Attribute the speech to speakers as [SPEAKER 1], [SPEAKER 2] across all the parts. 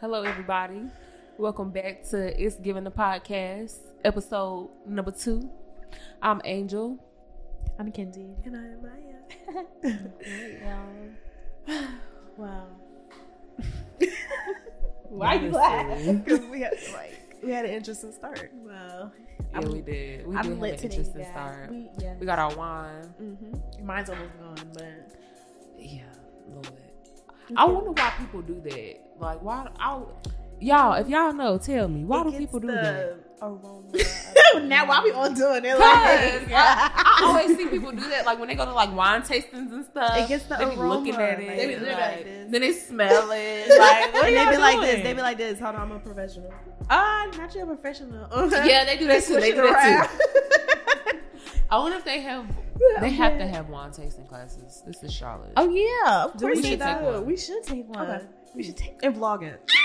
[SPEAKER 1] Hello, everybody. Welcome back to It's Given the Podcast, episode number two. I'm Angel.
[SPEAKER 2] I'm Kenzie.
[SPEAKER 3] And I am Maya.
[SPEAKER 2] Wow.
[SPEAKER 1] Why you laughing?
[SPEAKER 3] Because we had like we had an interesting start.
[SPEAKER 2] Wow.
[SPEAKER 1] Yeah, we did. We
[SPEAKER 2] I'm
[SPEAKER 1] did have an
[SPEAKER 2] listening,
[SPEAKER 1] interesting
[SPEAKER 2] guys.
[SPEAKER 1] start.
[SPEAKER 2] We, yeah.
[SPEAKER 1] We got our wine.
[SPEAKER 3] Mm-hmm.
[SPEAKER 2] Mine's almost gone, but
[SPEAKER 1] Yeah, a little bit. I wonder why people do that. Like, why? I, y'all, if y'all know, tell me. Why do people do that?
[SPEAKER 3] Aroma.
[SPEAKER 2] now why we all doing it?
[SPEAKER 1] Cause I, I always see people do that, like when they go to like wine tastings and stuff.
[SPEAKER 3] It gets the
[SPEAKER 1] they be
[SPEAKER 3] aroma,
[SPEAKER 1] looking at it,
[SPEAKER 3] like,
[SPEAKER 2] they be looking
[SPEAKER 3] like
[SPEAKER 1] like-
[SPEAKER 3] this.
[SPEAKER 1] then they smell it. Like, what
[SPEAKER 3] and they
[SPEAKER 1] y'all
[SPEAKER 3] be like this.
[SPEAKER 1] doing?
[SPEAKER 3] They be like this. Hold on, I'm a professional.
[SPEAKER 2] Ah, not you a professional.
[SPEAKER 1] yeah, they do that too. They
[SPEAKER 3] Switch
[SPEAKER 1] do
[SPEAKER 3] it
[SPEAKER 1] that
[SPEAKER 3] around.
[SPEAKER 1] too. I wonder if they have. They have to have wine tasting classes. This is Charlotte.
[SPEAKER 2] Oh yeah, of
[SPEAKER 3] Do we
[SPEAKER 2] course
[SPEAKER 1] should
[SPEAKER 2] we,
[SPEAKER 1] take
[SPEAKER 2] do.
[SPEAKER 1] one.
[SPEAKER 2] We should take one.
[SPEAKER 3] Okay.
[SPEAKER 2] We should take.
[SPEAKER 3] and vlog it.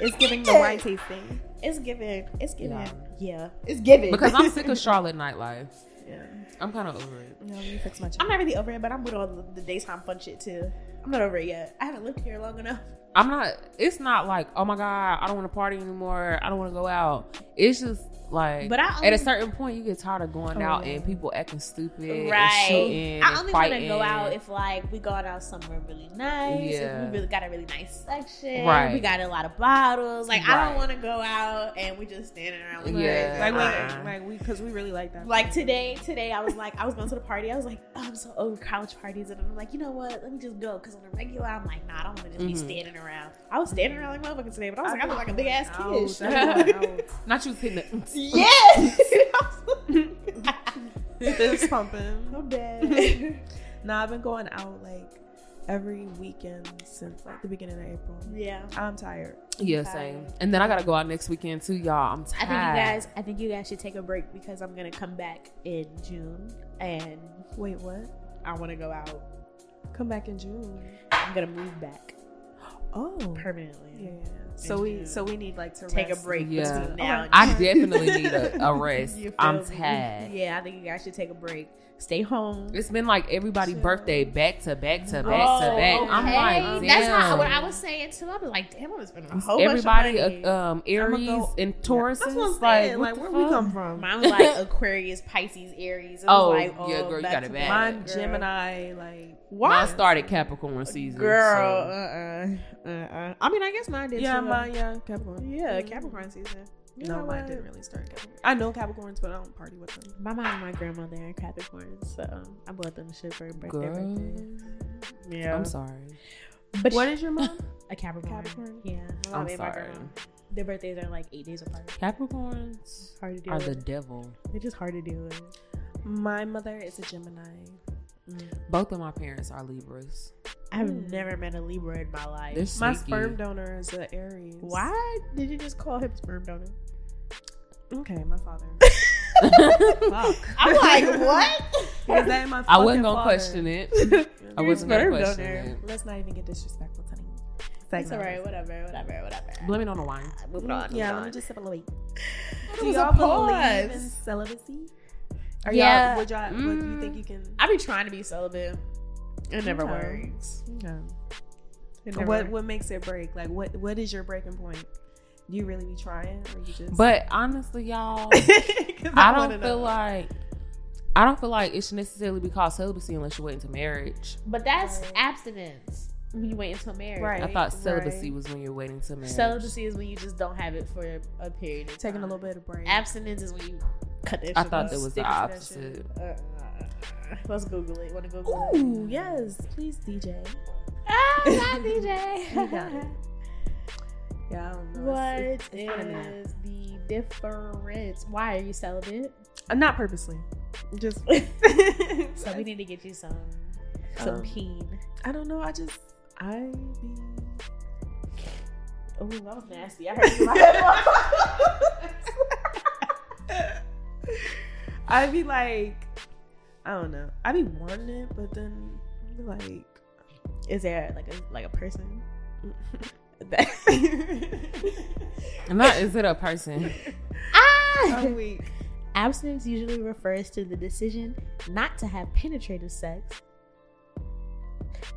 [SPEAKER 3] It's giving the wine tasting.
[SPEAKER 2] It's giving. It's giving.
[SPEAKER 1] Yeah.
[SPEAKER 2] Yeah. It's giving.
[SPEAKER 1] Because I'm sick of Charlotte nightlife.
[SPEAKER 3] Yeah.
[SPEAKER 1] I'm kind of over it.
[SPEAKER 3] No, we fix my
[SPEAKER 2] I'm not really over it, but I'm with all the, the daytime fun shit too. I'm not over it yet. I haven't lived here long enough.
[SPEAKER 1] I'm not. It's not like oh my god, I don't want to party anymore. I don't want to go out. It's just like.
[SPEAKER 2] But I
[SPEAKER 1] at a
[SPEAKER 2] only- Oh,
[SPEAKER 1] certain point, you get tired of going out and people acting stupid, And
[SPEAKER 2] Right.
[SPEAKER 1] shooting,
[SPEAKER 2] I
[SPEAKER 1] and
[SPEAKER 2] only want to
[SPEAKER 1] fighting.
[SPEAKER 2] go out if like we going out somewhere really nice.
[SPEAKER 1] Yeah.
[SPEAKER 2] If we really got a really nice section.
[SPEAKER 1] Right.
[SPEAKER 2] We got a lot of bottles. Like I
[SPEAKER 1] Right.
[SPEAKER 2] don't want to go out and we just standing around. Like,
[SPEAKER 1] Yeah.
[SPEAKER 3] Like,
[SPEAKER 1] Uh-uh.
[SPEAKER 3] we, like we, because we really like that.
[SPEAKER 2] like today, today I was like, I was going to the party. I was like, oh, I'm so over college parties, and I'm like, you know what? Let me just go because on a regular, I'm like, nah, I don't want to just
[SPEAKER 1] Mhm.
[SPEAKER 3] Mm-hmm.
[SPEAKER 2] be standing around. I was standing around like motherfucker today, but I was like, I look like a big ass
[SPEAKER 3] Ouch,
[SPEAKER 2] kid.
[SPEAKER 3] I
[SPEAKER 1] Ouch.
[SPEAKER 3] look like ouch.
[SPEAKER 1] Not you hitting the.
[SPEAKER 2] Yes.
[SPEAKER 3] Fist pumping.
[SPEAKER 2] I'm dead.
[SPEAKER 3] Nah, I've been going out like every weekend since like the beginning of April.
[SPEAKER 2] yeah.
[SPEAKER 3] I'm tired.
[SPEAKER 1] Yeah, same. And then I gotta go out next weekend too, y'all. I'm
[SPEAKER 2] I
[SPEAKER 1] tired.
[SPEAKER 2] think you guys. I think you guys should take a break because I'm gonna come back in June, and
[SPEAKER 3] Wait, what?
[SPEAKER 2] I want to go out.
[SPEAKER 3] Come back in June.
[SPEAKER 2] I'm gonna move back
[SPEAKER 3] Oh.
[SPEAKER 2] permanently.
[SPEAKER 3] Yeah. Oh So we so we need like to
[SPEAKER 2] Take a
[SPEAKER 3] rest.
[SPEAKER 2] break
[SPEAKER 1] Yeah.
[SPEAKER 2] between now. and
[SPEAKER 3] Okay.
[SPEAKER 1] I definitely need a, a rest.
[SPEAKER 2] You feel
[SPEAKER 1] I'm
[SPEAKER 2] me?
[SPEAKER 1] tired.
[SPEAKER 2] Yeah, I think you guys should take a break. Stay home.
[SPEAKER 1] It's been like everybody's
[SPEAKER 3] Chill.
[SPEAKER 1] birthday back to back to back to
[SPEAKER 2] Oh,
[SPEAKER 1] back. I'm like,
[SPEAKER 2] okay.
[SPEAKER 1] damn.
[SPEAKER 2] that's not what I was saying too. I was like, damn, I'm spending a whole
[SPEAKER 1] Everybody,
[SPEAKER 2] bunch of money.
[SPEAKER 1] uh, um, Aries
[SPEAKER 3] go-
[SPEAKER 1] and Taurus,
[SPEAKER 3] That's what
[SPEAKER 1] like,
[SPEAKER 3] I'm saying.
[SPEAKER 1] what
[SPEAKER 3] Like,
[SPEAKER 1] the
[SPEAKER 3] where
[SPEAKER 1] fuck?
[SPEAKER 3] we come from?
[SPEAKER 2] Mine was like Aquarius, Pisces, Aries. It was
[SPEAKER 1] Oh,
[SPEAKER 2] like, oh,
[SPEAKER 1] yeah, girl, you
[SPEAKER 2] back
[SPEAKER 1] got it
[SPEAKER 2] to
[SPEAKER 1] bad.
[SPEAKER 2] back,
[SPEAKER 3] Mine
[SPEAKER 2] girl.
[SPEAKER 3] Gemini, like
[SPEAKER 1] Mine
[SPEAKER 2] What?
[SPEAKER 1] started Capricorn season.
[SPEAKER 2] Girl,
[SPEAKER 1] so-
[SPEAKER 2] uh, uh-uh, uh, I mean, I guess mine did.
[SPEAKER 3] yeah,
[SPEAKER 2] too.
[SPEAKER 3] mine, um, yeah, Capricorn.
[SPEAKER 2] Yeah,
[SPEAKER 3] Mhm.
[SPEAKER 2] Capricorn season. You
[SPEAKER 3] No,
[SPEAKER 2] know
[SPEAKER 3] mine
[SPEAKER 2] what?
[SPEAKER 3] didn't really start Capricorn. I know Capricorns, but I don't party with them.
[SPEAKER 2] My mom and my grandmother are Capricorn, so I bought them shit for birthday.
[SPEAKER 1] Girl.
[SPEAKER 2] birthday. Yeah,
[SPEAKER 1] I'm sorry.
[SPEAKER 2] but
[SPEAKER 3] What is your mom?
[SPEAKER 2] a Capricorn?
[SPEAKER 3] Capricorn?
[SPEAKER 2] Yeah, my mom
[SPEAKER 1] I'm
[SPEAKER 2] and
[SPEAKER 1] sorry.
[SPEAKER 2] my grandma. Their birthdays are like eight days apart.
[SPEAKER 1] Capricorns
[SPEAKER 2] It's hard to deal
[SPEAKER 1] are the
[SPEAKER 2] with.
[SPEAKER 1] devil.
[SPEAKER 2] They're just hard to deal with.
[SPEAKER 3] My mother is a Gemini.
[SPEAKER 1] Both of my parents are Libras.
[SPEAKER 2] I've
[SPEAKER 3] Hmm.
[SPEAKER 2] never met a Libra in my life.
[SPEAKER 1] They're
[SPEAKER 3] My
[SPEAKER 1] sneaky.
[SPEAKER 3] sperm donor is a Aries.
[SPEAKER 2] Why did you just call him sperm donor?
[SPEAKER 3] Okay, my father.
[SPEAKER 1] Fuck.
[SPEAKER 2] I'm like, what?
[SPEAKER 3] Is that my
[SPEAKER 1] I wasn't gonna
[SPEAKER 3] fucking
[SPEAKER 1] question it.
[SPEAKER 3] father?
[SPEAKER 1] I wasn't gonna
[SPEAKER 2] sperm
[SPEAKER 1] question
[SPEAKER 2] donor.
[SPEAKER 1] it.
[SPEAKER 3] Let's not even get disrespectful, Tony.
[SPEAKER 2] That's all right. Whatever. Whatever. Whatever. Uh,
[SPEAKER 1] Blame it on the wine.
[SPEAKER 2] Moving on.
[SPEAKER 3] Yeah,
[SPEAKER 2] moving
[SPEAKER 3] let me
[SPEAKER 2] on.
[SPEAKER 3] just sip a little.
[SPEAKER 2] It
[SPEAKER 3] Do
[SPEAKER 2] was a
[SPEAKER 3] y'all believe in
[SPEAKER 2] pause.
[SPEAKER 3] celibacy? Are
[SPEAKER 2] Yeah.
[SPEAKER 3] y'all? Would y'all? Would you
[SPEAKER 1] Mm.
[SPEAKER 3] think you can?
[SPEAKER 2] I be trying to be celibate. It never
[SPEAKER 3] Okay.
[SPEAKER 2] works.
[SPEAKER 3] No.
[SPEAKER 2] It never
[SPEAKER 3] What
[SPEAKER 2] works.
[SPEAKER 3] what makes it break? Like what what is your breaking point? Do you really be trying, or you just?
[SPEAKER 1] But honestly, y'all,
[SPEAKER 3] 'Cause
[SPEAKER 1] I
[SPEAKER 3] wanna
[SPEAKER 1] don't
[SPEAKER 3] know.
[SPEAKER 1] feel like I don't feel like it should necessarily be called celibacy unless you went into marriage.
[SPEAKER 2] But that's
[SPEAKER 3] Right.
[SPEAKER 2] abstinence. When you wait until marriage.
[SPEAKER 3] Right.
[SPEAKER 1] I thought
[SPEAKER 3] Right.
[SPEAKER 1] celibacy was when you're waiting to marriage.
[SPEAKER 2] Celibacy is when you just don't have it for a period. Of
[SPEAKER 3] taking a
[SPEAKER 2] time.
[SPEAKER 3] little bit of break.
[SPEAKER 2] Abstinence is when you cut the.
[SPEAKER 1] I
[SPEAKER 2] shit
[SPEAKER 1] thought
[SPEAKER 2] off.
[SPEAKER 1] that was
[SPEAKER 3] Stick
[SPEAKER 1] the
[SPEAKER 3] to that
[SPEAKER 1] opposite.
[SPEAKER 2] Uh, uh, let's Google it. Want to Google it?
[SPEAKER 3] Ooh yes, please DJ.
[SPEAKER 2] Ah, not
[SPEAKER 3] You got
[SPEAKER 2] DJ.
[SPEAKER 3] it. Yeah, I don't know.
[SPEAKER 2] What
[SPEAKER 3] It's-
[SPEAKER 2] is
[SPEAKER 3] it's- it's kinda mad.
[SPEAKER 2] the difference? Why are you celibate?
[SPEAKER 3] Uh, Not purposely. Just.
[SPEAKER 2] So we need to get you some some
[SPEAKER 3] some
[SPEAKER 2] peen.
[SPEAKER 3] Um, I don't know. I just I be.
[SPEAKER 2] Oh, that was nasty. I heard
[SPEAKER 3] I be like, I don't know. I be wanting it, but then I be like,
[SPEAKER 2] Is there like a like a person?
[SPEAKER 1] And that is it a person.
[SPEAKER 2] ah!
[SPEAKER 3] I'm weak.
[SPEAKER 2] Abstinence usually refers to the decision not to have penetrative sex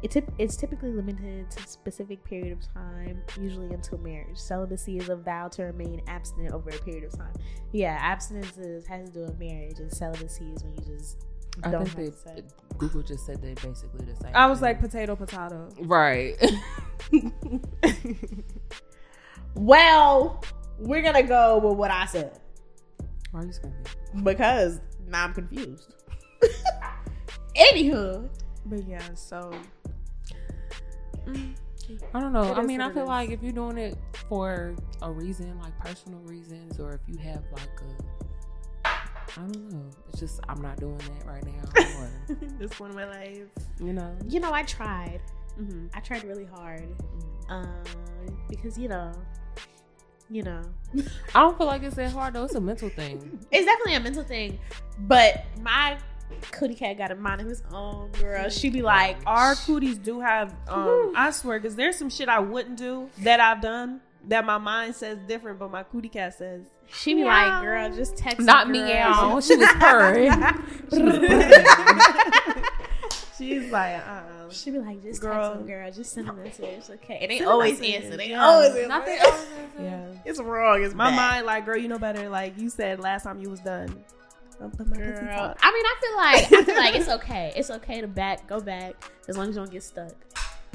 [SPEAKER 2] It typ it's typically limited to a specific period of time, usually until marriage. Celibacy is a vow to remain abstinent over a period of time. Yeah, abstinence is, has to do with marriage, and celibacy is when you just
[SPEAKER 1] I
[SPEAKER 2] don't
[SPEAKER 1] think
[SPEAKER 2] have
[SPEAKER 1] they
[SPEAKER 2] sex.
[SPEAKER 1] Google just said they basically the same.
[SPEAKER 3] I was
[SPEAKER 1] thing.
[SPEAKER 3] like potato, potato.
[SPEAKER 1] right.
[SPEAKER 2] Well, we're gonna go with what I said
[SPEAKER 1] Why are you screaming?
[SPEAKER 2] because now I'm confused. Anywho,
[SPEAKER 3] But yeah, so
[SPEAKER 1] I don't know.
[SPEAKER 3] It
[SPEAKER 1] I
[SPEAKER 3] is
[SPEAKER 1] mean,
[SPEAKER 3] what
[SPEAKER 1] I
[SPEAKER 3] it
[SPEAKER 1] feel
[SPEAKER 3] is.
[SPEAKER 1] like if you're doing it for a reason, like personal reasons, or if you have like a, I don't know. It's just I'm not doing that right now. Or,
[SPEAKER 3] this one of my life.
[SPEAKER 1] you know,
[SPEAKER 2] you know, I tried.
[SPEAKER 3] Mm-hmm.
[SPEAKER 2] I tried really hard um, because you know, you know,
[SPEAKER 1] I don't feel like it's that hard though. It's a mental thing.
[SPEAKER 2] it's definitely a mental thing. But my cootie cat got a mind of his own, girl. She be like,
[SPEAKER 3] Our cooties do have. Um,
[SPEAKER 2] Woo.
[SPEAKER 3] I swear, because there's some shit I wouldn't do that I've done that my mind says different, but my cootie cat says
[SPEAKER 2] she be
[SPEAKER 3] Meow.
[SPEAKER 2] like, girl, just text
[SPEAKER 1] Not
[SPEAKER 2] the girl.
[SPEAKER 1] meow. She was purring.
[SPEAKER 2] She was purring.
[SPEAKER 3] she's like, uh,
[SPEAKER 2] She be like, just
[SPEAKER 3] Girl.
[SPEAKER 2] girl. text them, girl. Just send a message. Okay. And they
[SPEAKER 3] Send a
[SPEAKER 2] always
[SPEAKER 3] message.
[SPEAKER 2] answer. They
[SPEAKER 3] Yeah.
[SPEAKER 2] always answer.
[SPEAKER 1] Not that
[SPEAKER 3] yeah.
[SPEAKER 2] It's wrong. It's
[SPEAKER 3] My
[SPEAKER 2] bad.
[SPEAKER 3] mind, like, girl, you know better. Like you said last time you was done. Don't put my pussy
[SPEAKER 2] Girl.
[SPEAKER 3] talk.
[SPEAKER 2] I mean, I feel like I feel like it's okay. It's okay to back, go back, as long as you don't get stuck.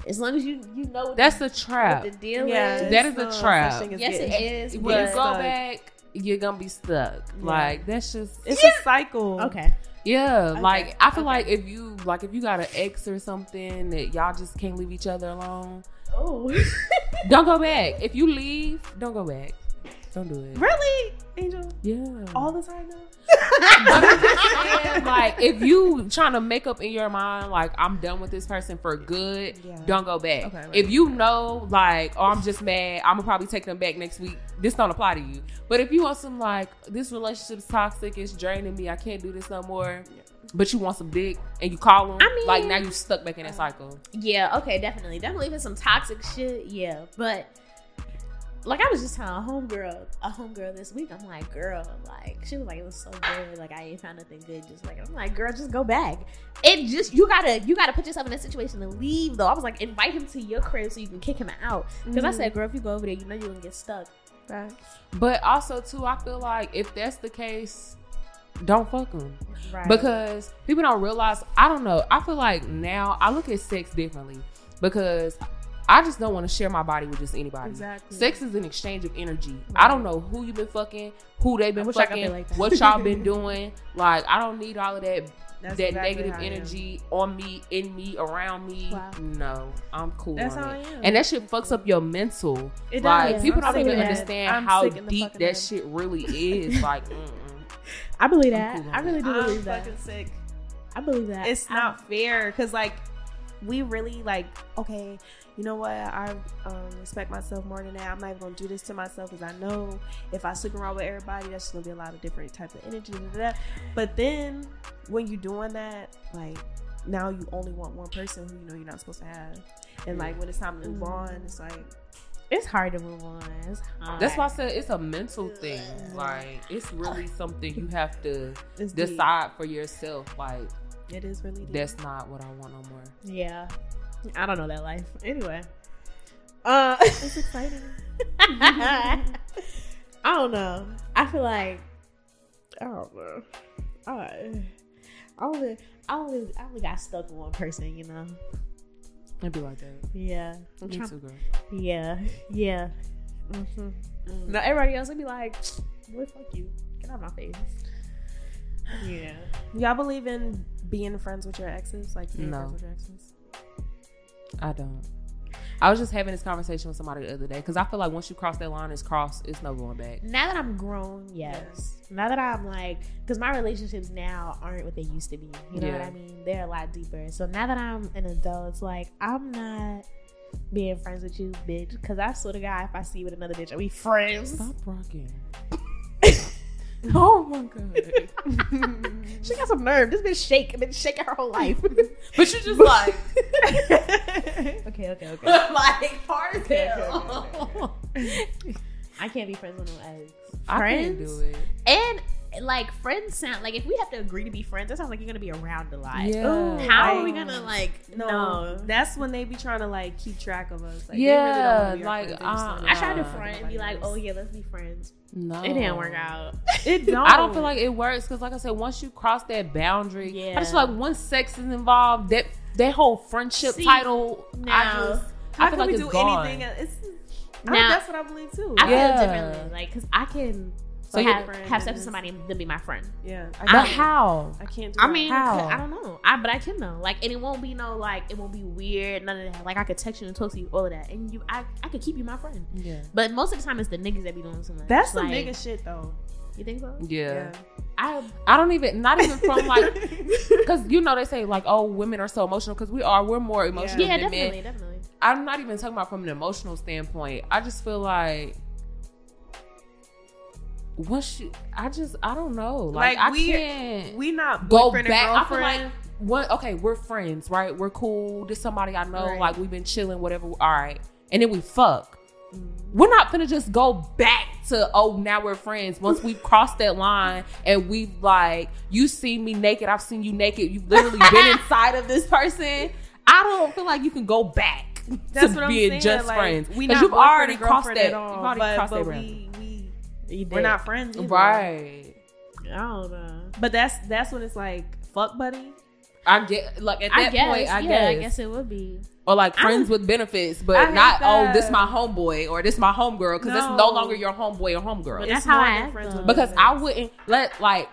[SPEAKER 2] As long as you you know what
[SPEAKER 1] That's
[SPEAKER 2] the,
[SPEAKER 1] a trap.
[SPEAKER 2] what the deal is.
[SPEAKER 1] That is a
[SPEAKER 3] it's, uh,
[SPEAKER 1] trap.
[SPEAKER 3] such thing as
[SPEAKER 2] yes,
[SPEAKER 3] getting-
[SPEAKER 2] it is.
[SPEAKER 1] When
[SPEAKER 2] but-
[SPEAKER 1] you go
[SPEAKER 3] stuck.
[SPEAKER 1] back, you're gonna be stuck.
[SPEAKER 3] Yeah.
[SPEAKER 1] Like that's just
[SPEAKER 3] It's a cycle.
[SPEAKER 2] okay.
[SPEAKER 1] Yeah,
[SPEAKER 3] Okay,
[SPEAKER 1] like I feel
[SPEAKER 3] okay.
[SPEAKER 1] like if you like if you got an ex or something that y'all just can't leave each other alone,
[SPEAKER 2] Oh.
[SPEAKER 1] don't go back. If you leave, don't go back. Don't do it.
[SPEAKER 3] Really, Oh, Angel?
[SPEAKER 1] Yeah.
[SPEAKER 3] All the time though.
[SPEAKER 1] And, like if you trying to make up in your mind like I'm done with this person for good,
[SPEAKER 3] Yeah.
[SPEAKER 1] don't go back.
[SPEAKER 3] Okay, right.
[SPEAKER 1] If you know like oh I'm just mad, I'm gonna probably take them back next week. This don't apply to you. But if you want some like this relationship's toxic, it's draining me. I can't do this no more. But you want some dick and you call them.
[SPEAKER 2] I mean-
[SPEAKER 1] like now you stuck back in
[SPEAKER 3] uh,
[SPEAKER 1] that cycle.
[SPEAKER 2] Yeah, okay, definitely. Definitely if it's some toxic shit, yeah. But like I was just telling a homegirl, a homegirl this week, I'm like, girl, like she was like, it was so good, like I ain't found nothing good, just like I'm like, girl, just go back. It just you gotta you gotta put yourself in that situation to leave though. I was like, invite him to your crib so you can kick him out. Because I
[SPEAKER 3] Mm-hmm.
[SPEAKER 2] said, girl, if you go over there, you know you're gonna get stuck.
[SPEAKER 1] But also too, I feel like if that's the case, don't fuck them
[SPEAKER 2] Right.
[SPEAKER 1] because people don't realize. I don't know. I feel like now I look at sex differently because I just don't want to share my body with just anybody.
[SPEAKER 3] Exactly.
[SPEAKER 1] Sex is an exchange of energy.
[SPEAKER 3] Right.
[SPEAKER 1] I don't know who you've been fucking, who they've
[SPEAKER 2] I
[SPEAKER 1] been
[SPEAKER 2] wish I could
[SPEAKER 1] fucking,
[SPEAKER 2] be like that.
[SPEAKER 1] what y'all been doing. Like I don't need all of that
[SPEAKER 3] That's
[SPEAKER 1] that
[SPEAKER 3] exactly
[SPEAKER 1] negative
[SPEAKER 3] how I am.
[SPEAKER 1] energy on me, in me, around me.
[SPEAKER 2] Wow.
[SPEAKER 1] No, I'm cool.
[SPEAKER 3] That's
[SPEAKER 1] on
[SPEAKER 3] how
[SPEAKER 1] it.
[SPEAKER 3] I am.
[SPEAKER 1] And that shit fucks up your mental.
[SPEAKER 3] It does.
[SPEAKER 1] like
[SPEAKER 2] does.
[SPEAKER 1] people
[SPEAKER 2] I'm
[SPEAKER 1] don't
[SPEAKER 2] sick
[SPEAKER 1] even
[SPEAKER 2] of that.
[SPEAKER 1] understand
[SPEAKER 3] I'm
[SPEAKER 1] how
[SPEAKER 3] sick in the
[SPEAKER 1] deep
[SPEAKER 3] fucking
[SPEAKER 1] that
[SPEAKER 3] head.
[SPEAKER 1] shit really is. Like, mm-mm.
[SPEAKER 2] I believe
[SPEAKER 1] I'm
[SPEAKER 2] that.
[SPEAKER 1] cool on
[SPEAKER 2] I really do
[SPEAKER 3] I'm
[SPEAKER 2] believe that.
[SPEAKER 3] fucking sick.
[SPEAKER 2] I believe that.
[SPEAKER 3] It's
[SPEAKER 2] I'm-
[SPEAKER 3] not fair because like we really like okay, you know what? I um, respect myself more than that. I'm not even gonna do this to myself because I know if I sleep around with everybody, that's just gonna be a lot of different types of energy. da, da, da. But then when you're doing that, like now you only want one person who you know you're not supposed to have, and like when it's time to move
[SPEAKER 2] Mhm.
[SPEAKER 3] on, it's like
[SPEAKER 2] it's hard to move on. It's hard.
[SPEAKER 1] that's why I said it's a mental thing. Like, it's really something you have to
[SPEAKER 3] it's deep.
[SPEAKER 1] decide for yourself. Like,
[SPEAKER 3] It is really deep.
[SPEAKER 1] that's not what I want no more.
[SPEAKER 2] Yeah. I don't know that life. Anyway. Uh
[SPEAKER 3] it's exciting.
[SPEAKER 2] I don't know. I feel like I don't know. I I only I only I only got stuck with one person, you know.
[SPEAKER 1] It'd be like that.
[SPEAKER 2] Yeah. I'm
[SPEAKER 1] Me
[SPEAKER 2] trying-
[SPEAKER 1] too, girl.
[SPEAKER 2] yeah. Yeah. Mm-hmm. Now everybody else would be like, "Boy, fuck you. Get out of my face." Yeah.
[SPEAKER 3] Y'all believe in being friends with your exes? Like being
[SPEAKER 1] No.
[SPEAKER 3] friends with your exes?
[SPEAKER 1] I don't. I was just having this conversation with somebody the other day because I feel like once you cross that line, it's crossed. It's no going back.
[SPEAKER 2] Now that I'm grown, yes. Now that I'm like, because my relationships now aren't what they used to be. You know what
[SPEAKER 1] Yeah.
[SPEAKER 2] I mean? They're a lot deeper. So now that I'm an adult, it's like I'm not being friends with you, bitch. Because I swear to God, if I see you with another bitch, are we friends?
[SPEAKER 1] Stop rocking. oh my god.
[SPEAKER 2] She got some nerve. This bitch shake. Been shaking her whole life.
[SPEAKER 1] But you just like
[SPEAKER 2] okay, okay, okay.
[SPEAKER 1] like hard
[SPEAKER 2] Okay, okay, okay, I can't be friends with no ex.
[SPEAKER 1] I can't
[SPEAKER 2] Friends?
[SPEAKER 1] do it.
[SPEAKER 2] And like friends sound like if we have to agree to be friends, that sounds like you're gonna be around a lot.
[SPEAKER 1] Yeah.
[SPEAKER 3] Ooh,
[SPEAKER 2] How are
[SPEAKER 3] I-
[SPEAKER 2] we gonna like? No.
[SPEAKER 3] No, that's when they be trying to like keep track of us. Like,
[SPEAKER 1] Yeah,
[SPEAKER 3] they really don't wanna be
[SPEAKER 1] like,
[SPEAKER 3] our friends. They just
[SPEAKER 1] uh,
[SPEAKER 3] don't
[SPEAKER 2] I tried to
[SPEAKER 3] know
[SPEAKER 2] front and
[SPEAKER 3] nobody
[SPEAKER 2] be like,
[SPEAKER 3] else.
[SPEAKER 2] oh yeah, let's be friends.
[SPEAKER 1] No,
[SPEAKER 2] It didn't work out.
[SPEAKER 3] it don't.
[SPEAKER 1] I don't feel like it works because, like I said, once you cross that boundary, I just feel
[SPEAKER 2] Yeah.
[SPEAKER 1] like once sex is involved, that that whole friendship
[SPEAKER 2] See,
[SPEAKER 1] title, I
[SPEAKER 2] now-
[SPEAKER 1] just
[SPEAKER 3] How
[SPEAKER 1] I feel
[SPEAKER 3] can
[SPEAKER 1] like
[SPEAKER 3] we
[SPEAKER 1] it's
[SPEAKER 3] do
[SPEAKER 1] gone.
[SPEAKER 3] anything? else? It's, I,
[SPEAKER 2] Now-
[SPEAKER 3] that's what I believe too.
[SPEAKER 2] I
[SPEAKER 1] Yeah.
[SPEAKER 2] feel differently, like because I can
[SPEAKER 1] So you're
[SPEAKER 2] have,
[SPEAKER 3] friend
[SPEAKER 2] have
[SPEAKER 3] and
[SPEAKER 2] sex with
[SPEAKER 3] this-
[SPEAKER 2] somebody and then be my friend.
[SPEAKER 3] yeah, I,
[SPEAKER 1] But
[SPEAKER 3] can't-
[SPEAKER 1] how?
[SPEAKER 3] I can't. Do
[SPEAKER 2] I
[SPEAKER 3] that.
[SPEAKER 2] mean,
[SPEAKER 1] How?
[SPEAKER 2] I don't know. I but I can though. Like, and it won't be no like it won't be weird. None of that. Like I could text you and talk to you, all of that, and you, I, I could keep you my friend.
[SPEAKER 1] Yeah,
[SPEAKER 2] But most of the time, it's the niggas that be doing something.
[SPEAKER 3] that's
[SPEAKER 2] like,
[SPEAKER 3] some nigga shit though.
[SPEAKER 2] You think so?
[SPEAKER 1] yeah.
[SPEAKER 2] I
[SPEAKER 1] I don't even, not even from like, because you know they say like, oh, women are so emotional because we are. We're more emotional
[SPEAKER 2] yeah,
[SPEAKER 1] than men.
[SPEAKER 2] definitely, definitely.
[SPEAKER 1] I'm not even talking about from an emotional standpoint. I just feel like once you, I just, I don't know. Like,
[SPEAKER 3] Like,
[SPEAKER 1] I
[SPEAKER 3] we-
[SPEAKER 1] can't
[SPEAKER 3] we not
[SPEAKER 1] go
[SPEAKER 3] boyfriend
[SPEAKER 1] back. I
[SPEAKER 3] and
[SPEAKER 1] feel
[SPEAKER 3] girlfriend.
[SPEAKER 1] like one. Okay, we're friends, right? We're cool. This somebody I know.
[SPEAKER 3] Right.
[SPEAKER 1] Like we've been chilling, whatever. All right, and then we fuck.
[SPEAKER 3] Mm.
[SPEAKER 1] We're not gonna just go back to oh now we're friends. Once we've crossed that line and we've like you see me naked, I've seen you naked. You've literally been inside of this person. I don't feel like you can go back
[SPEAKER 3] that's
[SPEAKER 1] to
[SPEAKER 3] what I'm
[SPEAKER 1] being
[SPEAKER 3] saying.
[SPEAKER 1] just
[SPEAKER 3] like,
[SPEAKER 1] friends
[SPEAKER 3] We
[SPEAKER 1] because
[SPEAKER 3] not
[SPEAKER 1] you've
[SPEAKER 3] boyfriend
[SPEAKER 1] already
[SPEAKER 3] and
[SPEAKER 1] crossed
[SPEAKER 3] girlfriend
[SPEAKER 1] that.
[SPEAKER 3] at all,
[SPEAKER 1] you've already
[SPEAKER 3] but,
[SPEAKER 1] crossed
[SPEAKER 3] but
[SPEAKER 1] that boundary.
[SPEAKER 3] we we
[SPEAKER 2] You
[SPEAKER 3] we're
[SPEAKER 2] did.
[SPEAKER 3] not friends, either.
[SPEAKER 1] right.
[SPEAKER 2] I don't know.
[SPEAKER 3] But that's that's when it's like fuck buddy.
[SPEAKER 1] I get like at that
[SPEAKER 2] I guess.
[SPEAKER 1] point. I
[SPEAKER 2] yeah, I
[SPEAKER 1] guess
[SPEAKER 2] guess it would be.
[SPEAKER 1] or like
[SPEAKER 2] I
[SPEAKER 1] friends with benefits,
[SPEAKER 3] I
[SPEAKER 1] but
[SPEAKER 3] hate
[SPEAKER 1] not oh
[SPEAKER 3] that.
[SPEAKER 1] this my homeboy or this my homegirl because it's no
[SPEAKER 3] No.
[SPEAKER 1] longer your homeboy or
[SPEAKER 2] But
[SPEAKER 1] homegirl.
[SPEAKER 2] that's
[SPEAKER 3] It's
[SPEAKER 2] how
[SPEAKER 3] more
[SPEAKER 2] I
[SPEAKER 3] than
[SPEAKER 2] act,
[SPEAKER 3] friends
[SPEAKER 2] though.
[SPEAKER 3] with
[SPEAKER 1] Because
[SPEAKER 3] benefits.
[SPEAKER 1] I wouldn't let like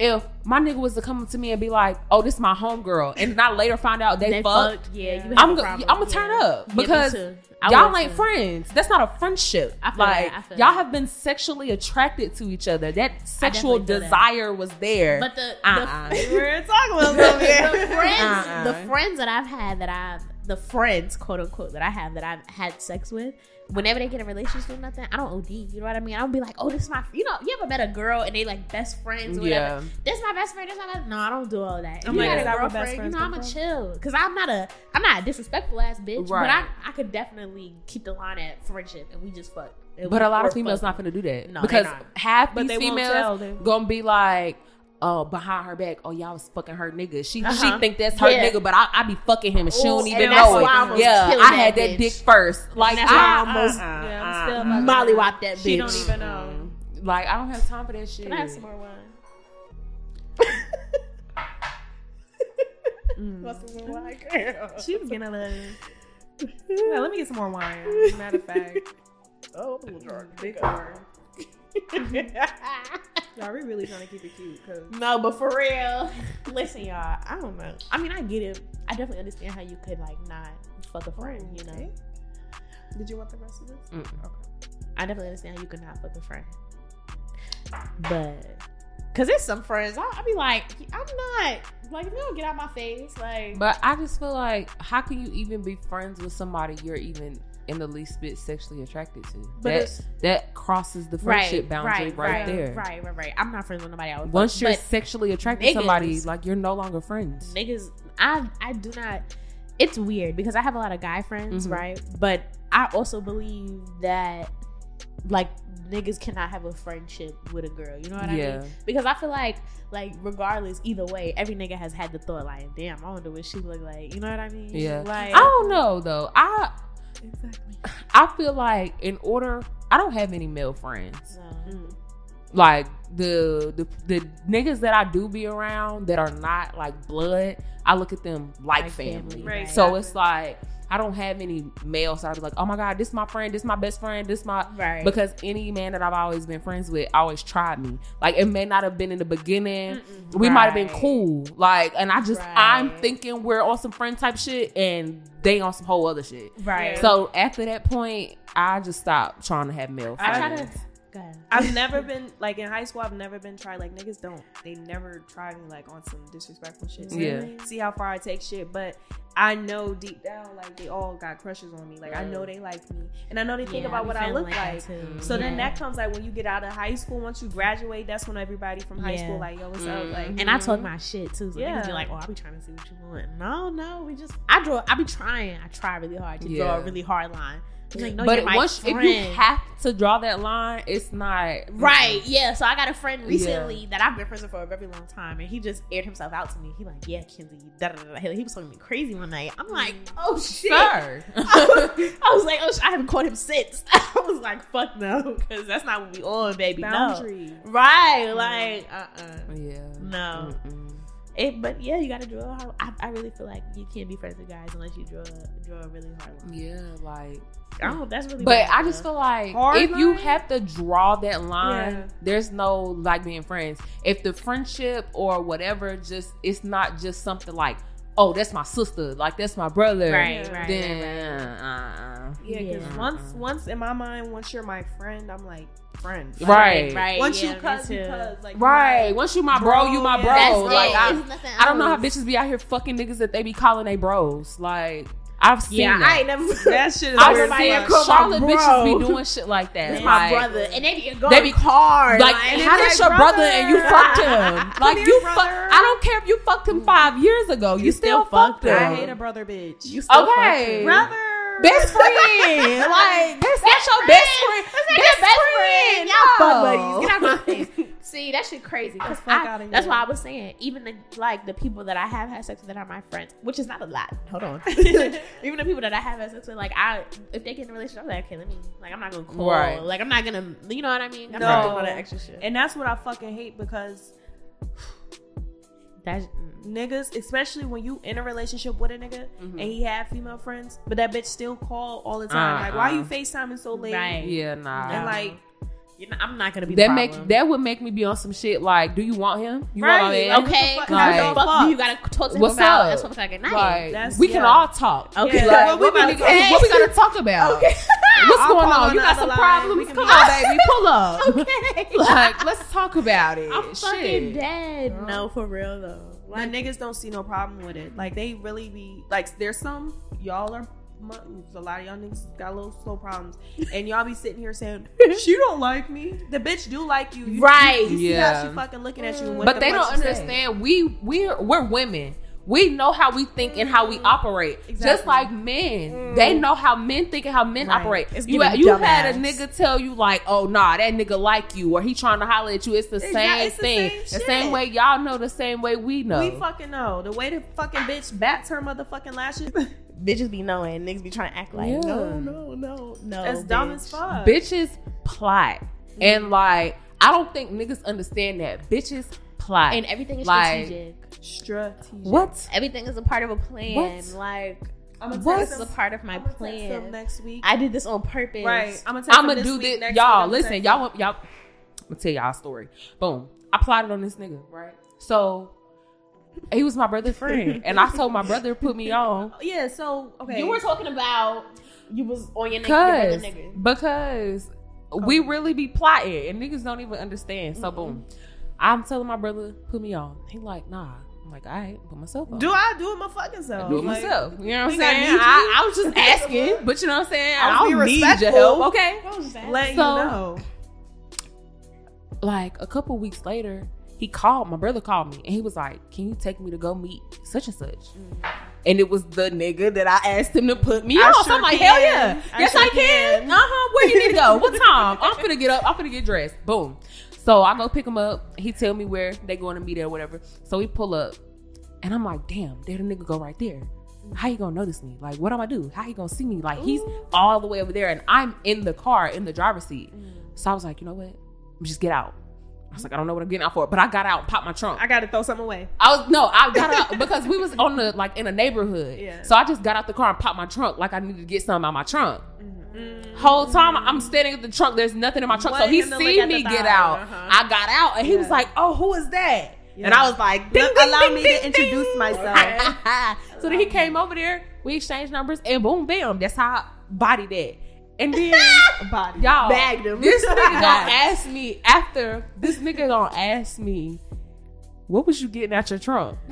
[SPEAKER 1] if my nigga was to come up to me and be like, oh this my homegirl, and then I later find out they, fucked.
[SPEAKER 2] Yeah, you.
[SPEAKER 3] Yeah.
[SPEAKER 2] Have
[SPEAKER 1] I'm
[SPEAKER 2] a
[SPEAKER 1] go-
[SPEAKER 2] problem.
[SPEAKER 1] I'm gonna turn
[SPEAKER 2] Yeah.
[SPEAKER 1] up
[SPEAKER 2] Yeah, me
[SPEAKER 1] because
[SPEAKER 2] too. I
[SPEAKER 1] y'all
[SPEAKER 2] would,
[SPEAKER 1] ain't
[SPEAKER 2] too.
[SPEAKER 1] friends. That's not a friendship.
[SPEAKER 2] I feel
[SPEAKER 1] like
[SPEAKER 2] that. I feel
[SPEAKER 1] y'all
[SPEAKER 2] that.
[SPEAKER 1] have been sexually attracted to each other. That sexual
[SPEAKER 2] definitely feel that.
[SPEAKER 1] desire was there.
[SPEAKER 2] But the
[SPEAKER 1] Uh-uh.
[SPEAKER 2] the,
[SPEAKER 3] We were talking about
[SPEAKER 2] the,
[SPEAKER 3] something.
[SPEAKER 2] friends,
[SPEAKER 1] Uh-uh.
[SPEAKER 2] the friends that I've had that I've the friends quote unquote that I have that I've had sex with. Whenever they get in a relationship or nothing, I don't OD. You know what I mean? I don't be like, oh, this is my. You know, you ever met a girl and they like best friends? Or whatever.
[SPEAKER 1] Mm, yeah,
[SPEAKER 2] This my best friend. This my best. No, I don't do all that. If
[SPEAKER 3] I'm
[SPEAKER 2] you
[SPEAKER 1] like,
[SPEAKER 2] got
[SPEAKER 1] is
[SPEAKER 3] that
[SPEAKER 2] a
[SPEAKER 3] where best
[SPEAKER 2] girlfriend, you
[SPEAKER 3] friends
[SPEAKER 2] know
[SPEAKER 3] come
[SPEAKER 2] I'm a
[SPEAKER 3] from?
[SPEAKER 2] chill because I'm not a I'm not a disrespectful ass bitch.
[SPEAKER 1] Right.
[SPEAKER 2] But I I could definitely keep the line at friendship and we just fuck. And
[SPEAKER 1] but
[SPEAKER 2] we-
[SPEAKER 1] a lot
[SPEAKER 2] we're
[SPEAKER 1] of females
[SPEAKER 2] fucking.
[SPEAKER 1] not gonna do that
[SPEAKER 2] No, they
[SPEAKER 1] because
[SPEAKER 2] not.
[SPEAKER 1] half
[SPEAKER 3] But
[SPEAKER 1] these
[SPEAKER 3] they won't
[SPEAKER 1] females
[SPEAKER 3] tell. They,
[SPEAKER 1] gonna be like, oh, behind her back, oh y'all was fucking her nigga. She she
[SPEAKER 2] Uh-huh.
[SPEAKER 1] think that's her
[SPEAKER 2] Yeah.
[SPEAKER 1] nigga, but I, I be fucking him and she don't
[SPEAKER 2] Ooh, and
[SPEAKER 1] even
[SPEAKER 2] that's
[SPEAKER 1] know
[SPEAKER 2] why I
[SPEAKER 1] it.
[SPEAKER 2] almost
[SPEAKER 1] Yeah,
[SPEAKER 2] killed
[SPEAKER 1] I had
[SPEAKER 2] that
[SPEAKER 1] that
[SPEAKER 2] bitch.
[SPEAKER 1] dick first. Like
[SPEAKER 2] that's why
[SPEAKER 1] I
[SPEAKER 2] I uh, almost
[SPEAKER 3] Uh-uh. yeah, I'm still
[SPEAKER 1] uh,
[SPEAKER 3] about to-
[SPEAKER 2] mollywop that bitch.
[SPEAKER 3] She don't even know.
[SPEAKER 1] Like I don't have time for that shit.
[SPEAKER 2] Can I have some more wine?
[SPEAKER 3] Mm.
[SPEAKER 2] some more wine, girl?
[SPEAKER 3] She was getting a little. Yeah, let me get some more wine. As a matter of fact,
[SPEAKER 2] Oh,
[SPEAKER 3] big R.
[SPEAKER 2] no,
[SPEAKER 3] Y'all, we really trying to keep it cute because
[SPEAKER 2] but for real, listen, y'all. I don't know. I mean, I get it. I definitely understand how you could like not fuck a friend. You know,
[SPEAKER 3] Did you want the rest of this?
[SPEAKER 2] I definitely understand how you could not fuck a friend. But cause it's some friends, I, I be like, I'm not like if you don't get out my face, like
[SPEAKER 1] But I just feel like how can you even be friends with somebody you're even in the least bit sexually attracted to? that
[SPEAKER 3] it's-
[SPEAKER 1] that crosses the friendship boundary right, there.
[SPEAKER 2] right, right, right. I'm not friends with nobody. I would
[SPEAKER 1] Once
[SPEAKER 2] fuck,
[SPEAKER 1] you're
[SPEAKER 2] but-
[SPEAKER 1] sexually attracted to
[SPEAKER 2] niggas-
[SPEAKER 1] somebody, like you're no longer friends.
[SPEAKER 2] niggas i i do not it's weird because i have a lot of guy friends
[SPEAKER 1] Mhm.
[SPEAKER 2] right but i also believe that like niggas cannot have a friendship with a girl you know what i
[SPEAKER 1] yeah.
[SPEAKER 2] mean because i feel like like regardless either way every nigga has had the thought like damn i wonder what she look like you know what i mean
[SPEAKER 1] Yeah.
[SPEAKER 2] like
[SPEAKER 1] I don't know though. I
[SPEAKER 3] Exactly.
[SPEAKER 1] I feel like in order, I don't have any male friends.
[SPEAKER 2] no.
[SPEAKER 3] Mm.
[SPEAKER 1] Like the the the niggas that I do be around that are not like blood, I look at them like,
[SPEAKER 2] Like
[SPEAKER 1] family.
[SPEAKER 2] family,
[SPEAKER 3] Right.
[SPEAKER 1] So it's like I don't have any male, so I was like, oh my god, this my friend, this my best friend, this my
[SPEAKER 2] right
[SPEAKER 1] because any man that I've always been friends with always tried me. Like it may not have been in the beginning.
[SPEAKER 3] Mm-mm.
[SPEAKER 1] We might have been
[SPEAKER 2] Right.
[SPEAKER 1] cool. Like and I just
[SPEAKER 2] Right.
[SPEAKER 1] I'm thinking we're on some friend type shit and they on some whole other shit.
[SPEAKER 2] right
[SPEAKER 3] Yeah.
[SPEAKER 1] So after that point, I just stopped trying to have male
[SPEAKER 2] i
[SPEAKER 1] friends.
[SPEAKER 2] try to go ahead.
[SPEAKER 3] I've never been like in high school. I've never been tried. Like niggas don't. They never try me like on some disrespectful shit. So
[SPEAKER 1] Yeah.
[SPEAKER 3] See how far I take shit. But I know deep down, like they all got crushes on me. Like I know they like me, and I know they think
[SPEAKER 2] Yeah,
[SPEAKER 3] about
[SPEAKER 2] be
[SPEAKER 3] what I
[SPEAKER 2] feeling
[SPEAKER 3] look
[SPEAKER 2] that,
[SPEAKER 3] like.
[SPEAKER 2] too.
[SPEAKER 3] So then
[SPEAKER 2] Yeah.
[SPEAKER 3] that comes like when you get out of high school. Once you graduate, that's when everybody from high
[SPEAKER 2] Yeah.
[SPEAKER 3] school like, yo, what's
[SPEAKER 1] Mhm.
[SPEAKER 3] up? Like,
[SPEAKER 2] And I told my shit too. So yeah.
[SPEAKER 3] Yeah.
[SPEAKER 2] niggas be like, oh, I be trying to see what you want. No, no, we just I draw I be trying. I try really hard to draw
[SPEAKER 1] Yeah.
[SPEAKER 2] a really hard line. Like, no,
[SPEAKER 1] but
[SPEAKER 2] you're my
[SPEAKER 1] once if you
[SPEAKER 2] friend.
[SPEAKER 1] have to draw that line, it's not
[SPEAKER 2] Right, yeah. So I got a friend
[SPEAKER 1] Yeah.
[SPEAKER 2] recently that I've been friends with for a very long time, and he just aired himself out to me. He like, yeah, Kenzie, da da da. da." He was talking to me crazy one night. I'm like, oh shit.
[SPEAKER 1] Sir.
[SPEAKER 2] I was like, oh, sh- I haven't caught him since. I was like, fuck no, because that's not what we on, baby.
[SPEAKER 3] Boundary.
[SPEAKER 2] No. Right,
[SPEAKER 1] Mm-hmm.
[SPEAKER 2] like, uh, uh
[SPEAKER 1] yeah.
[SPEAKER 2] no.
[SPEAKER 1] Mm-mm.
[SPEAKER 2] It, but yeah, you gotta draw. a hard- I, I really feel like you can't be friends with guys unless you draw draw a really hard line.
[SPEAKER 1] Yeah, like
[SPEAKER 2] I don't. That's really.
[SPEAKER 1] But
[SPEAKER 2] what
[SPEAKER 1] I just
[SPEAKER 2] feel.
[SPEAKER 1] feel like
[SPEAKER 3] Hard
[SPEAKER 1] if you
[SPEAKER 3] line?
[SPEAKER 1] have to draw that line,
[SPEAKER 3] Yeah.
[SPEAKER 1] there's no like being friends. If the friendship or whatever just it's not just something like, oh, that's my sister, like that's my brother.
[SPEAKER 2] Right,
[SPEAKER 3] Yeah.
[SPEAKER 2] right, right, right.
[SPEAKER 1] Then uh,
[SPEAKER 3] Yeah, because
[SPEAKER 2] Yeah.
[SPEAKER 3] once once in my mind, once you're my friend, I'm like friend.
[SPEAKER 1] Right.
[SPEAKER 2] right.
[SPEAKER 3] Once
[SPEAKER 2] yeah,
[SPEAKER 3] you
[SPEAKER 2] me
[SPEAKER 3] cuz you
[SPEAKER 2] too.
[SPEAKER 3] cuz like
[SPEAKER 1] uh. right.
[SPEAKER 3] you're
[SPEAKER 1] Once you my bro,
[SPEAKER 3] Bro,
[SPEAKER 1] you my
[SPEAKER 3] yeah.
[SPEAKER 1] bro.
[SPEAKER 2] That's
[SPEAKER 3] bro,
[SPEAKER 2] it.
[SPEAKER 1] like I,
[SPEAKER 2] It's nothing
[SPEAKER 1] I don't know how
[SPEAKER 2] else.
[SPEAKER 1] bitches be out here fucking niggas that they be calling they bros. Like I've seen
[SPEAKER 2] Yeah,
[SPEAKER 1] that.
[SPEAKER 2] I ain't never.
[SPEAKER 3] like, that shit is
[SPEAKER 1] I've
[SPEAKER 3] weird
[SPEAKER 2] Everybody
[SPEAKER 3] as
[SPEAKER 1] seen
[SPEAKER 3] fuck.
[SPEAKER 2] call my
[SPEAKER 1] Charlotte
[SPEAKER 2] bro.
[SPEAKER 1] bitches be doing shit like that.
[SPEAKER 2] That's
[SPEAKER 1] like,
[SPEAKER 2] my brother, and they be going
[SPEAKER 1] They be
[SPEAKER 2] hard.
[SPEAKER 1] Like,
[SPEAKER 2] and
[SPEAKER 1] how
[SPEAKER 2] it's
[SPEAKER 1] that's
[SPEAKER 2] like,
[SPEAKER 1] your brother and you
[SPEAKER 2] brother.
[SPEAKER 1] fucked him? Like
[SPEAKER 3] here,
[SPEAKER 1] you fuck.
[SPEAKER 3] brother.
[SPEAKER 1] I don't care if you fucked him five years ago. You, still, fucked him.
[SPEAKER 3] I hate a brother bitch.
[SPEAKER 2] You still fucked
[SPEAKER 1] Okay.
[SPEAKER 2] him.
[SPEAKER 3] brother.
[SPEAKER 1] Best friend, like that's, that's your best friend.
[SPEAKER 2] That's not your best friend. Y'all fuck buddies. Get out my face. See, that shit crazy. 'cause
[SPEAKER 3] fuck
[SPEAKER 2] I-
[SPEAKER 3] outta here.
[SPEAKER 2] that's why I was saying, even the like the people that I have had sex with that are my friends, which is not a lot. Hold on. even the people that I have had sex with, like I, if they get in a relationship, I'm like, okay, let me, like, I'm not gonna call,
[SPEAKER 1] Right.
[SPEAKER 2] like, I'm not gonna, you know what I mean? I'm not
[SPEAKER 3] No.
[SPEAKER 2] doing all that extra shit.
[SPEAKER 3] And that's what I fucking hate because
[SPEAKER 2] that's mm.
[SPEAKER 3] niggas, especially when you in a relationship with a nigga
[SPEAKER 1] Mhm.
[SPEAKER 3] and he had female friends, but that bitch still call all the time. Like, why
[SPEAKER 1] Uh-uh.
[SPEAKER 3] you FaceTiming so late?
[SPEAKER 2] Right.
[SPEAKER 1] Yeah, nah.
[SPEAKER 3] And
[SPEAKER 2] No.
[SPEAKER 3] like,
[SPEAKER 2] you know, I'm not gonna be. the
[SPEAKER 1] that make
[SPEAKER 2] problem.
[SPEAKER 1] that would make me be on some shit. Like, do you want him? You
[SPEAKER 3] Right,
[SPEAKER 1] want my man?
[SPEAKER 3] like,
[SPEAKER 2] okay.
[SPEAKER 3] What
[SPEAKER 2] Like,
[SPEAKER 3] the
[SPEAKER 1] fuck?
[SPEAKER 2] what the fuck do you gotta talk to him
[SPEAKER 1] What's
[SPEAKER 2] about?
[SPEAKER 1] up?
[SPEAKER 2] That's what I'm like,
[SPEAKER 1] Like,
[SPEAKER 3] That's-
[SPEAKER 1] we can
[SPEAKER 3] yeah.
[SPEAKER 1] all talk.
[SPEAKER 2] Okay.
[SPEAKER 1] Like,
[SPEAKER 3] Yeah.
[SPEAKER 1] what, we
[SPEAKER 3] What we
[SPEAKER 1] nigga-
[SPEAKER 3] about-
[SPEAKER 1] what we gotta talk about?
[SPEAKER 2] okay.
[SPEAKER 1] What's
[SPEAKER 3] I'll
[SPEAKER 1] going
[SPEAKER 3] call
[SPEAKER 1] on? You got
[SPEAKER 3] another
[SPEAKER 1] some
[SPEAKER 3] line. We
[SPEAKER 1] problems?
[SPEAKER 3] can
[SPEAKER 1] Come
[SPEAKER 3] be-
[SPEAKER 1] on, baby, pull up.
[SPEAKER 2] okay.
[SPEAKER 1] Like, let's talk about it.
[SPEAKER 2] I'm fucking
[SPEAKER 1] Shit.
[SPEAKER 2] dead.
[SPEAKER 3] Girl.
[SPEAKER 2] No, for real though.
[SPEAKER 3] my niggas don't see no problem with it. Like, they really be, like, there's some, y'all are. mu- A lot of y'all niggas got a little slow problems, and y'all be sitting here saying she don't like me. The bitch do like you, You-
[SPEAKER 2] Right.
[SPEAKER 3] You, see
[SPEAKER 1] Yeah.
[SPEAKER 3] how she fucking looking at you, and what
[SPEAKER 1] but
[SPEAKER 3] the
[SPEAKER 1] they
[SPEAKER 3] fuck
[SPEAKER 1] don't
[SPEAKER 3] she say.
[SPEAKER 1] understand we we're we're women we know how we think and how we operate just
[SPEAKER 3] Exactly. Mm.
[SPEAKER 1] like men they know how men think and how men
[SPEAKER 2] Right.
[SPEAKER 1] operate
[SPEAKER 2] It's
[SPEAKER 1] you,
[SPEAKER 2] giving
[SPEAKER 1] you had a
[SPEAKER 2] dumbass.
[SPEAKER 1] nigga tell you like oh nah that nigga like you or he trying to holler at you it's the
[SPEAKER 3] Exact-
[SPEAKER 1] same
[SPEAKER 3] it's the
[SPEAKER 1] thing
[SPEAKER 3] same
[SPEAKER 1] the same
[SPEAKER 3] shit.
[SPEAKER 1] way y'all know the same way we know
[SPEAKER 3] We fucking know the way the fucking bitch bats her motherfucking lashes.
[SPEAKER 2] Bitches be knowing. Niggas be trying to act like
[SPEAKER 1] Yeah.
[SPEAKER 2] no, no, no, no.
[SPEAKER 3] That's dumb
[SPEAKER 2] Oh, bitch.
[SPEAKER 3] as fuck. Mm-hmm.
[SPEAKER 1] bitches plot and like i don't think niggas understand that bitches plot
[SPEAKER 2] And everything is
[SPEAKER 1] Like-
[SPEAKER 2] strategic.
[SPEAKER 3] Strategic.
[SPEAKER 1] what
[SPEAKER 2] Everything is a part of a plan.
[SPEAKER 1] What?
[SPEAKER 2] Like
[SPEAKER 3] I'm gonna
[SPEAKER 1] What?
[SPEAKER 2] this
[SPEAKER 3] text
[SPEAKER 2] is a
[SPEAKER 3] him.
[SPEAKER 2] part of my
[SPEAKER 3] I'm gonna text him
[SPEAKER 2] plan.
[SPEAKER 3] next week.
[SPEAKER 2] I did this on purpose.
[SPEAKER 3] right. I'm gonna text
[SPEAKER 1] I'm
[SPEAKER 3] him
[SPEAKER 1] gonna
[SPEAKER 3] this
[SPEAKER 1] do
[SPEAKER 3] week,
[SPEAKER 1] this,
[SPEAKER 3] next
[SPEAKER 1] y'all.
[SPEAKER 3] week, I'ma
[SPEAKER 1] listen,
[SPEAKER 3] text
[SPEAKER 1] y'all,
[SPEAKER 3] him.
[SPEAKER 1] want- y'all. I'm gonna tell y'all a story. Boom. I plotted on this nigga, right? So he was my brother's friend, and I told my brother to put me on
[SPEAKER 3] Yeah. So okay.
[SPEAKER 2] You were talking about you was on your nigga, your
[SPEAKER 1] because
[SPEAKER 2] brother nigga.
[SPEAKER 1] because we really be plotting, and niggas don't even understand. So boom, I'm telling my brother put me on. He like nah. I'm like all right, put myself on.
[SPEAKER 3] do I do it my fucking self?
[SPEAKER 1] do it
[SPEAKER 3] Like,
[SPEAKER 1] myself. You know what I'm
[SPEAKER 3] think I
[SPEAKER 1] saying?
[SPEAKER 3] need you?
[SPEAKER 1] I, I was just asking, but you know what I'm saying?
[SPEAKER 3] I was
[SPEAKER 1] I don't
[SPEAKER 3] being
[SPEAKER 1] need your
[SPEAKER 3] respectful.
[SPEAKER 1] help, okay?
[SPEAKER 2] What was that?
[SPEAKER 3] Let you
[SPEAKER 1] So-
[SPEAKER 3] know.
[SPEAKER 1] like a couple weeks later, he called my brother called me and he was like, "Can you take me to go meet such and such?" And it was the nigga that I asked him to put me
[SPEAKER 3] Mm. I
[SPEAKER 1] on. so
[SPEAKER 3] sure
[SPEAKER 1] I'm like,
[SPEAKER 3] can.
[SPEAKER 1] "Hell yeah,
[SPEAKER 3] I
[SPEAKER 1] yes
[SPEAKER 3] sure
[SPEAKER 1] I can."
[SPEAKER 3] can.
[SPEAKER 1] Uh huh. Where you need to go? What time? I'm gonna get up. I'm gonna get dressed. Boom. So I go pick him up. He tell me where they going to meet at or whatever. So we pull up, and I'm like, "Damn, there the nigga go right there." How you gonna notice me? Like, what am I do? How you gonna see me? Like, he's all the way over there, and I'm in the car in the driver's seat.
[SPEAKER 3] Mm.
[SPEAKER 1] So I was like, you know what? Just get out. I was like, I don't know what I'm getting out for, but I got out and popped my trunk.
[SPEAKER 3] Mm-hmm. I gotta throw something away.
[SPEAKER 1] I was no, I got out because we was on the like in a neighborhood.
[SPEAKER 3] Yeah.
[SPEAKER 1] So I just got out the car and popped my trunk like I needed to get something out my trunk. Whole time I'm standing at the trunk, there's nothing in my trunk. so
[SPEAKER 3] Wasn't
[SPEAKER 1] he
[SPEAKER 3] gonna
[SPEAKER 1] see
[SPEAKER 3] look at Mm. the
[SPEAKER 1] me
[SPEAKER 3] bottom,
[SPEAKER 1] get out.
[SPEAKER 3] uh-huh.
[SPEAKER 1] I got out and he was
[SPEAKER 3] Yeah.
[SPEAKER 1] like, Oh, who is that? And
[SPEAKER 3] Yeah.
[SPEAKER 1] I was like, ding,
[SPEAKER 3] Let-
[SPEAKER 1] ding,
[SPEAKER 3] allow
[SPEAKER 1] ding,
[SPEAKER 3] me
[SPEAKER 1] ding,
[SPEAKER 3] to introduce
[SPEAKER 1] ding.
[SPEAKER 3] myself.
[SPEAKER 1] so then he came over there, we exchanged numbers, and boom, bam, that's how I bodied that. And then
[SPEAKER 3] Body.
[SPEAKER 1] y'all
[SPEAKER 2] Bagged him.
[SPEAKER 1] This nigga gonna ask me after this nigga gonna ask me, what was you getting out your trunk?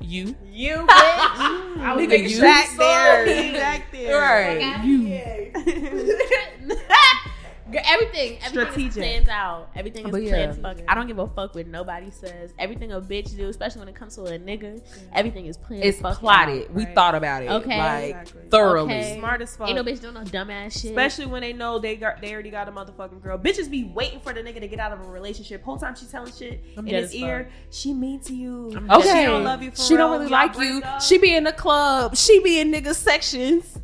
[SPEAKER 1] you.
[SPEAKER 3] You bitch. I
[SPEAKER 1] Nigga,
[SPEAKER 3] thinking
[SPEAKER 1] you
[SPEAKER 3] back
[SPEAKER 1] sorry.
[SPEAKER 3] there. Back there.
[SPEAKER 1] Right. You.
[SPEAKER 2] Girl, Every everything, everything
[SPEAKER 3] Strategic.
[SPEAKER 2] is planned out. Everything is
[SPEAKER 1] But yeah.
[SPEAKER 2] planned. Fuck, I don't give a fuck what nobody says. Everything a bitch do, especially when it comes to a nigga, everything is planned.
[SPEAKER 1] It's
[SPEAKER 2] fuck
[SPEAKER 1] plotted. we
[SPEAKER 3] Right.
[SPEAKER 1] thought about it.
[SPEAKER 2] Okay.
[SPEAKER 1] Like
[SPEAKER 3] Exactly.
[SPEAKER 1] thoroughly.
[SPEAKER 2] Okay.
[SPEAKER 3] Smart as
[SPEAKER 2] out.
[SPEAKER 3] fuck.
[SPEAKER 2] Ain't no bitch doing no dumbass shit.
[SPEAKER 3] Especially when they know they got they already got a motherfucking girl. Bitches be waiting for the nigga to get out of a relationship. Whole time she telling shit
[SPEAKER 2] I'm
[SPEAKER 3] in
[SPEAKER 2] dead
[SPEAKER 3] his
[SPEAKER 2] as
[SPEAKER 3] ear. She mean to you.
[SPEAKER 2] I'm
[SPEAKER 1] Okay.
[SPEAKER 2] dead as
[SPEAKER 3] She
[SPEAKER 2] fuck.
[SPEAKER 3] don't love you for
[SPEAKER 1] She don't
[SPEAKER 3] real.
[SPEAKER 1] really
[SPEAKER 3] Y'all
[SPEAKER 1] like
[SPEAKER 3] break
[SPEAKER 1] you.
[SPEAKER 3] up.
[SPEAKER 1] She be in the club. She be in niggas sections.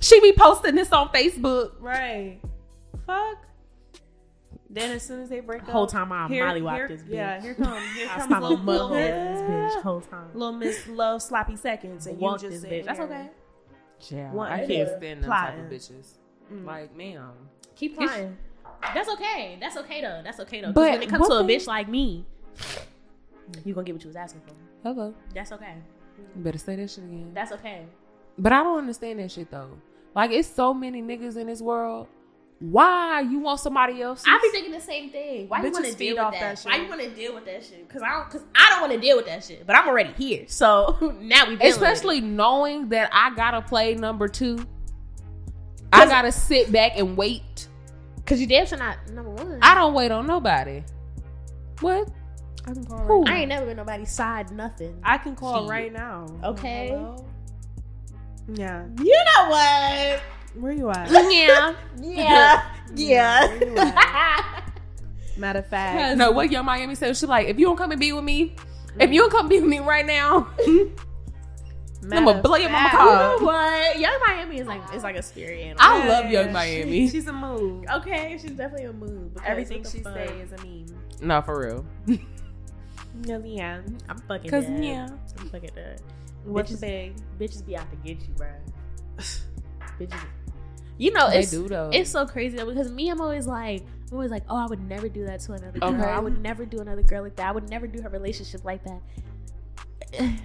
[SPEAKER 1] She be posting this on Facebook.
[SPEAKER 3] Right. Fuck. Then as soon as they break up,
[SPEAKER 2] Whole time I molly
[SPEAKER 3] here-
[SPEAKER 2] this bitch.
[SPEAKER 3] Yeah, here comes here
[SPEAKER 2] I
[SPEAKER 3] comes
[SPEAKER 2] smile
[SPEAKER 3] little,
[SPEAKER 2] mud
[SPEAKER 3] little,
[SPEAKER 2] hole at this bitch
[SPEAKER 3] miss,
[SPEAKER 2] whole time.
[SPEAKER 3] little Miss Love sloppy seconds, and
[SPEAKER 2] Walk
[SPEAKER 3] you
[SPEAKER 2] this
[SPEAKER 3] just
[SPEAKER 2] bitch.
[SPEAKER 3] sit
[SPEAKER 2] That's
[SPEAKER 3] there.
[SPEAKER 2] okay.
[SPEAKER 1] Yeah,
[SPEAKER 3] One
[SPEAKER 1] I
[SPEAKER 3] ear
[SPEAKER 1] can't stand them
[SPEAKER 3] plotting.
[SPEAKER 1] type of bitches.
[SPEAKER 3] Mm.
[SPEAKER 1] Like, ma'am.
[SPEAKER 2] Keep
[SPEAKER 1] plotting.
[SPEAKER 2] playing. That's okay. That's okay though. That's okay though. 'Cause
[SPEAKER 1] But
[SPEAKER 2] when it comes to
[SPEAKER 1] what
[SPEAKER 2] a
[SPEAKER 1] the-
[SPEAKER 2] bitch like me, you gonna get what you was asking for.
[SPEAKER 1] Hello.
[SPEAKER 2] That's okay.
[SPEAKER 1] You better say that shit again.
[SPEAKER 2] That's okay.
[SPEAKER 1] But I don't understand that shit though. Like, it's so many niggas in this world. Why you want somebody else?
[SPEAKER 2] I be thinking the same thing. Why you
[SPEAKER 3] Bitches
[SPEAKER 2] want to
[SPEAKER 3] feed
[SPEAKER 2] deal with
[SPEAKER 3] off
[SPEAKER 2] that?
[SPEAKER 3] that shit.
[SPEAKER 2] Why you want to deal with that shit? Because I don't. Because I don't want to deal with that shit. But I'm already here, so now we. dealing with it.
[SPEAKER 1] Especially knowing that I gotta play number two. I gotta sit back and wait.
[SPEAKER 2] because you damn sure not number one.
[SPEAKER 1] I don't wait on nobody. What?
[SPEAKER 3] I can call.
[SPEAKER 1] Who?
[SPEAKER 3] Right
[SPEAKER 2] I ain't never been nobody's side. Nothing.
[SPEAKER 3] I can call
[SPEAKER 1] Shit.
[SPEAKER 3] right now.
[SPEAKER 2] Okay.
[SPEAKER 3] Hello? Yeah.
[SPEAKER 2] you know what?
[SPEAKER 3] Where you at?
[SPEAKER 1] yeah.
[SPEAKER 2] Yeah.
[SPEAKER 3] Yeah, you
[SPEAKER 2] yeah.
[SPEAKER 3] Matter of fact,
[SPEAKER 1] Cause no, what your Miami said, she like, if you don't come and be with me, if you don't come be with me right now, I'ma
[SPEAKER 3] matter
[SPEAKER 1] blow your
[SPEAKER 3] of
[SPEAKER 1] mama
[SPEAKER 3] fact-
[SPEAKER 1] car.
[SPEAKER 2] You know what? Young Miami is like is like a spirit animal.
[SPEAKER 1] I love
[SPEAKER 3] Yeah,
[SPEAKER 1] Young
[SPEAKER 3] she-
[SPEAKER 1] Miami.
[SPEAKER 3] she's a move.
[SPEAKER 2] Okay, she's definitely a mood. because
[SPEAKER 3] Everything
[SPEAKER 2] what the
[SPEAKER 3] she
[SPEAKER 2] fuck?
[SPEAKER 3] say is a meme.
[SPEAKER 1] no, for real.
[SPEAKER 3] Yeah, yeah.
[SPEAKER 2] Mm-hmm. I'm fucking
[SPEAKER 1] Cause
[SPEAKER 2] dead.
[SPEAKER 1] yeah,
[SPEAKER 2] I'm fucking dead.
[SPEAKER 3] What's
[SPEAKER 2] Bitches-
[SPEAKER 3] big?
[SPEAKER 2] Bitches be out to get you, bro. Bitches. You know,
[SPEAKER 1] they
[SPEAKER 2] it's
[SPEAKER 1] do though.
[SPEAKER 2] it's so crazy though because me, I'm always like, I'm always like, oh, I would never do that to another girl.
[SPEAKER 1] Okay.
[SPEAKER 2] I would never do another girl like that. I would never do her relationship like that. Mm.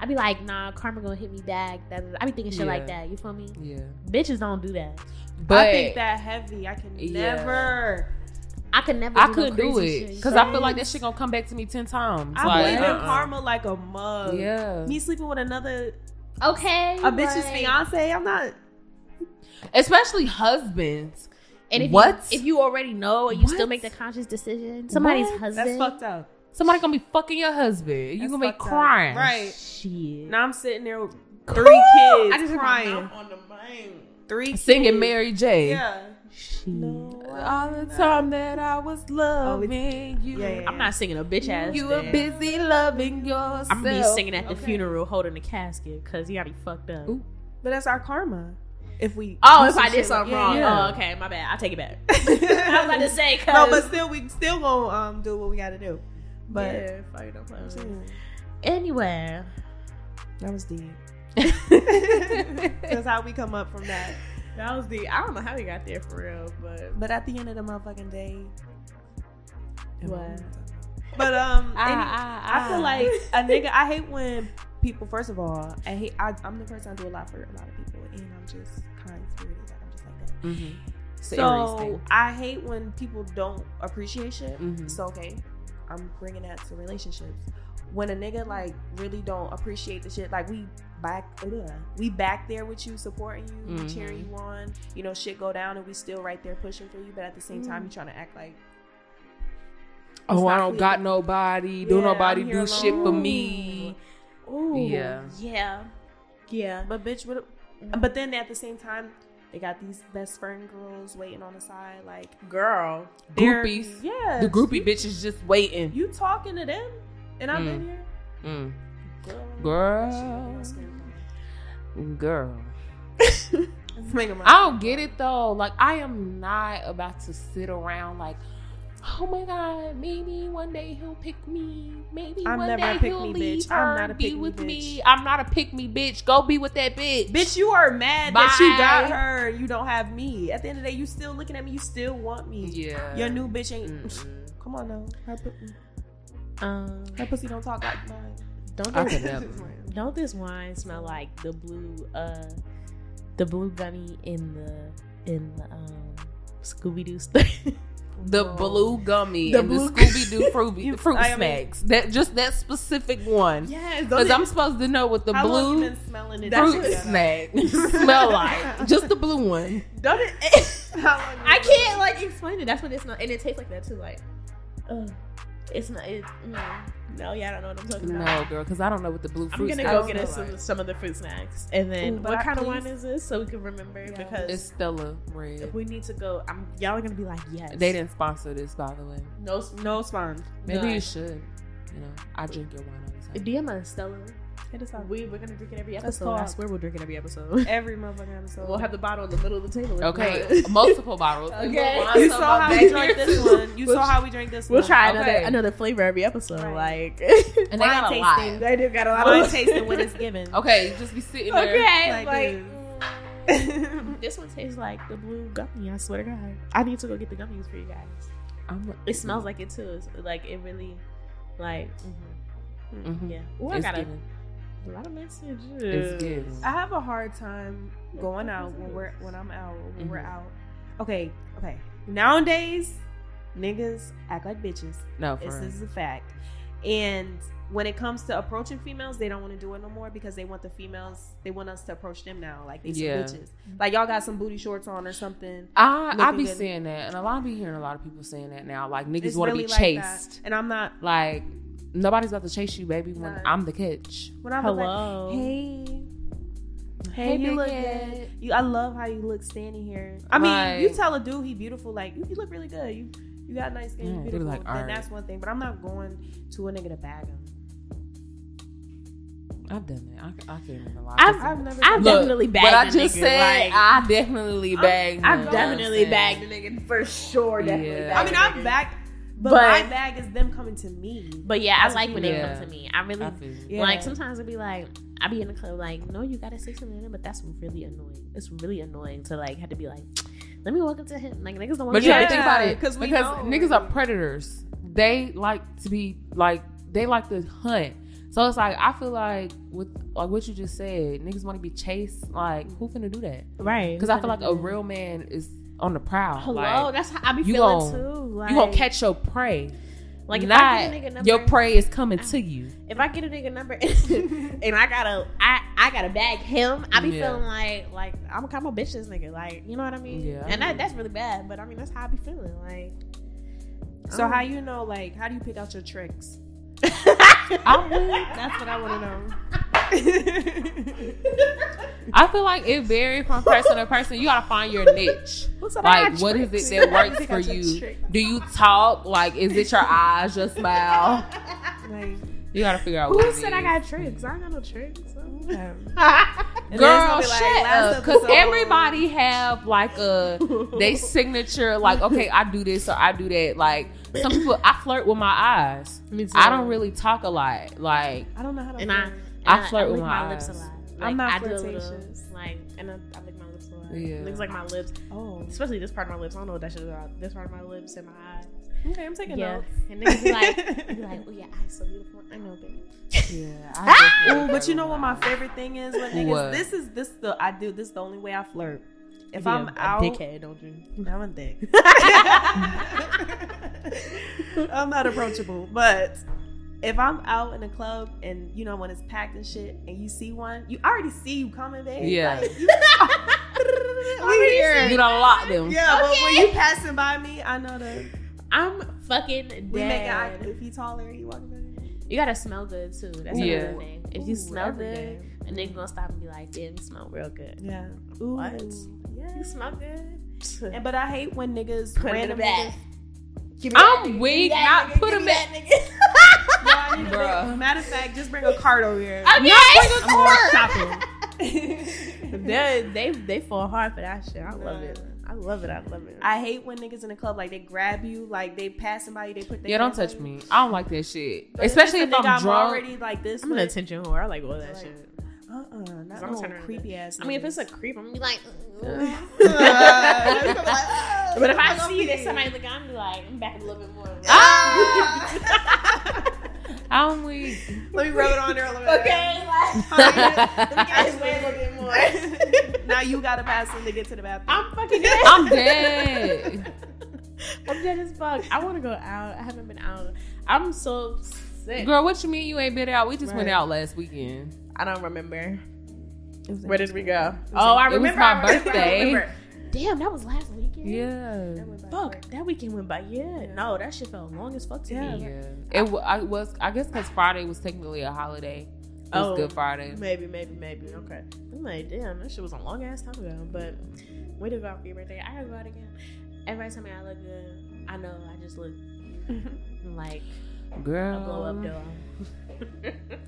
[SPEAKER 2] I'd be like, nah, karma gonna hit me back. That I be thinking shit like
[SPEAKER 1] Yeah.
[SPEAKER 2] that. You feel me?
[SPEAKER 1] yeah,
[SPEAKER 2] Bitches don't do that.
[SPEAKER 1] but
[SPEAKER 3] I think that heavy. I can
[SPEAKER 1] Yeah.
[SPEAKER 3] never.
[SPEAKER 2] I could never.
[SPEAKER 1] I
[SPEAKER 2] do
[SPEAKER 1] couldn't
[SPEAKER 2] no
[SPEAKER 1] do
[SPEAKER 2] crazy
[SPEAKER 1] it
[SPEAKER 2] shit.
[SPEAKER 1] because I feel like that shit gonna come back to me ten times.
[SPEAKER 3] I
[SPEAKER 1] like,
[SPEAKER 3] believe in
[SPEAKER 1] uh-uh.
[SPEAKER 3] karma like a mug.
[SPEAKER 1] Yeah,
[SPEAKER 3] Me sleeping with another
[SPEAKER 2] okay,
[SPEAKER 3] a bitch's
[SPEAKER 2] like-
[SPEAKER 3] fiance. I'm not.
[SPEAKER 1] especially husbands.
[SPEAKER 2] And if
[SPEAKER 1] What?
[SPEAKER 2] You, if you already know and you still
[SPEAKER 1] What?
[SPEAKER 2] make the conscious decision, somebody's
[SPEAKER 1] What?
[SPEAKER 2] husband.
[SPEAKER 3] That's fucked up.
[SPEAKER 1] Somebody gonna be fucking your husband. You
[SPEAKER 3] That's
[SPEAKER 1] gonna be
[SPEAKER 3] fucked up.
[SPEAKER 1] crying.
[SPEAKER 3] Right
[SPEAKER 2] Shit.
[SPEAKER 3] now, I'm sitting there with three kids
[SPEAKER 2] I just hit my
[SPEAKER 3] crying.
[SPEAKER 2] mouth on the mic.
[SPEAKER 3] Three
[SPEAKER 1] Singing
[SPEAKER 3] kids.
[SPEAKER 1] Mary J.
[SPEAKER 3] Yeah.
[SPEAKER 2] Shit.
[SPEAKER 1] All the time that I was loving you,
[SPEAKER 3] Yeah, yeah,
[SPEAKER 2] I'm not singing a bitch ass.
[SPEAKER 1] you
[SPEAKER 2] a
[SPEAKER 1] were busy loving yourself.
[SPEAKER 2] I'm gonna be singing at the
[SPEAKER 3] Okay.
[SPEAKER 2] funeral, holding the casket, cause he already fucked up.
[SPEAKER 1] Ooh.
[SPEAKER 3] But that's our karma. If we
[SPEAKER 2] Oh,
[SPEAKER 3] do
[SPEAKER 2] if
[SPEAKER 3] some
[SPEAKER 2] I did
[SPEAKER 3] shit
[SPEAKER 2] something
[SPEAKER 3] like-
[SPEAKER 2] wrong.
[SPEAKER 3] Yeah,
[SPEAKER 1] yeah.
[SPEAKER 2] Oh, okay, my bad. I take it back.
[SPEAKER 3] yeah.
[SPEAKER 2] I was about to say, cause
[SPEAKER 3] no, but still, we still gonna um do what we gotta do. But
[SPEAKER 2] yeah, fuck it, don't play with me.
[SPEAKER 3] Mm,
[SPEAKER 2] anyway,
[SPEAKER 3] that was deep. That's how we come up from that.
[SPEAKER 2] that was the. I don't know how we got there for real, but
[SPEAKER 3] But at the end of the motherfucking day,
[SPEAKER 2] What?
[SPEAKER 3] But um,
[SPEAKER 1] Ah,
[SPEAKER 3] any-
[SPEAKER 1] ah,
[SPEAKER 3] I feel
[SPEAKER 1] ah.
[SPEAKER 3] like a nigga. I hate when people. First of all, I hate. I, I'm the person I do a lot for a lot of people, and I'm just kind spirited. Like I'm just like that.
[SPEAKER 1] Mhm. It's an Aries
[SPEAKER 3] So
[SPEAKER 1] thing.
[SPEAKER 3] I hate when people don't appreciate shit.
[SPEAKER 1] Mhm.
[SPEAKER 3] So okay, I'm bringing that to relationships. When a nigga like really don't appreciate the shit, like we back, ugh, we back there with you, supporting you, we
[SPEAKER 1] Mhm.
[SPEAKER 3] cheering you on. You know, shit go down, and we still right there pushing for you. But at the same time,
[SPEAKER 1] Mm-hmm.
[SPEAKER 3] you trying to act like
[SPEAKER 1] Oh, I
[SPEAKER 3] not
[SPEAKER 1] don't
[SPEAKER 3] clear.
[SPEAKER 1] got nobody. Do
[SPEAKER 3] Yeah,
[SPEAKER 1] nobody
[SPEAKER 3] I'm
[SPEAKER 1] do
[SPEAKER 3] here
[SPEAKER 1] shit for
[SPEAKER 3] alone.
[SPEAKER 1] me?
[SPEAKER 3] Ooh.
[SPEAKER 1] Yeah.
[SPEAKER 2] yeah, yeah.
[SPEAKER 3] But bitch, what? But then at the same time, they got these best friend girls waiting on the side, like
[SPEAKER 2] Girl,
[SPEAKER 3] they're-
[SPEAKER 1] Groupies.
[SPEAKER 3] Yeah,
[SPEAKER 1] The groupie bitch is just waiting.
[SPEAKER 3] You talking to them? And I've been
[SPEAKER 1] Mm.
[SPEAKER 3] here,
[SPEAKER 1] Mm.
[SPEAKER 3] girl. that shit make
[SPEAKER 1] Girl,
[SPEAKER 3] me all scared of
[SPEAKER 1] girl.
[SPEAKER 3] them. It's making my.
[SPEAKER 1] I don't get it though. Like I am not about to sit around like, oh my god, maybe one day he'll pick me. Maybe
[SPEAKER 3] I'm
[SPEAKER 1] one
[SPEAKER 3] never
[SPEAKER 1] day
[SPEAKER 3] a pick
[SPEAKER 1] he'll
[SPEAKER 3] me
[SPEAKER 1] leave
[SPEAKER 3] bitch. I'm
[SPEAKER 1] her
[SPEAKER 3] not
[SPEAKER 1] and
[SPEAKER 3] a
[SPEAKER 1] be
[SPEAKER 3] pick me
[SPEAKER 1] with
[SPEAKER 3] bitch.
[SPEAKER 1] me. I'm not a pick me bitch. Go be with that bitch.
[SPEAKER 3] Bitch, you are mad that you got
[SPEAKER 1] Bye.
[SPEAKER 3] her. You don't have me. At the end of the day, you still looking at me. You still want me.
[SPEAKER 1] Yeah. Mm.
[SPEAKER 3] Your new bitch ain't.
[SPEAKER 1] Mm-mm.
[SPEAKER 3] Come on now. Her, pu-
[SPEAKER 2] um,
[SPEAKER 3] her pussy don't talk like mine.
[SPEAKER 2] don't
[SPEAKER 1] I
[SPEAKER 2] this-
[SPEAKER 1] could never.
[SPEAKER 2] Don't this wine smell like the blue uh the blue gummy in the in the um Scooby Doo stuff?
[SPEAKER 1] the blue gummy
[SPEAKER 3] The
[SPEAKER 1] and
[SPEAKER 3] blue-
[SPEAKER 1] the Scooby Doo fruit, fruit
[SPEAKER 3] I mean-
[SPEAKER 1] snacks. that just that specific one.
[SPEAKER 3] Yes,
[SPEAKER 1] Because I'm supposed to know what the
[SPEAKER 3] How long you
[SPEAKER 1] blue
[SPEAKER 3] been smelling it?
[SPEAKER 1] fruit
[SPEAKER 3] That's-
[SPEAKER 1] snack smell like. Just the blue one.
[SPEAKER 3] Don't it? How long you
[SPEAKER 2] I
[SPEAKER 3] been-
[SPEAKER 2] can't like explain it. That's what it's not, and it tastes like that too. Like, ugh, it's not. It, mm, no, yeah, I don't know what I'm talking about.
[SPEAKER 1] No, girl, because I don't know what the blue
[SPEAKER 2] I'm
[SPEAKER 1] fruit
[SPEAKER 2] gonna
[SPEAKER 1] snack
[SPEAKER 2] go
[SPEAKER 1] smell
[SPEAKER 2] get us
[SPEAKER 1] like.
[SPEAKER 2] some, some of the fruit snacks, and then
[SPEAKER 3] Ooh, but
[SPEAKER 2] what
[SPEAKER 3] I
[SPEAKER 2] kind of wine
[SPEAKER 3] please-
[SPEAKER 2] is this so we can remember
[SPEAKER 3] Yeah.
[SPEAKER 2] because
[SPEAKER 1] It's Stella Red.
[SPEAKER 2] we need to go. I'm, y'all are gonna be like, yes,
[SPEAKER 1] They didn't sponsor this, by the way.
[SPEAKER 2] No,
[SPEAKER 3] No spawn.
[SPEAKER 1] Maybe
[SPEAKER 2] None.
[SPEAKER 1] you should. You know, I drink your wine all the time.
[SPEAKER 2] DM us, Stella.
[SPEAKER 3] Hit us up.
[SPEAKER 2] We we're gonna drink it every
[SPEAKER 3] That's
[SPEAKER 2] episode. I
[SPEAKER 3] hard.
[SPEAKER 2] swear we'll drink it every episode.
[SPEAKER 3] Every motherfucking episode.
[SPEAKER 2] we'll have the bottle in the middle of the table. if
[SPEAKER 1] Okay,
[SPEAKER 2] not.
[SPEAKER 1] multiple bottles.
[SPEAKER 2] Okay.
[SPEAKER 1] Wine
[SPEAKER 3] You
[SPEAKER 1] so
[SPEAKER 3] saw
[SPEAKER 1] my
[SPEAKER 3] how we
[SPEAKER 1] back
[SPEAKER 3] drank
[SPEAKER 1] here
[SPEAKER 3] this
[SPEAKER 1] too.
[SPEAKER 3] one. You
[SPEAKER 2] We'll
[SPEAKER 3] saw
[SPEAKER 2] tr-
[SPEAKER 3] how we drank this
[SPEAKER 2] we'll
[SPEAKER 3] one.
[SPEAKER 2] try another
[SPEAKER 1] Okay.
[SPEAKER 2] another flavor every episode.
[SPEAKER 3] Right.
[SPEAKER 2] Like,
[SPEAKER 1] And they
[SPEAKER 3] Wine
[SPEAKER 1] got a
[SPEAKER 3] tasting.
[SPEAKER 1] lot.
[SPEAKER 2] they do got a
[SPEAKER 3] Wine tasting when it's given.
[SPEAKER 1] Okay, you just be sitting there.
[SPEAKER 2] Okay,
[SPEAKER 3] Like
[SPEAKER 2] like this one tastes like the blue gummy. I swear to God, I need to go get the gummies for you guys.
[SPEAKER 1] I'm-
[SPEAKER 2] It smells like it too. It's like it really, like
[SPEAKER 1] Mhm.
[SPEAKER 2] yeah. Oh, I
[SPEAKER 1] It's
[SPEAKER 2] got a
[SPEAKER 1] giving.
[SPEAKER 2] lot of messages.
[SPEAKER 1] It's giving.
[SPEAKER 3] I have a hard time going out when we're when I'm out when we're
[SPEAKER 2] Mm-hmm.
[SPEAKER 1] Mhm.
[SPEAKER 3] out. Okay, okay. Nowadays, niggas act like bitches.
[SPEAKER 1] No, for
[SPEAKER 3] This
[SPEAKER 1] real.
[SPEAKER 3] is a fact. And when it comes to approaching females, they don't want to do it no more because they want the females. They want us to approach them now, like they some
[SPEAKER 1] Yeah.
[SPEAKER 3] bitches. Like y'all got some booty shorts on or something.
[SPEAKER 1] I I
[SPEAKER 3] looking
[SPEAKER 1] be
[SPEAKER 3] good.
[SPEAKER 1] seeing that, and a lot I be hearing a lot of people saying that now. Like niggas
[SPEAKER 3] It's
[SPEAKER 1] want to
[SPEAKER 3] really
[SPEAKER 1] be
[SPEAKER 3] like that.
[SPEAKER 1] chased.
[SPEAKER 3] And I'm not
[SPEAKER 1] Like nobody's about to chase you, baby. When
[SPEAKER 3] None.
[SPEAKER 1] I'm the catch.
[SPEAKER 3] when I'm like,
[SPEAKER 2] Hello.
[SPEAKER 3] hey, hey, you
[SPEAKER 1] big
[SPEAKER 3] look
[SPEAKER 1] head.
[SPEAKER 3] good. You, I love how you look standing here. I mean, you
[SPEAKER 1] Like-
[SPEAKER 3] tell a dude he beautiful, like you, you look really good. You you got nice skin,
[SPEAKER 1] Yeah,
[SPEAKER 3] you
[SPEAKER 1] they be
[SPEAKER 3] beautiful.
[SPEAKER 1] like,
[SPEAKER 3] then
[SPEAKER 1] "Alright."
[SPEAKER 3] that's one thing. But I'm not going to a nigga to bag him.
[SPEAKER 1] I've done that. I, I can't even lie.
[SPEAKER 2] I've-
[SPEAKER 3] I've never.
[SPEAKER 2] I've
[SPEAKER 3] done
[SPEAKER 1] Look,
[SPEAKER 2] definitely bagged.
[SPEAKER 1] What I
[SPEAKER 2] a
[SPEAKER 1] just
[SPEAKER 2] nigga,
[SPEAKER 1] said,
[SPEAKER 2] like-
[SPEAKER 1] I definitely bagged.
[SPEAKER 2] I've
[SPEAKER 1] him, you know what I'm
[SPEAKER 2] definitely
[SPEAKER 1] saying?
[SPEAKER 2] bagged a nigga for sure. Definitely.
[SPEAKER 1] Yeah.
[SPEAKER 3] that.
[SPEAKER 2] bagged
[SPEAKER 3] I mean,
[SPEAKER 2] a
[SPEAKER 3] I'm
[SPEAKER 2] nigga.
[SPEAKER 3] back, but,
[SPEAKER 2] But-
[SPEAKER 3] my bag is them coming to me.
[SPEAKER 2] But yeah, I like when they
[SPEAKER 1] Yeah.
[SPEAKER 2] come to me. I really
[SPEAKER 1] I feel you.
[SPEAKER 3] Yeah.
[SPEAKER 2] Like sometimes it'd be like i be in the club like, no, you gotta say something to them, but that's really annoying. It's really annoying to like have to be like, let me walk up to him. Like niggas don't want
[SPEAKER 1] But
[SPEAKER 2] to
[SPEAKER 1] you have
[SPEAKER 3] Yeah,
[SPEAKER 1] to think about it
[SPEAKER 3] 'cause we
[SPEAKER 1] because
[SPEAKER 3] know.
[SPEAKER 1] niggas are predators. They like to be like they like to hunt. So it's like I feel like with like what you just said, niggas want to be chased. Like who finna do that?
[SPEAKER 2] right.
[SPEAKER 1] Because I feel like a real man is on the prowl.
[SPEAKER 2] hello.
[SPEAKER 1] Like,
[SPEAKER 2] that's how I be
[SPEAKER 1] you
[SPEAKER 2] feeling
[SPEAKER 1] gon-
[SPEAKER 2] too. Like,
[SPEAKER 1] you gonna catch your prey. Like
[SPEAKER 2] like if I
[SPEAKER 1] not
[SPEAKER 2] get a nigga number,
[SPEAKER 1] your prey is coming to you.
[SPEAKER 2] if I get a nigga number, and I gotta I I gotta bag him, I be
[SPEAKER 1] Yeah.
[SPEAKER 2] feeling like like I'm I'm a bitch this nigga. Like you know what I mean?
[SPEAKER 1] Yeah.
[SPEAKER 2] And that, that's really bad, but I mean that's how I be feeling. Like
[SPEAKER 3] So how
[SPEAKER 2] Um,
[SPEAKER 3] you know? Like, how do you pick out your tricks?
[SPEAKER 1] I'm
[SPEAKER 3] That's what I want to know.
[SPEAKER 1] I feel like it varies from person to person. You gotta find your niche.
[SPEAKER 2] What's up?
[SPEAKER 1] Like what is it that works for you? Do you talk? Like is it your eyes, your smile?
[SPEAKER 3] like,
[SPEAKER 1] You gotta figure out what
[SPEAKER 2] Who
[SPEAKER 1] it
[SPEAKER 2] said
[SPEAKER 1] is.
[SPEAKER 2] I got tricks? I ain't got no tricks.
[SPEAKER 3] And then
[SPEAKER 1] Girl,
[SPEAKER 3] it's gonna be
[SPEAKER 1] shit
[SPEAKER 3] like, last
[SPEAKER 1] Because
[SPEAKER 3] episode.
[SPEAKER 1] everybody have like a they signature, like, okay, I do this or I do that. Like some people I flirt with my eyes.
[SPEAKER 2] Me too.
[SPEAKER 1] I don't really talk a lot. Like
[SPEAKER 3] I don't know how to.
[SPEAKER 2] And I-
[SPEAKER 3] flirt.
[SPEAKER 1] I flirt with
[SPEAKER 2] lick
[SPEAKER 1] my
[SPEAKER 2] lips a
[SPEAKER 1] eyes.
[SPEAKER 2] lot.
[SPEAKER 3] I'm not
[SPEAKER 2] I do a little,
[SPEAKER 3] flirtatious.
[SPEAKER 2] like, and I, I lick my lips a lot.
[SPEAKER 1] Yeah.
[SPEAKER 2] Things like my lips,
[SPEAKER 3] oh,
[SPEAKER 2] especially this part of my lips. I don't know what that shit is about. This part of my lips and my eyes.
[SPEAKER 3] okay, I'm taking notes.
[SPEAKER 2] And niggas be like, they be like, oh, your eyes so beautiful. I know, babe.
[SPEAKER 1] yeah,
[SPEAKER 3] Ooh, but you know what my favorite thing is with niggas?
[SPEAKER 1] What?
[SPEAKER 3] This is this the I do this is the only way I flirt. If
[SPEAKER 2] You
[SPEAKER 3] I'm
[SPEAKER 2] a- a
[SPEAKER 3] out,
[SPEAKER 2] dickhead, don't you?
[SPEAKER 3] I'm a dick. I'm not approachable, but if I'm out in a club and you know when it's packed and shit, and you see one, you already see you coming, babe.
[SPEAKER 1] Yeah.
[SPEAKER 3] Like, you,
[SPEAKER 2] Already
[SPEAKER 3] we here.
[SPEAKER 1] You don't lock them.
[SPEAKER 3] Yeah, but when
[SPEAKER 2] Okay.
[SPEAKER 3] you passing by me, I know that
[SPEAKER 2] I'm fucking dead.
[SPEAKER 3] we make an eye. If he taller, he walking better.
[SPEAKER 2] you gotta smell good too. That's
[SPEAKER 1] Yeah.
[SPEAKER 2] another thing. If you
[SPEAKER 3] Ooh,
[SPEAKER 2] smell
[SPEAKER 3] every
[SPEAKER 2] good,
[SPEAKER 3] day.
[SPEAKER 2] a nigga gonna stop and be like, damn, you smell real good.
[SPEAKER 3] Yeah. Ooh.
[SPEAKER 2] What?
[SPEAKER 3] Yeah.
[SPEAKER 2] You smell good.
[SPEAKER 3] And but I hate when niggas
[SPEAKER 2] Put 'em in
[SPEAKER 3] random
[SPEAKER 2] the back.
[SPEAKER 3] niggas.
[SPEAKER 2] Give
[SPEAKER 1] I'm weak, not put 'em
[SPEAKER 3] No, I need to
[SPEAKER 1] Bruh.
[SPEAKER 3] bring- matter of fact, just bring a cart over here.
[SPEAKER 2] Okay.
[SPEAKER 3] I'm going shopping.
[SPEAKER 2] they they they fall hard for that shit. I love
[SPEAKER 3] Nah.
[SPEAKER 2] it. I love it. I love it.
[SPEAKER 3] I hate when niggas in the club like they grab you, like they pass somebody, they put their
[SPEAKER 1] Yeah, don't
[SPEAKER 3] hands
[SPEAKER 1] touch
[SPEAKER 3] on you.
[SPEAKER 1] me. I don't like that shit.
[SPEAKER 3] But it's
[SPEAKER 1] Especially
[SPEAKER 3] just
[SPEAKER 1] if
[SPEAKER 3] a nigga
[SPEAKER 1] I'm drunk.
[SPEAKER 3] already like this.
[SPEAKER 2] I'm an attention whore. I like all that
[SPEAKER 3] Like-
[SPEAKER 2] shit.
[SPEAKER 3] Uh uh not
[SPEAKER 2] I'm
[SPEAKER 3] no
[SPEAKER 2] turning around.
[SPEAKER 3] creepy ass.
[SPEAKER 2] I mean, if it's
[SPEAKER 3] niggas.
[SPEAKER 2] a creep, I'm gonna be like.
[SPEAKER 3] Uh, people like, "Ah,
[SPEAKER 2] but if I
[SPEAKER 3] look
[SPEAKER 2] see
[SPEAKER 3] at
[SPEAKER 2] that
[SPEAKER 3] me."
[SPEAKER 2] somebody look, I'm be Ah, like, I'm back a little bit more.
[SPEAKER 1] I'm weak.
[SPEAKER 3] let me rub it on there a little bit.
[SPEAKER 2] Ah! okay, like, I just wait a little bit more.
[SPEAKER 3] now you gotta pass him to get to the bathroom.
[SPEAKER 2] I'm fucking dead.
[SPEAKER 1] I'm dead.
[SPEAKER 2] I'm dead as fuck. I want to go out. I haven't been out. I'm so sick.
[SPEAKER 1] Girl, what you mean you ain't been out? We just went
[SPEAKER 2] Right.
[SPEAKER 1] out last weekend.
[SPEAKER 2] I don't remember.
[SPEAKER 3] It was
[SPEAKER 2] Where
[SPEAKER 3] in-
[SPEAKER 2] did we go?
[SPEAKER 3] was
[SPEAKER 2] Oh, I
[SPEAKER 1] it was
[SPEAKER 2] remember.
[SPEAKER 1] my
[SPEAKER 2] I remember,
[SPEAKER 1] birthday.
[SPEAKER 2] I remember. Damn, that was last weekend.
[SPEAKER 1] Yeah.
[SPEAKER 3] I went by
[SPEAKER 2] Fuck, that weekend went by. Yeah. No, that shit felt long as fuck to
[SPEAKER 3] Yeah.
[SPEAKER 2] me.
[SPEAKER 1] Yeah. It wa- I was I guess because Friday was technically a holiday. It was
[SPEAKER 2] Oh.
[SPEAKER 1] Good Friday.
[SPEAKER 2] Maybe, maybe, maybe. Okay. I'm like, damn, that shit was a long ass time ago. But we did go out for your birthday. I gotta go out again. Every time I look good, I know I just look
[SPEAKER 3] work.
[SPEAKER 2] like a
[SPEAKER 1] Girl,
[SPEAKER 2] blow up doll.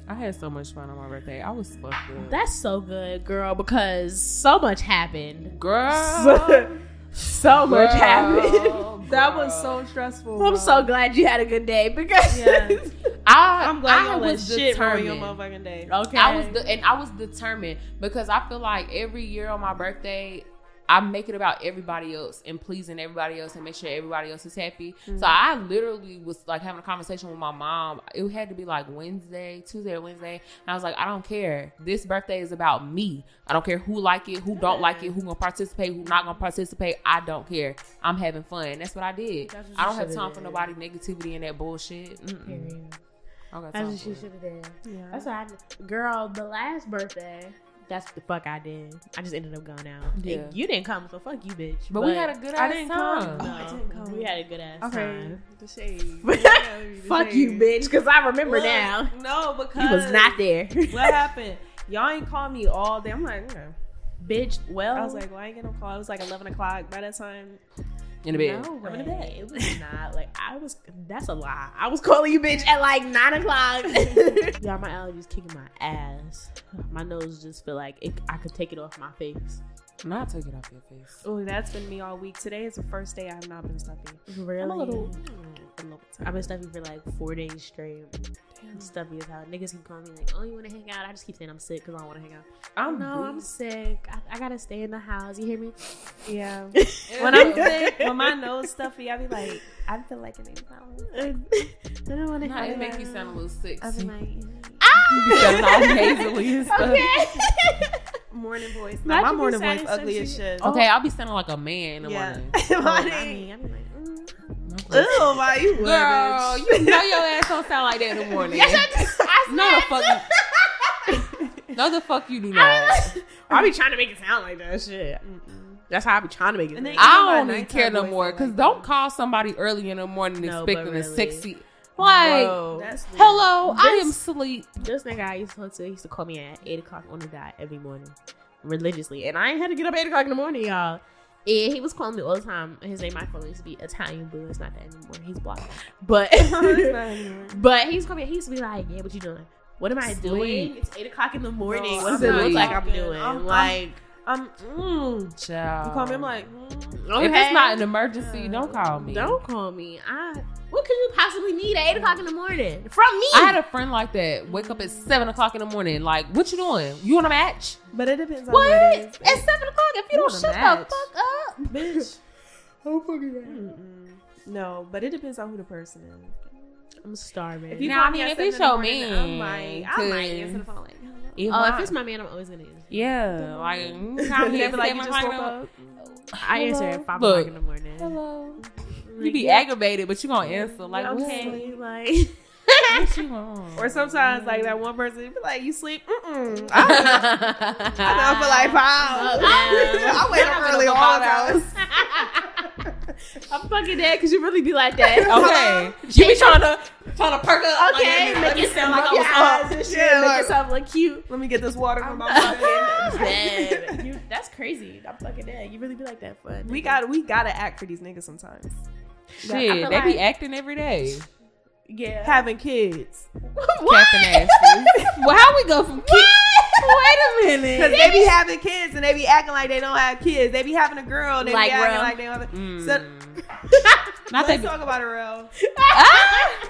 [SPEAKER 1] I had so much fun on my birthday. I was fucked up.
[SPEAKER 2] That's so good, girl, because so much happened.
[SPEAKER 1] girl.
[SPEAKER 2] So much
[SPEAKER 1] Girl,
[SPEAKER 2] happened.
[SPEAKER 1] girl.
[SPEAKER 3] That was so stressful.
[SPEAKER 2] I'm so glad you had a good day because
[SPEAKER 3] Yeah.
[SPEAKER 1] I,
[SPEAKER 3] I'm glad
[SPEAKER 1] I
[SPEAKER 3] y'all let
[SPEAKER 1] was
[SPEAKER 3] shit ruin your
[SPEAKER 1] determined.
[SPEAKER 3] motherfucking day.
[SPEAKER 2] okay,
[SPEAKER 1] I was de- and I was determined because I feel like every year on my birthday, I make it about everybody else and pleasing everybody else and make sure everybody else is happy.
[SPEAKER 2] Mm-hmm.
[SPEAKER 1] So I literally was like having a conversation with my mom. It had to be like Wednesday, Tuesday or Wednesday, and I was like, I don't care. This birthday is about me. I don't care who like it, who don't like it, who gonna participate, who not gonna participate. I don't care. I'm having fun. That's what I did.
[SPEAKER 2] That's what
[SPEAKER 1] I
[SPEAKER 2] you
[SPEAKER 1] don't have
[SPEAKER 2] shoulda
[SPEAKER 1] time for
[SPEAKER 2] did.
[SPEAKER 1] nobody negativity and that bullshit. Mm-mm. I don't got time
[SPEAKER 2] That's
[SPEAKER 1] for
[SPEAKER 2] what you
[SPEAKER 1] it.
[SPEAKER 2] should have done.
[SPEAKER 3] Yeah.
[SPEAKER 2] That's what I did. Girl, the last birthday, that's what the fuck I did. I just ended up going out. And
[SPEAKER 1] Yeah.
[SPEAKER 2] you didn't come, so fuck you, bitch.
[SPEAKER 1] But, we had a good
[SPEAKER 3] I
[SPEAKER 1] ass
[SPEAKER 3] didn't
[SPEAKER 1] time.
[SPEAKER 3] come.
[SPEAKER 2] No,
[SPEAKER 3] I didn't come.
[SPEAKER 2] We had a good ass
[SPEAKER 3] okay.
[SPEAKER 2] time.
[SPEAKER 3] The shade.
[SPEAKER 2] Fuck you, bitch, because I remember now.
[SPEAKER 3] No, because
[SPEAKER 2] You was not there.
[SPEAKER 3] What happened? Y'all ain't called me all day. I'm like, okay.
[SPEAKER 2] bitch, well.
[SPEAKER 3] I was like, well, I ain't getting no call. It was like 11 o'clock by that time.
[SPEAKER 1] in the bed.
[SPEAKER 2] No
[SPEAKER 3] I'm in the
[SPEAKER 2] way.
[SPEAKER 3] bed.
[SPEAKER 2] It was not like I was. That's a lie. I was calling you bitch at like nine o'clock. Y'all, my allergies kicking my ass. My nose just feel like it, I could take it off my face.
[SPEAKER 1] Not take it off your face.
[SPEAKER 3] Oh, that's been me all week. Today is the first day I have not been stuffy.
[SPEAKER 2] Really?
[SPEAKER 3] I'm a little.
[SPEAKER 2] I've been stuffy for like four days straight. I'm stuffy as hell. Niggas keep calling me like, "Oh, you want to hang out?" I just keep saying I'm sick because I don't want to hang out.
[SPEAKER 3] I'm
[SPEAKER 2] No, I'm sick. I, I gotta stay in the house. You hear me?
[SPEAKER 3] Yeah. when I'm sick, when my nose stuffy, I be like, I feel like an influenza.
[SPEAKER 2] I don't want to
[SPEAKER 1] Nah,
[SPEAKER 2] hang
[SPEAKER 1] it make
[SPEAKER 2] out.
[SPEAKER 1] you sound a little sick.
[SPEAKER 2] I be like,
[SPEAKER 1] You sound all nasally and stuff. Okay.
[SPEAKER 2] okay.
[SPEAKER 3] Morning voice.
[SPEAKER 2] Not
[SPEAKER 3] my
[SPEAKER 2] you be
[SPEAKER 3] morning voice
[SPEAKER 2] sounding
[SPEAKER 3] ugly as
[SPEAKER 2] sexy.
[SPEAKER 3] shit. Oh,
[SPEAKER 1] I'll be sounding like a man in the
[SPEAKER 3] yeah.
[SPEAKER 1] morning.
[SPEAKER 2] Oh, I
[SPEAKER 3] Mine ain't-
[SPEAKER 2] mean, I be like, mm.
[SPEAKER 1] Okay.
[SPEAKER 3] Ew, why you would,
[SPEAKER 1] Girl,
[SPEAKER 3] bitch.
[SPEAKER 1] you know your ass don't sound like that in the morning.
[SPEAKER 2] Yes, I just. I
[SPEAKER 1] No, the
[SPEAKER 2] snapped.
[SPEAKER 1] no, the fuck you do
[SPEAKER 2] I
[SPEAKER 1] not.
[SPEAKER 2] be like- I be trying to make it sound like that shit.
[SPEAKER 3] Mm-mm.
[SPEAKER 2] That's how I be trying to make it.
[SPEAKER 3] And
[SPEAKER 2] sound.
[SPEAKER 3] then-
[SPEAKER 1] I
[SPEAKER 3] my
[SPEAKER 1] don't even
[SPEAKER 3] nighttime
[SPEAKER 1] care no
[SPEAKER 3] voice
[SPEAKER 1] more.
[SPEAKER 3] sound
[SPEAKER 1] Cause
[SPEAKER 3] like
[SPEAKER 1] don't
[SPEAKER 3] that.
[SPEAKER 1] call somebody early in the morning
[SPEAKER 2] No, but
[SPEAKER 1] expecting a
[SPEAKER 2] really.
[SPEAKER 1] sexy. Like,
[SPEAKER 2] Bro.
[SPEAKER 3] That's weird.
[SPEAKER 1] hello, I am
[SPEAKER 2] This-
[SPEAKER 1] sleep.
[SPEAKER 2] this nigga I used to talk to he used to call me at eight o'clock on the dot every morning, religiously, and I ain't had to get up at eight o'clock in the morning, y'all. And he was calling me all the time. His name my phone used to be Italian Blue. It's not that anymore. He's blocked, but
[SPEAKER 3] It's not anymore.
[SPEAKER 2] but he's coming. He used to be like, "Yeah, what you doing? What am I
[SPEAKER 1] Sleep.
[SPEAKER 2] doing? It's eight o'clock in the morning.
[SPEAKER 3] No,
[SPEAKER 2] what does
[SPEAKER 1] I'm
[SPEAKER 2] it
[SPEAKER 1] not
[SPEAKER 2] look like I'm
[SPEAKER 3] talking.
[SPEAKER 2] doing?
[SPEAKER 3] I'm- I'm-
[SPEAKER 2] like,
[SPEAKER 3] I'm. Mm,
[SPEAKER 1] Child.
[SPEAKER 3] you call me, I'm like, mm,
[SPEAKER 1] if
[SPEAKER 2] okay.
[SPEAKER 1] it's not an emergency, don't call me.
[SPEAKER 2] Don't call me. I what could you possibly need at eight o'clock in the morning from me?
[SPEAKER 1] I had a friend like that. Wake up at seven o'clock in the morning. Like, what you doing? You want a match?
[SPEAKER 3] but it depends on
[SPEAKER 1] What?
[SPEAKER 3] what it
[SPEAKER 1] At
[SPEAKER 3] is.
[SPEAKER 1] seven o'clock? If you
[SPEAKER 3] You
[SPEAKER 1] don't
[SPEAKER 3] on a
[SPEAKER 1] shut the
[SPEAKER 3] match.
[SPEAKER 1] fuck up,
[SPEAKER 3] bitch.
[SPEAKER 2] oh fucking god.
[SPEAKER 3] Mm-mm. No, but it depends on who the person is.
[SPEAKER 2] I'm starving.
[SPEAKER 3] If you
[SPEAKER 1] Now,
[SPEAKER 3] call
[SPEAKER 1] I mean,
[SPEAKER 3] me at
[SPEAKER 1] if it's
[SPEAKER 3] seven in the
[SPEAKER 1] your
[SPEAKER 3] morning,
[SPEAKER 1] man,
[SPEAKER 3] I'm like, I might
[SPEAKER 1] 'cause-
[SPEAKER 3] answer the phone like, hello.
[SPEAKER 2] oh,
[SPEAKER 1] Uh,
[SPEAKER 2] if it's my man, I'm always gonna answer.
[SPEAKER 1] yeah, like, mm,
[SPEAKER 3] They
[SPEAKER 1] call me
[SPEAKER 3] be
[SPEAKER 1] at
[SPEAKER 3] like,
[SPEAKER 1] seven
[SPEAKER 3] you
[SPEAKER 1] o'clock.
[SPEAKER 3] just
[SPEAKER 1] in
[SPEAKER 3] woke
[SPEAKER 1] the morning.
[SPEAKER 3] up.
[SPEAKER 2] I answer
[SPEAKER 1] Hello?
[SPEAKER 2] at five
[SPEAKER 1] Look.
[SPEAKER 2] o'clock in the morning.
[SPEAKER 1] Hello.
[SPEAKER 2] Like,
[SPEAKER 1] You be
[SPEAKER 2] yeah,
[SPEAKER 1] aggravated, but you gonna answer. Like,
[SPEAKER 3] I'm
[SPEAKER 1] what?
[SPEAKER 3] asleep.
[SPEAKER 2] okay, like.
[SPEAKER 1] What you want?
[SPEAKER 3] Or sometimes, like that one person, they be like, you sleep? Mm-mm. I don't know.
[SPEAKER 1] I
[SPEAKER 3] I've been up for like five hours. I wake
[SPEAKER 2] I've
[SPEAKER 3] up
[SPEAKER 2] been
[SPEAKER 3] early
[SPEAKER 2] up for
[SPEAKER 3] all
[SPEAKER 2] five
[SPEAKER 3] hours.
[SPEAKER 2] I'm fucking dead because you really be like that.
[SPEAKER 1] Okay, you be trying to trying to perk up.
[SPEAKER 2] Okay,
[SPEAKER 1] like,
[SPEAKER 2] make it sound like
[SPEAKER 3] rub
[SPEAKER 2] I
[SPEAKER 3] your
[SPEAKER 2] was up
[SPEAKER 3] eyes and
[SPEAKER 2] and
[SPEAKER 3] shit,
[SPEAKER 2] shit. Make
[SPEAKER 3] like-
[SPEAKER 2] yourself look cute.
[SPEAKER 3] Let me get this water from
[SPEAKER 2] I'm
[SPEAKER 3] my mouth.
[SPEAKER 2] fucking dead. You, that's crazy. I'm fucking dead. You really be like that for
[SPEAKER 3] We got we gotta act for these niggas sometimes.
[SPEAKER 2] I feel
[SPEAKER 1] shit, they
[SPEAKER 2] like-
[SPEAKER 1] be acting every day.
[SPEAKER 2] yeah.
[SPEAKER 3] Having kids.
[SPEAKER 2] what?
[SPEAKER 1] Capping Well, how we go from kid? Wait a
[SPEAKER 3] Because
[SPEAKER 1] minute.
[SPEAKER 3] they be having kids and they be acting like they don't have kids. They be having a girl and they
[SPEAKER 2] Like,
[SPEAKER 3] be acting
[SPEAKER 2] bro.
[SPEAKER 3] like they don't have a
[SPEAKER 1] Mm.
[SPEAKER 3] So-
[SPEAKER 1] Not that.
[SPEAKER 3] Let's talk about it, Rel.
[SPEAKER 1] Ah!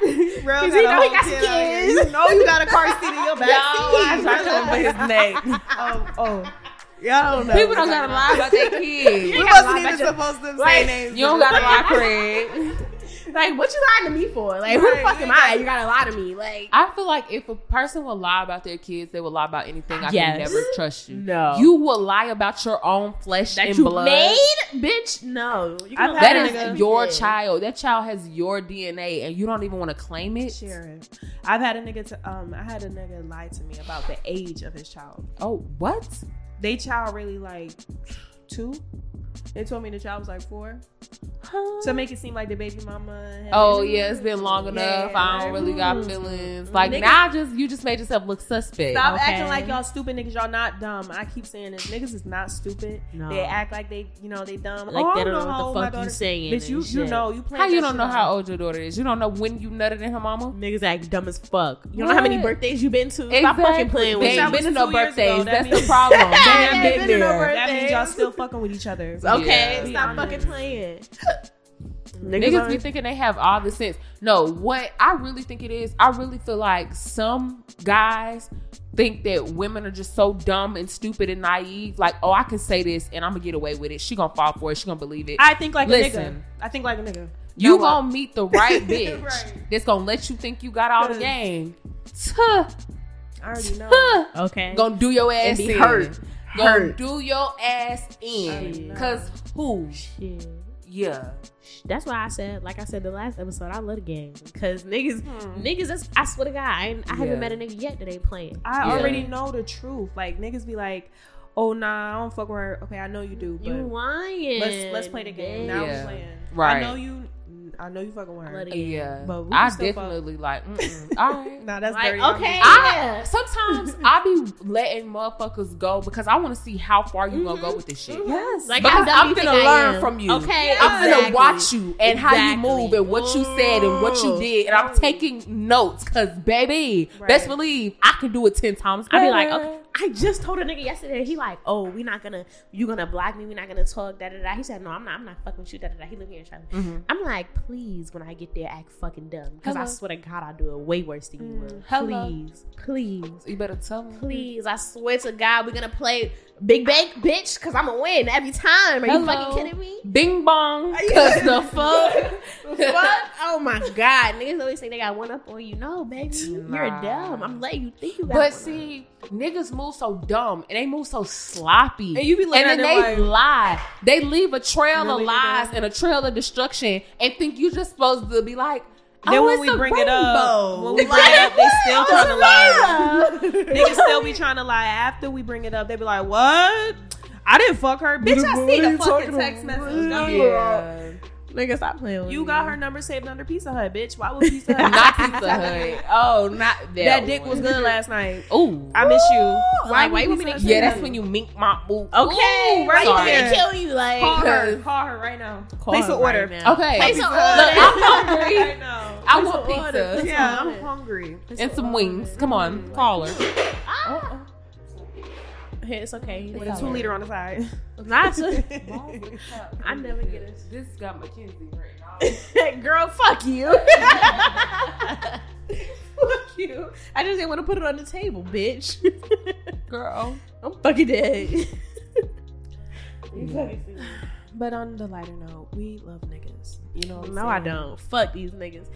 [SPEAKER 3] Rel got
[SPEAKER 2] he
[SPEAKER 3] a
[SPEAKER 2] know
[SPEAKER 3] whole
[SPEAKER 2] he got
[SPEAKER 3] kid
[SPEAKER 2] some
[SPEAKER 3] out here.
[SPEAKER 2] kids.
[SPEAKER 3] You know you got a car seat in your back
[SPEAKER 1] I
[SPEAKER 3] seat.
[SPEAKER 1] tried to remember his name.
[SPEAKER 3] Oh, oh. Y'all don't know.
[SPEAKER 1] People don't gotta lie about their
[SPEAKER 3] We
[SPEAKER 1] kids.
[SPEAKER 2] gotta
[SPEAKER 3] wasn't
[SPEAKER 2] lie
[SPEAKER 3] even
[SPEAKER 2] about
[SPEAKER 3] supposed to say
[SPEAKER 2] Right.
[SPEAKER 3] names.
[SPEAKER 1] You don't gotta lie, Craig.
[SPEAKER 2] Like, what you lying to me for? Like, who the
[SPEAKER 3] Right,
[SPEAKER 2] fuck
[SPEAKER 3] you
[SPEAKER 2] am
[SPEAKER 3] ain't
[SPEAKER 2] I? You gotta lie to me. Like,
[SPEAKER 1] I feel like if a person will lie about their kids, they will lie about anything. I
[SPEAKER 2] Yes.
[SPEAKER 1] can never trust you.
[SPEAKER 2] no. You
[SPEAKER 1] You will lie about your own flesh
[SPEAKER 2] that
[SPEAKER 1] and
[SPEAKER 2] you
[SPEAKER 1] blood.
[SPEAKER 2] made, bitch. No, you
[SPEAKER 3] I've
[SPEAKER 2] gonna
[SPEAKER 1] That
[SPEAKER 2] lie
[SPEAKER 1] is
[SPEAKER 2] about
[SPEAKER 1] your
[SPEAKER 2] everything.
[SPEAKER 1] child. That child has your DNA, and you don't even want to claim it.
[SPEAKER 3] Sharon, I've had a nigga. To, um, I had a nigga lie to me about the age of his child.
[SPEAKER 1] Oh, what?
[SPEAKER 3] They child really like two. They told me the child was like four
[SPEAKER 2] Huh?
[SPEAKER 3] to make it seem like the baby mama. had-
[SPEAKER 1] Oh yeah, it's been long enough.
[SPEAKER 3] Yeah,
[SPEAKER 1] I don't
[SPEAKER 3] like,
[SPEAKER 1] really got
[SPEAKER 3] mm,
[SPEAKER 1] feelings. Like
[SPEAKER 3] Nigga-
[SPEAKER 1] now, just you just made yourself look suspect.
[SPEAKER 3] Stop
[SPEAKER 2] Okay.
[SPEAKER 3] acting like y'all stupid niggas. Y'all not dumb. I keep saying this. Niggas is not stupid.
[SPEAKER 2] No.
[SPEAKER 3] They act like they, you know, they dumb.
[SPEAKER 2] like
[SPEAKER 3] oh,
[SPEAKER 2] they
[SPEAKER 3] I
[SPEAKER 2] don't
[SPEAKER 3] know,
[SPEAKER 2] know,
[SPEAKER 3] how old my
[SPEAKER 2] what the fuck
[SPEAKER 3] daughter-
[SPEAKER 2] you saying.
[SPEAKER 3] Bitch,
[SPEAKER 2] and
[SPEAKER 3] you you
[SPEAKER 2] shit.
[SPEAKER 3] know you playing.
[SPEAKER 1] How you
[SPEAKER 3] that
[SPEAKER 1] don't
[SPEAKER 3] shit
[SPEAKER 1] know
[SPEAKER 3] on.
[SPEAKER 1] how old your daughter is? You don't know when you nutted in her mama.
[SPEAKER 2] niggas act dumb as fuck. You don't know how many
[SPEAKER 1] What?
[SPEAKER 2] birthdays you been to. Stop
[SPEAKER 1] Exactly.
[SPEAKER 2] fucking playing with
[SPEAKER 1] They ain't
[SPEAKER 3] That
[SPEAKER 2] me.
[SPEAKER 1] been
[SPEAKER 3] was
[SPEAKER 1] to no
[SPEAKER 3] two years
[SPEAKER 1] birthdays.
[SPEAKER 3] ago. That
[SPEAKER 1] That's
[SPEAKER 3] means-
[SPEAKER 1] the problem. They
[SPEAKER 2] They
[SPEAKER 1] ain't
[SPEAKER 2] ain't
[SPEAKER 1] been
[SPEAKER 2] been to no
[SPEAKER 1] there.
[SPEAKER 2] birthday.
[SPEAKER 3] That means y'all still fucking with each other.
[SPEAKER 2] Okay,
[SPEAKER 1] Yeah.
[SPEAKER 2] stop
[SPEAKER 3] Be
[SPEAKER 2] fucking
[SPEAKER 3] honest.
[SPEAKER 2] playing.
[SPEAKER 1] Niggas be
[SPEAKER 2] are-
[SPEAKER 1] thinking they have all the sense. No, what I really think it is, I really feel like some guys think that women are just so dumb and stupid and naive. Like, oh, I can say this and I'm gonna get away with it. She gonna fall for it. She gonna believe it.
[SPEAKER 3] I think like
[SPEAKER 1] Listen.
[SPEAKER 3] a nigga. I think like a nigga.
[SPEAKER 1] you
[SPEAKER 3] Now
[SPEAKER 1] gonna meet the right bitch
[SPEAKER 3] Right.
[SPEAKER 1] that's gonna let you think you got all the
[SPEAKER 3] Cause-
[SPEAKER 1] game. Tuh,
[SPEAKER 3] what? I already know.
[SPEAKER 1] tuh.
[SPEAKER 2] okay.
[SPEAKER 1] Gonna do your
[SPEAKER 2] And
[SPEAKER 1] ass
[SPEAKER 2] be
[SPEAKER 1] in.
[SPEAKER 2] hurt.
[SPEAKER 1] Gonna
[SPEAKER 2] Hurt.
[SPEAKER 1] do your ass in.
[SPEAKER 3] Shit.
[SPEAKER 1] Cause who?
[SPEAKER 2] Shit.
[SPEAKER 1] Yeah.
[SPEAKER 2] That's why I said, like I said the last episode, I love the game because niggas,
[SPEAKER 3] Hmm.
[SPEAKER 2] niggas. That's, I swear to God, I, ain't- I
[SPEAKER 1] Yeah.
[SPEAKER 2] haven't met a nigga yet that ain't playing.
[SPEAKER 3] I
[SPEAKER 1] Yeah.
[SPEAKER 3] already know the truth. Like niggas be like, "Oh nah, I don't fuck with her." Okay, I know you do, but
[SPEAKER 2] You lying?
[SPEAKER 3] let's let's play the game. Now
[SPEAKER 1] Yeah.
[SPEAKER 3] we're playing.
[SPEAKER 1] Right.
[SPEAKER 3] I know you. I know you fucking with her.
[SPEAKER 2] Let it- Yeah.
[SPEAKER 1] Yeah.
[SPEAKER 3] But we can
[SPEAKER 1] I
[SPEAKER 3] still fuck.
[SPEAKER 1] definitely like, mm-mm. all right.
[SPEAKER 3] Nah, that's
[SPEAKER 2] Like,
[SPEAKER 3] dirty. I'm
[SPEAKER 2] okay.
[SPEAKER 3] just-
[SPEAKER 1] I
[SPEAKER 2] Yeah.
[SPEAKER 1] sometimes I be letting motherfuckers go because I want to see how far you gonna
[SPEAKER 2] Mm-hmm.
[SPEAKER 1] go with this shit.
[SPEAKER 3] Yes.
[SPEAKER 2] Like
[SPEAKER 1] Because
[SPEAKER 2] how dumb
[SPEAKER 1] I'm
[SPEAKER 2] you think
[SPEAKER 1] finna
[SPEAKER 2] I
[SPEAKER 1] learn
[SPEAKER 2] am.
[SPEAKER 1] from you.
[SPEAKER 2] Okay,
[SPEAKER 1] I'm gonna
[SPEAKER 2] exactly.
[SPEAKER 1] watch you and how you move
[SPEAKER 2] Exactly.
[SPEAKER 1] and what you said and what you did, and I'm
[SPEAKER 3] Ooh.
[SPEAKER 1] taking notes because baby, best
[SPEAKER 3] Right.
[SPEAKER 1] believe I can do it ten times.
[SPEAKER 2] I
[SPEAKER 1] Better.
[SPEAKER 2] be like, okay, I just told a nigga yesterday. He like, oh, we not gonna, you gonna block me. We not gonna talk. Da da da. He said, no, I'm not. I'm not fucking with you. Da da da. He look here and try.
[SPEAKER 1] Mhm.
[SPEAKER 2] I'm like, please, when I get there, act fucking dumb. Because I
[SPEAKER 1] Hello.
[SPEAKER 2] swear to God, I do it way worse than you
[SPEAKER 3] Mm.
[SPEAKER 2] will.
[SPEAKER 1] Hello.
[SPEAKER 2] Please, please,
[SPEAKER 1] You better tell me.
[SPEAKER 2] please. I swear to God, we're gonna play big bank, bitch. Because I'm gonna win every time. Are
[SPEAKER 1] Hello.
[SPEAKER 2] you fucking kidding me?
[SPEAKER 1] Bing bong, cause the fuck.
[SPEAKER 2] Fuck! Oh my God, niggas always think they got one up on you. No, baby, you-
[SPEAKER 1] Nah.
[SPEAKER 2] you're dumb. I'm letting you think you got.
[SPEAKER 1] But
[SPEAKER 2] one up.
[SPEAKER 1] see, niggas move so dumb and they move so sloppy.
[SPEAKER 3] And you be looking
[SPEAKER 1] And then
[SPEAKER 3] at them
[SPEAKER 1] they
[SPEAKER 3] like-
[SPEAKER 1] lie. They leave a trail
[SPEAKER 3] Really,
[SPEAKER 1] of lies
[SPEAKER 3] though?
[SPEAKER 1] and a trail of destruction and think you just supposed to be like, oh,
[SPEAKER 3] Then when
[SPEAKER 1] it's
[SPEAKER 3] we
[SPEAKER 1] a
[SPEAKER 3] bring it up,
[SPEAKER 1] rainbow.
[SPEAKER 3] when we bring it up, they still trying to lie.
[SPEAKER 1] uh,
[SPEAKER 2] Yeah.
[SPEAKER 3] Niggas still be trying to lie after we bring it up. They be like, "What? I didn't fuck her, bitch. I see the fucking text message. Yeah.
[SPEAKER 1] Yeah.
[SPEAKER 2] Nigga, stop playing with
[SPEAKER 3] You
[SPEAKER 2] me.
[SPEAKER 3] got her number saved under Pizza Hut, bitch. Why would Pizza Hut?
[SPEAKER 1] Not Pizza Hut. Oh, not that.
[SPEAKER 3] that dick was
[SPEAKER 1] one.
[SPEAKER 3] good last night.
[SPEAKER 1] Ooh.
[SPEAKER 3] I miss you.
[SPEAKER 2] Like, why you
[SPEAKER 3] would
[SPEAKER 2] want me to-
[SPEAKER 3] Pizza Hut
[SPEAKER 1] yeah,
[SPEAKER 3] say
[SPEAKER 1] that's
[SPEAKER 3] that?
[SPEAKER 1] when you mink my boo.
[SPEAKER 2] Okay,
[SPEAKER 3] Ooh,
[SPEAKER 2] right
[SPEAKER 1] sorry.
[SPEAKER 2] there. They kill you like.
[SPEAKER 3] Call her.
[SPEAKER 1] Because-
[SPEAKER 3] Call her right now.
[SPEAKER 2] Call
[SPEAKER 3] Place
[SPEAKER 2] her
[SPEAKER 3] an order.
[SPEAKER 2] right now.
[SPEAKER 1] Okay.
[SPEAKER 2] Place an
[SPEAKER 1] Look,
[SPEAKER 2] order.
[SPEAKER 1] I'm hungry.
[SPEAKER 3] Right now.
[SPEAKER 1] I want
[SPEAKER 2] Place an order.
[SPEAKER 1] pizza
[SPEAKER 3] Yeah, I'm
[SPEAKER 2] order.
[SPEAKER 3] hungry.
[SPEAKER 1] and some wings. Come on, call her.
[SPEAKER 2] Ah. Hey, it's okay.
[SPEAKER 1] It's
[SPEAKER 3] With a two liter on the side.
[SPEAKER 2] Not I never get it.
[SPEAKER 1] This got Mackenzie written all
[SPEAKER 2] Girl, fuck you. fuck you. I just didn't want to put it on the table, bitch.
[SPEAKER 1] Girl.
[SPEAKER 2] I'm fucking dead.
[SPEAKER 3] But on the lighter note, we love niggas. You know, what I'm
[SPEAKER 2] no, I
[SPEAKER 3] saying?
[SPEAKER 2] don't. Fuck these niggas.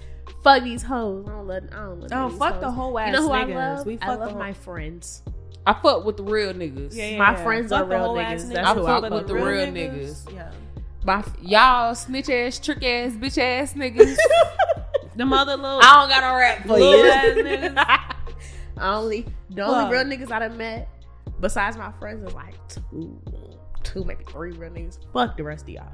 [SPEAKER 2] Fuck these hoes. I don't love. I don't love.
[SPEAKER 3] No,
[SPEAKER 2] these
[SPEAKER 3] Oh, fuck the
[SPEAKER 2] hoes.
[SPEAKER 3] whole ass
[SPEAKER 2] You know who
[SPEAKER 3] niggas.
[SPEAKER 2] I love?
[SPEAKER 3] We fuck
[SPEAKER 2] I love
[SPEAKER 3] the
[SPEAKER 2] my friends.
[SPEAKER 1] I fuck with the real niggas.
[SPEAKER 2] my friends are real niggas. That's
[SPEAKER 1] I
[SPEAKER 2] who
[SPEAKER 1] fuck
[SPEAKER 2] fuck
[SPEAKER 1] with the
[SPEAKER 2] with.
[SPEAKER 1] real niggas.
[SPEAKER 3] Yeah.
[SPEAKER 1] My y'all snitch ass, trick ass, bitch ass niggas.
[SPEAKER 3] The mother little.
[SPEAKER 1] I don't got no rap for
[SPEAKER 3] Little
[SPEAKER 1] you.
[SPEAKER 3] ass niggas.
[SPEAKER 2] only Oh, the only
[SPEAKER 3] Fuck.
[SPEAKER 2] real niggas I done met besides my friends is like two, two maybe three real niggas. Fuck the rest of y'all.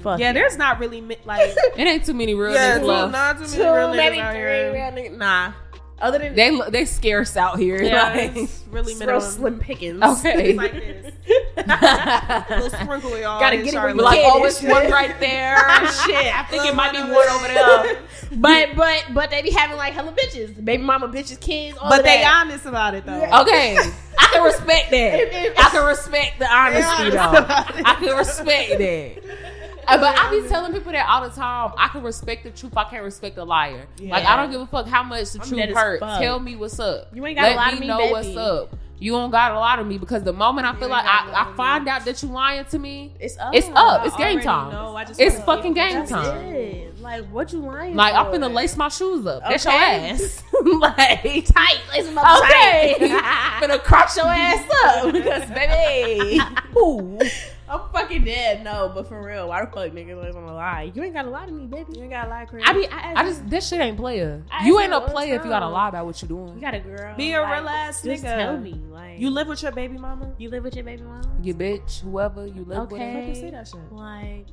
[SPEAKER 2] Fuck
[SPEAKER 3] Yeah,
[SPEAKER 2] y'all.
[SPEAKER 3] there's not really mi- like.
[SPEAKER 1] It ain't too many real
[SPEAKER 3] yeah,
[SPEAKER 1] niggas
[SPEAKER 3] two,
[SPEAKER 1] left.
[SPEAKER 3] not too
[SPEAKER 2] two
[SPEAKER 3] many real
[SPEAKER 2] maybe
[SPEAKER 3] niggas out
[SPEAKER 2] three
[SPEAKER 3] here.
[SPEAKER 2] real niggas. Nah, other than
[SPEAKER 1] They lo- they scarce out here.
[SPEAKER 3] Yeah,
[SPEAKER 1] like-
[SPEAKER 3] it's really
[SPEAKER 2] it's real
[SPEAKER 3] minimum.
[SPEAKER 2] slim pickings.
[SPEAKER 1] Okay.
[SPEAKER 3] Like this. Little sprinkle, y'all.
[SPEAKER 2] Gotta
[SPEAKER 3] in
[SPEAKER 2] get it
[SPEAKER 3] Charlotte.
[SPEAKER 2] where you
[SPEAKER 1] like
[SPEAKER 2] Kid
[SPEAKER 1] oh, it's
[SPEAKER 2] and
[SPEAKER 1] one
[SPEAKER 2] shit.
[SPEAKER 1] right there.
[SPEAKER 2] Ah,
[SPEAKER 1] shit, I think it might be one over there.
[SPEAKER 2] but but but they be having like hella bitches, baby mama, bitches, kids. All
[SPEAKER 3] But
[SPEAKER 2] of
[SPEAKER 3] they
[SPEAKER 2] that.
[SPEAKER 3] honest about it though.
[SPEAKER 2] Yeah.
[SPEAKER 1] Okay, I can respect that.
[SPEAKER 2] If- if-
[SPEAKER 1] I can respect the honesty
[SPEAKER 3] They
[SPEAKER 1] though.
[SPEAKER 3] honest about it.
[SPEAKER 1] I can respect that. Uh, But I be telling people that all the time. I can respect the truth. I can't respect a liar. Like I don't give a fuck how much the
[SPEAKER 2] I'm
[SPEAKER 1] truth
[SPEAKER 2] dead as
[SPEAKER 1] hurts.
[SPEAKER 2] fuck.
[SPEAKER 1] Tell me what's up.
[SPEAKER 2] You ain't got
[SPEAKER 1] Let
[SPEAKER 2] a lot
[SPEAKER 1] me
[SPEAKER 2] of me,
[SPEAKER 1] know
[SPEAKER 2] baby.
[SPEAKER 1] what's up. You don't got a lot of me because the moment I
[SPEAKER 2] You
[SPEAKER 1] feel
[SPEAKER 2] ain't
[SPEAKER 1] like
[SPEAKER 2] got a lot
[SPEAKER 1] I, I
[SPEAKER 2] of
[SPEAKER 1] find out that you lying to me,
[SPEAKER 2] It's up.
[SPEAKER 1] it's up. It's
[SPEAKER 3] I
[SPEAKER 1] game
[SPEAKER 3] already
[SPEAKER 1] time.
[SPEAKER 2] Oh,
[SPEAKER 3] know. I just
[SPEAKER 1] It's
[SPEAKER 3] wanna
[SPEAKER 1] fucking
[SPEAKER 3] feel-
[SPEAKER 1] game
[SPEAKER 2] That's
[SPEAKER 1] time.
[SPEAKER 2] it. Like, what you lying?
[SPEAKER 1] Like, I'm
[SPEAKER 2] for?
[SPEAKER 1] finna lace my shoes up. That's your
[SPEAKER 2] Okay.
[SPEAKER 1] ass. like,
[SPEAKER 2] tight, lace them up
[SPEAKER 1] Okay.
[SPEAKER 2] tight.
[SPEAKER 1] finna crotch your ass up because, baby. Ooh.
[SPEAKER 2] I'm fucking dead. No, but for real, why the fuck niggas always wanna lie? You ain't gotta lie to me, baby.
[SPEAKER 3] You ain't got a lot, Chris.
[SPEAKER 2] I be, I,
[SPEAKER 1] I just, that shit ain't player.
[SPEAKER 2] I
[SPEAKER 1] You
[SPEAKER 2] ask
[SPEAKER 1] ain't
[SPEAKER 2] you
[SPEAKER 1] a
[SPEAKER 2] all the
[SPEAKER 1] player if you gotta
[SPEAKER 2] time.
[SPEAKER 1] lie about what you're
[SPEAKER 2] you
[SPEAKER 1] doing.
[SPEAKER 2] got a girl.
[SPEAKER 3] be a
[SPEAKER 2] like,
[SPEAKER 3] real ass nigga.
[SPEAKER 2] Just tell me, like,
[SPEAKER 3] You live with your baby mama?
[SPEAKER 2] you live with your baby mom.
[SPEAKER 1] You bitch, whoever you live
[SPEAKER 2] Okay.
[SPEAKER 1] with.
[SPEAKER 3] Fucking say that shit.
[SPEAKER 2] Like,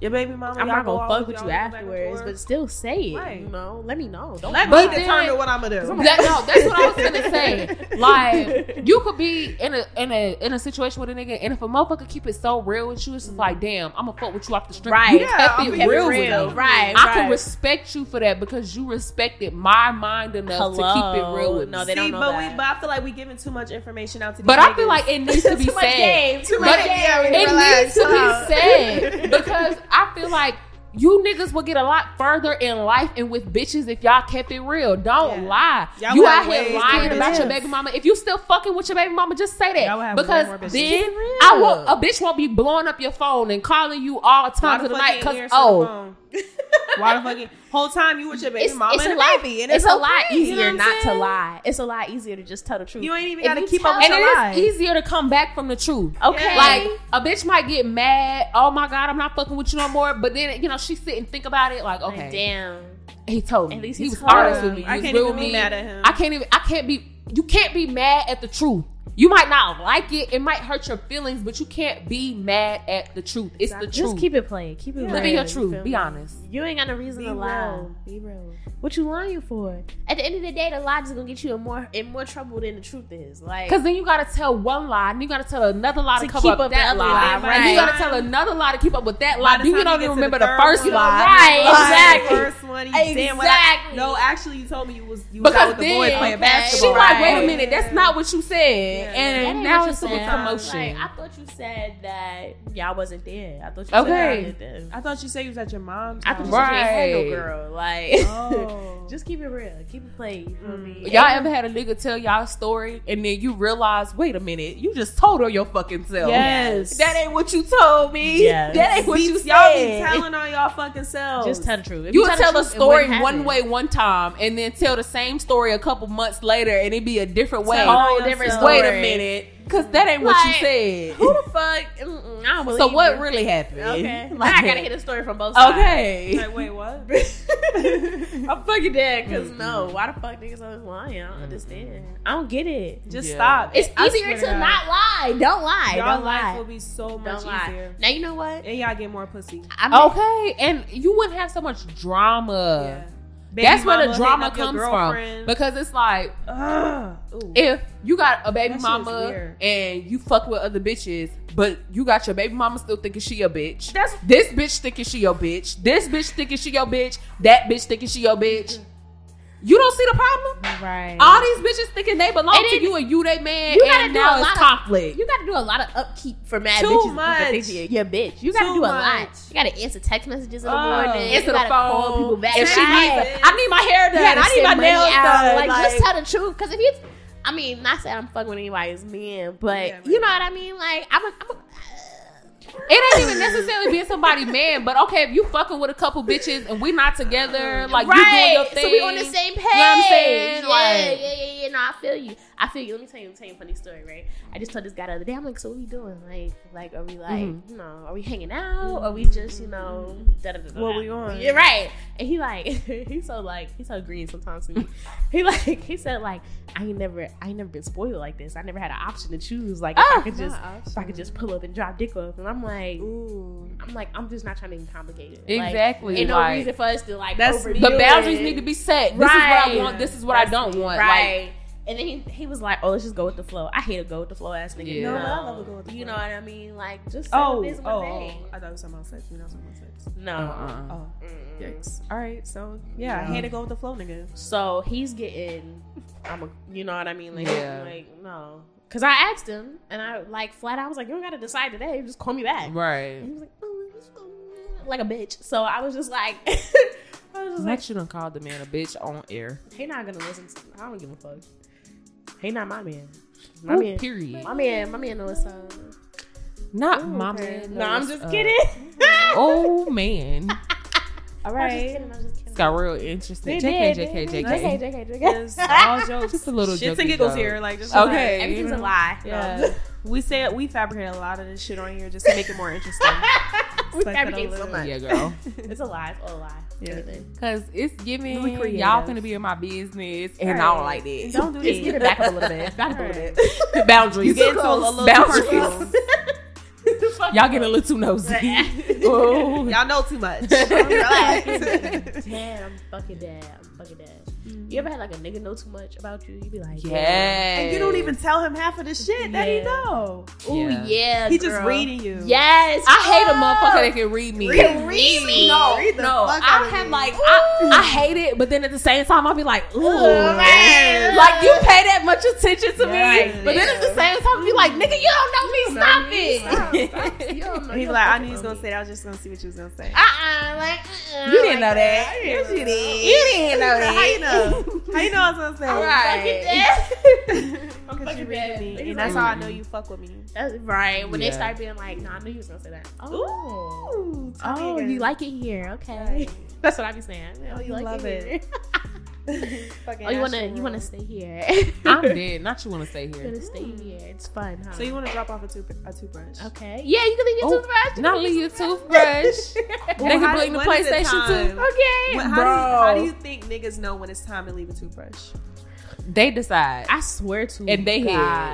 [SPEAKER 3] Your baby mama.
[SPEAKER 2] I'm
[SPEAKER 3] y'all
[SPEAKER 2] not
[SPEAKER 3] go
[SPEAKER 2] gonna
[SPEAKER 3] all-
[SPEAKER 2] fuck with
[SPEAKER 3] y'all
[SPEAKER 2] you
[SPEAKER 3] go back and
[SPEAKER 2] afterwards,
[SPEAKER 3] forth.
[SPEAKER 2] but still say it.
[SPEAKER 3] Right.
[SPEAKER 2] You know, let me know. Don't
[SPEAKER 3] Let
[SPEAKER 1] But
[SPEAKER 3] me
[SPEAKER 1] then-
[SPEAKER 3] determine what I'm gonna do.
[SPEAKER 1] That, no, that's what I was gonna say. Like, you could be in a in a in a situation with a nigga, and if a motherfucker keep it so real with you, it's just like, damn, I'ma fuck with you off the street.
[SPEAKER 2] Right.
[SPEAKER 1] You
[SPEAKER 3] Yeah,
[SPEAKER 1] kept
[SPEAKER 3] I'll
[SPEAKER 1] it
[SPEAKER 3] be
[SPEAKER 1] real, with
[SPEAKER 3] real.
[SPEAKER 1] me.
[SPEAKER 2] Right.
[SPEAKER 1] I can
[SPEAKER 2] right.
[SPEAKER 1] respect you for that because you respected my mind enough to keep it real
[SPEAKER 2] Hello.
[SPEAKER 1] with me.
[SPEAKER 2] No, they
[SPEAKER 3] See,
[SPEAKER 2] don't know
[SPEAKER 3] but
[SPEAKER 2] that.
[SPEAKER 3] we, but I feel like we giving too much information out to.
[SPEAKER 1] but
[SPEAKER 3] these
[SPEAKER 1] I feel
[SPEAKER 3] niggas.
[SPEAKER 1] like it needs to be
[SPEAKER 2] Too much
[SPEAKER 1] said.
[SPEAKER 2] game, too
[SPEAKER 1] But
[SPEAKER 2] much
[SPEAKER 1] it-
[SPEAKER 2] game.
[SPEAKER 1] It
[SPEAKER 3] Relax,
[SPEAKER 1] needs to
[SPEAKER 3] chill out.
[SPEAKER 1] be said because I feel like you niggas will get a lot further in life and with bitches if y'all kept it real. Don't
[SPEAKER 3] Yeah.
[SPEAKER 1] lie.
[SPEAKER 3] Y'all
[SPEAKER 1] you
[SPEAKER 3] would
[SPEAKER 1] out
[SPEAKER 3] have ways
[SPEAKER 1] here
[SPEAKER 3] to
[SPEAKER 1] lying
[SPEAKER 3] do
[SPEAKER 1] about your
[SPEAKER 3] this.
[SPEAKER 1] baby mama. If you still fucking with your baby mama, just say
[SPEAKER 3] Y'all would
[SPEAKER 1] that
[SPEAKER 3] have way
[SPEAKER 1] because
[SPEAKER 3] more bitches.
[SPEAKER 1] then
[SPEAKER 2] Keep it
[SPEAKER 1] I
[SPEAKER 2] real.
[SPEAKER 1] won't. A bitch won't be blowing up your phone and calling you all
[SPEAKER 3] Why
[SPEAKER 1] times
[SPEAKER 3] the
[SPEAKER 1] of the
[SPEAKER 3] fuck
[SPEAKER 1] night
[SPEAKER 3] you
[SPEAKER 1] because
[SPEAKER 3] answer the
[SPEAKER 1] oh.
[SPEAKER 3] phone? Why the fucking whole time you with your baby
[SPEAKER 2] It's-
[SPEAKER 3] mama
[SPEAKER 2] it's
[SPEAKER 3] and
[SPEAKER 2] a
[SPEAKER 3] a
[SPEAKER 2] lot-
[SPEAKER 3] baby, and
[SPEAKER 2] it's,
[SPEAKER 3] it's,
[SPEAKER 2] a lot
[SPEAKER 3] okay, you know
[SPEAKER 2] easier
[SPEAKER 3] what I'm
[SPEAKER 2] not to
[SPEAKER 3] saying?
[SPEAKER 2] lie. It's a lot easier to just tell the truth.
[SPEAKER 3] You ain't even
[SPEAKER 2] If
[SPEAKER 3] gotta
[SPEAKER 2] you
[SPEAKER 3] keep up
[SPEAKER 2] tell-
[SPEAKER 3] with
[SPEAKER 1] And it
[SPEAKER 3] your
[SPEAKER 1] is
[SPEAKER 3] life.
[SPEAKER 1] easier to come back from the truth.
[SPEAKER 2] Okay.
[SPEAKER 3] Yeah.
[SPEAKER 1] Like a bitch might get mad. Oh my god, I'm not fucking with you no more. But then you know she sit and think about it. Like
[SPEAKER 2] Like,
[SPEAKER 1] okay,
[SPEAKER 2] damn.
[SPEAKER 1] he told me.
[SPEAKER 2] At least
[SPEAKER 1] he
[SPEAKER 2] he's
[SPEAKER 1] was
[SPEAKER 2] hard.
[SPEAKER 1] honest with me. He
[SPEAKER 3] I
[SPEAKER 1] was
[SPEAKER 3] can't
[SPEAKER 1] real
[SPEAKER 3] even
[SPEAKER 1] with
[SPEAKER 3] be
[SPEAKER 1] me.
[SPEAKER 3] mad at him.
[SPEAKER 1] I can't even. I can't be. You can't be mad at the truth. You might not like it. It might hurt your feelings, but you can't be mad at the truth. It's the truth.
[SPEAKER 2] Just keep it playing. Keep it
[SPEAKER 3] Yeah.
[SPEAKER 2] real.
[SPEAKER 1] Living your
[SPEAKER 2] you
[SPEAKER 1] truth.
[SPEAKER 2] feel
[SPEAKER 1] Be
[SPEAKER 2] me?
[SPEAKER 1] honest.
[SPEAKER 2] You ain't got no reason
[SPEAKER 3] Be
[SPEAKER 2] to lie.
[SPEAKER 3] real. Be real.
[SPEAKER 2] What you lying for? At the end of the day, the lie is gonna get you in more in more trouble than the truth is. Like,
[SPEAKER 1] Because then you gotta tell one lie, and you gotta tell another lie to,
[SPEAKER 2] To
[SPEAKER 1] cover
[SPEAKER 2] keep
[SPEAKER 1] up,
[SPEAKER 2] up
[SPEAKER 1] that
[SPEAKER 2] the other
[SPEAKER 1] lie,
[SPEAKER 2] lie,
[SPEAKER 1] and you
[SPEAKER 2] right.
[SPEAKER 1] gotta tell another lie to keep up with that
[SPEAKER 3] By
[SPEAKER 1] lie.
[SPEAKER 3] the
[SPEAKER 1] Then you
[SPEAKER 3] time
[SPEAKER 1] don't
[SPEAKER 3] you
[SPEAKER 1] even
[SPEAKER 3] get to
[SPEAKER 1] remember
[SPEAKER 3] the
[SPEAKER 1] the
[SPEAKER 3] third
[SPEAKER 1] first
[SPEAKER 3] one.
[SPEAKER 1] lie,
[SPEAKER 2] Right,
[SPEAKER 3] Like,
[SPEAKER 2] exactly.
[SPEAKER 3] First one, you damn well, I-
[SPEAKER 2] Exactly.
[SPEAKER 3] No, actually, you told me you was you was out
[SPEAKER 1] because
[SPEAKER 3] with the boys
[SPEAKER 1] then
[SPEAKER 3] playing
[SPEAKER 2] okay.
[SPEAKER 1] she
[SPEAKER 3] basketball.
[SPEAKER 1] like, wait a
[SPEAKER 2] right?
[SPEAKER 1] minute, that's not what you said,
[SPEAKER 3] Yeah.
[SPEAKER 2] That
[SPEAKER 1] and
[SPEAKER 2] ain't
[SPEAKER 1] now
[SPEAKER 2] what you
[SPEAKER 1] it's a
[SPEAKER 2] said.
[SPEAKER 1] commotion.
[SPEAKER 2] Like, I thought you said that y'all wasn't there. I thought you
[SPEAKER 1] Okay.
[SPEAKER 2] said that I did that.
[SPEAKER 3] I thought you said you was at your mom's.
[SPEAKER 2] I thought you
[SPEAKER 3] house.
[SPEAKER 1] Right.
[SPEAKER 2] said you ain't no girl. Like,
[SPEAKER 3] Oh.
[SPEAKER 2] just keep it real. Keep it playing. You feel me?
[SPEAKER 1] Mm. Y'all ever had a nigga tell y'all a story and then you realize, wait a minute, you just told her your fucking self.
[SPEAKER 3] yes.
[SPEAKER 1] That ain't what you told me.
[SPEAKER 2] Yes.
[SPEAKER 1] That ain't what you
[SPEAKER 3] Beats y'all be
[SPEAKER 1] said.
[SPEAKER 3] telling on y'all fucking selves.
[SPEAKER 2] Just tell the truth. If
[SPEAKER 1] You would tell
[SPEAKER 2] the
[SPEAKER 1] a
[SPEAKER 2] truth, it
[SPEAKER 1] story
[SPEAKER 2] wouldn't
[SPEAKER 1] one
[SPEAKER 2] happen.
[SPEAKER 1] way one time and then tell the same story a couple months later and it'd be a different way.
[SPEAKER 3] Tell
[SPEAKER 2] Whole
[SPEAKER 3] on
[SPEAKER 2] different
[SPEAKER 3] yourself.
[SPEAKER 1] wait a
[SPEAKER 2] story.
[SPEAKER 1] minute. Cause that ain't what you
[SPEAKER 2] Like,
[SPEAKER 1] said.
[SPEAKER 2] Who the fuck? Mm-mm, I don't believe
[SPEAKER 1] So what
[SPEAKER 2] you.
[SPEAKER 1] really happened?
[SPEAKER 2] Okay.
[SPEAKER 1] Like-
[SPEAKER 2] I gotta hear the story from both sides.
[SPEAKER 1] Okay.
[SPEAKER 3] Like, wait, what?
[SPEAKER 2] I'm fucking dead because
[SPEAKER 1] Mm-mm.
[SPEAKER 2] no, why the fuck niggas always lying? I don't understand. I don't get it.
[SPEAKER 3] Just
[SPEAKER 1] Yeah.
[SPEAKER 3] stop.
[SPEAKER 2] It's
[SPEAKER 3] I
[SPEAKER 2] easier
[SPEAKER 3] swear
[SPEAKER 2] to
[SPEAKER 3] God.
[SPEAKER 2] not lie. Don't lie.
[SPEAKER 3] Y'all
[SPEAKER 2] don't
[SPEAKER 3] life
[SPEAKER 2] lie.
[SPEAKER 3] will be so much
[SPEAKER 2] Don't lie.
[SPEAKER 3] easier,
[SPEAKER 2] Now you know what?
[SPEAKER 3] and y'all get more pussy.
[SPEAKER 2] I Oh. mean,
[SPEAKER 1] Okay. And you wouldn't have so much drama. Uh, That's where the drama comes from. Because it's like
[SPEAKER 3] Ugh. Ooh.
[SPEAKER 1] if you got a baby
[SPEAKER 3] That shit is
[SPEAKER 1] mama
[SPEAKER 3] weird.
[SPEAKER 1] and you fuck with other bitches, but you got your baby mama still thinking she a bitch.
[SPEAKER 3] That's-
[SPEAKER 1] this bitch thinking she your bitch. This bitch thinking she your bitch. That bitch thinking she your bitch. You don't see the problem?
[SPEAKER 2] right.
[SPEAKER 1] All these bitches thinking they belong
[SPEAKER 2] And
[SPEAKER 1] to
[SPEAKER 2] then
[SPEAKER 1] you and you they man.
[SPEAKER 2] you gotta
[SPEAKER 1] and
[SPEAKER 2] do
[SPEAKER 1] now
[SPEAKER 2] a
[SPEAKER 1] it's
[SPEAKER 2] lot of-
[SPEAKER 1] conflict.
[SPEAKER 2] you got to do a lot of upkeep for mad
[SPEAKER 3] Too
[SPEAKER 2] bitches.
[SPEAKER 3] much.
[SPEAKER 2] because they think you're a bitch. You got to
[SPEAKER 3] Too
[SPEAKER 2] do a
[SPEAKER 3] much.
[SPEAKER 2] lot. You got to answer text messages in the
[SPEAKER 3] Oh.
[SPEAKER 2] morning.
[SPEAKER 1] Uh, Answer
[SPEAKER 2] you
[SPEAKER 1] the
[SPEAKER 2] gotta Call
[SPEAKER 1] phone.
[SPEAKER 2] people back.
[SPEAKER 1] If she
[SPEAKER 2] Right.
[SPEAKER 1] needs, I need my hair done.
[SPEAKER 2] You gotta
[SPEAKER 1] I need
[SPEAKER 2] send
[SPEAKER 1] my
[SPEAKER 2] money
[SPEAKER 1] nails
[SPEAKER 2] out.
[SPEAKER 1] done.
[SPEAKER 2] Like,
[SPEAKER 1] Like-
[SPEAKER 2] just tell the truth. Because if you, I mean, not saying I'm fucking with anybody's man, but
[SPEAKER 3] Yeah, right.
[SPEAKER 2] you know what I mean. Like I'm a, I'm a
[SPEAKER 1] It ain't even necessarily being somebody man, but okay, if you fucking with a couple bitches and we not together, like you doing your thing.
[SPEAKER 2] So we on the same page.
[SPEAKER 1] know what I'm saying?
[SPEAKER 2] Yeah,
[SPEAKER 1] Like-
[SPEAKER 2] yeah, yeah, yeah. No, I feel you. I feel you. Let me tell you, tell you a funny story, right? I just told this guy the other day. I'm like, so what we doing? Like, like, are we like,
[SPEAKER 1] Mhm.
[SPEAKER 2] you know, are we hanging out? Are we just, you know,
[SPEAKER 1] Mm-hmm.
[SPEAKER 2] da da da da?
[SPEAKER 3] What
[SPEAKER 2] da.
[SPEAKER 3] we on?
[SPEAKER 2] Yeah, right. And he like, he's so like, he's so green sometimes to me. he like, he said like, I ain't never, I ain't never been spoiled like this. I never had an option to choose. Like, if I
[SPEAKER 1] Ah,
[SPEAKER 2] could just,
[SPEAKER 3] Not
[SPEAKER 2] if I could just pull up and drop dick off, and I'm like.
[SPEAKER 3] Ooh.
[SPEAKER 2] I'm like, I'm just not trying to be complicated. Like,
[SPEAKER 1] Exactly.
[SPEAKER 2] ain't no
[SPEAKER 1] like,
[SPEAKER 2] reason for us to like.
[SPEAKER 3] That's-
[SPEAKER 2] overdo
[SPEAKER 1] the
[SPEAKER 2] it.
[SPEAKER 1] boundaries need to be set. This is what I
[SPEAKER 2] Right.
[SPEAKER 1] want. This is what I
[SPEAKER 2] That's-
[SPEAKER 1] don't want. Like,
[SPEAKER 2] right. and then he, he was like, "Oh, let's just go with the flow." I hate a go with the flow ass nigga.
[SPEAKER 1] Yeah.
[SPEAKER 3] No, I love a go with the
[SPEAKER 2] You know
[SPEAKER 3] flow.
[SPEAKER 2] what I mean? Like just say
[SPEAKER 3] Oh,
[SPEAKER 2] what it is and
[SPEAKER 3] oh,
[SPEAKER 2] what it
[SPEAKER 3] oh.
[SPEAKER 2] ain't.
[SPEAKER 3] I thought it was talking about sex. We not talking about sex.
[SPEAKER 2] No.
[SPEAKER 1] uh-uh.
[SPEAKER 3] Oh,
[SPEAKER 2] Mm-mm.
[SPEAKER 3] yikes. All right, so yeah, I
[SPEAKER 1] No.
[SPEAKER 3] had to go with the flow, nigga.
[SPEAKER 2] So he's getting, I'm a, you know what I mean? Like,
[SPEAKER 1] Yeah.
[SPEAKER 2] like no, because I asked him and I like flat out I was like, "You don't gotta decide today. Just call me back."
[SPEAKER 1] right.
[SPEAKER 2] And he was like, "Oh, let's go," like a bitch. So I was just like, I was just like,
[SPEAKER 1] Like, you done called the man a bitch on air.
[SPEAKER 2] "He not gonna listen. To, I don't give a fuck. He not my man. My
[SPEAKER 1] Ooh,
[SPEAKER 2] man."
[SPEAKER 1] period.
[SPEAKER 2] My man, my man knows some.
[SPEAKER 1] Not
[SPEAKER 3] Ooh,
[SPEAKER 1] my
[SPEAKER 3] okay.
[SPEAKER 1] man.
[SPEAKER 2] No, I'm
[SPEAKER 1] knows,
[SPEAKER 2] just
[SPEAKER 1] uh,
[SPEAKER 2] kidding.
[SPEAKER 1] oh man.
[SPEAKER 2] I was just kidding. I
[SPEAKER 3] All right.
[SPEAKER 2] was just kidding.
[SPEAKER 1] It's got real interesting.
[SPEAKER 3] They
[SPEAKER 1] JK,
[SPEAKER 3] did,
[SPEAKER 1] JK,
[SPEAKER 3] they
[SPEAKER 1] JK,
[SPEAKER 3] did.
[SPEAKER 2] JK, JK,
[SPEAKER 3] Yes,
[SPEAKER 2] JK.
[SPEAKER 3] all jokes.
[SPEAKER 1] Just a little
[SPEAKER 3] Shits
[SPEAKER 1] jokey
[SPEAKER 3] and giggles
[SPEAKER 1] joke.
[SPEAKER 3] here. Like just
[SPEAKER 1] Okay.
[SPEAKER 3] like-
[SPEAKER 2] Everything's a lie.
[SPEAKER 3] Yeah. we say we fabricate a lot of this shit on here just to make it more interesting.
[SPEAKER 2] we
[SPEAKER 3] Suck it
[SPEAKER 2] fabricate
[SPEAKER 3] all
[SPEAKER 2] so
[SPEAKER 3] up.
[SPEAKER 2] much.
[SPEAKER 1] Yeah, girl.
[SPEAKER 2] It's a lie. It's all a lie.
[SPEAKER 3] Yeah.
[SPEAKER 2] Everything.
[SPEAKER 1] Cause it's giving
[SPEAKER 3] Really creative.
[SPEAKER 1] y'all gonna be in my business, and I don't like that.
[SPEAKER 3] Don't do
[SPEAKER 2] Just
[SPEAKER 3] this.
[SPEAKER 2] give it back up a little bit. Back up a little
[SPEAKER 3] Alright.
[SPEAKER 2] bit.
[SPEAKER 1] Boundaries.
[SPEAKER 3] You get into a little
[SPEAKER 1] Boundaries.
[SPEAKER 2] Fuck
[SPEAKER 1] Y'all getting a little too nosy. oh,
[SPEAKER 3] Y'all know too much.
[SPEAKER 2] Relax. damn, fucking damn, fucking damn. You ever had like a nigga know too much about you? You be like,
[SPEAKER 1] yeah.
[SPEAKER 3] and you don't even tell him half of the shit that he
[SPEAKER 2] Yeah.
[SPEAKER 3] know.
[SPEAKER 2] Oh yeah,
[SPEAKER 1] Yeah.
[SPEAKER 3] He just
[SPEAKER 2] girl.
[SPEAKER 3] reading you.
[SPEAKER 2] Yes,
[SPEAKER 1] I hate a
[SPEAKER 2] fuck.
[SPEAKER 1] motherfucker that can read me.
[SPEAKER 2] Read- read me.
[SPEAKER 1] No,
[SPEAKER 3] Read the
[SPEAKER 1] no.
[SPEAKER 3] fuck out
[SPEAKER 1] I
[SPEAKER 3] of
[SPEAKER 1] have
[SPEAKER 3] me.
[SPEAKER 1] like I, I hate it, but then at the same time I'll be like, ooh,
[SPEAKER 2] Ooh, man.
[SPEAKER 1] like you pay that much attention to me,
[SPEAKER 3] Right.
[SPEAKER 1] but then at the same time be like, nigga, you don't know me. Stop
[SPEAKER 2] me.
[SPEAKER 1] it.
[SPEAKER 2] Stop, stop. You don't know.
[SPEAKER 3] And he's
[SPEAKER 2] You
[SPEAKER 3] like, I
[SPEAKER 2] don't
[SPEAKER 3] knew he was
[SPEAKER 2] know
[SPEAKER 3] gonna
[SPEAKER 2] me.
[SPEAKER 3] say that. I was just gonna see what you was gonna say.
[SPEAKER 2] Uh-uh, like, uh-uh,
[SPEAKER 1] You didn't
[SPEAKER 2] like
[SPEAKER 1] know that.
[SPEAKER 3] Yes, you did.
[SPEAKER 1] You didn't know that.
[SPEAKER 3] How you know? How you know I was gonna say?
[SPEAKER 1] All
[SPEAKER 3] that?
[SPEAKER 1] right.
[SPEAKER 2] Fucking dead.
[SPEAKER 3] Because
[SPEAKER 2] fucking
[SPEAKER 3] you read
[SPEAKER 2] dead.
[SPEAKER 3] me,
[SPEAKER 2] He's
[SPEAKER 3] and that's
[SPEAKER 1] like-
[SPEAKER 3] how I know you fuck with me.
[SPEAKER 2] That's right. When
[SPEAKER 1] Yeah.
[SPEAKER 2] they start being like, "Nah, I knew you was gonna say that." Oh,
[SPEAKER 3] Ooh, tell me
[SPEAKER 2] oh,
[SPEAKER 3] again.
[SPEAKER 2] you like it here? Okay,
[SPEAKER 3] Right.
[SPEAKER 2] that's what I be saying.
[SPEAKER 3] Oh, you love
[SPEAKER 2] here.
[SPEAKER 3] Fucking
[SPEAKER 2] oh, you wanna
[SPEAKER 3] actual.
[SPEAKER 2] you wanna stay here?
[SPEAKER 1] I'm dead. Not you want to stay
[SPEAKER 2] You
[SPEAKER 1] here.
[SPEAKER 2] wanna stay here? It's fun, huh?
[SPEAKER 3] So you wanna drop off a, tooth- a toothbrush?
[SPEAKER 2] okay? Yeah, you can leave your
[SPEAKER 1] Oh,
[SPEAKER 2] toothbrush. You
[SPEAKER 1] Not
[SPEAKER 2] can
[SPEAKER 1] leave your toothbrush. They
[SPEAKER 3] Well,
[SPEAKER 1] can
[SPEAKER 3] how-
[SPEAKER 1] bring the
[SPEAKER 3] when is it
[SPEAKER 1] PlayStation
[SPEAKER 3] time?
[SPEAKER 1] too.
[SPEAKER 2] Okay.
[SPEAKER 3] What- how, do you, how
[SPEAKER 1] Bro.
[SPEAKER 3] do you think niggas know when it's time to leave a toothbrush?
[SPEAKER 1] They decide.
[SPEAKER 2] I swear to
[SPEAKER 1] And they
[SPEAKER 2] God,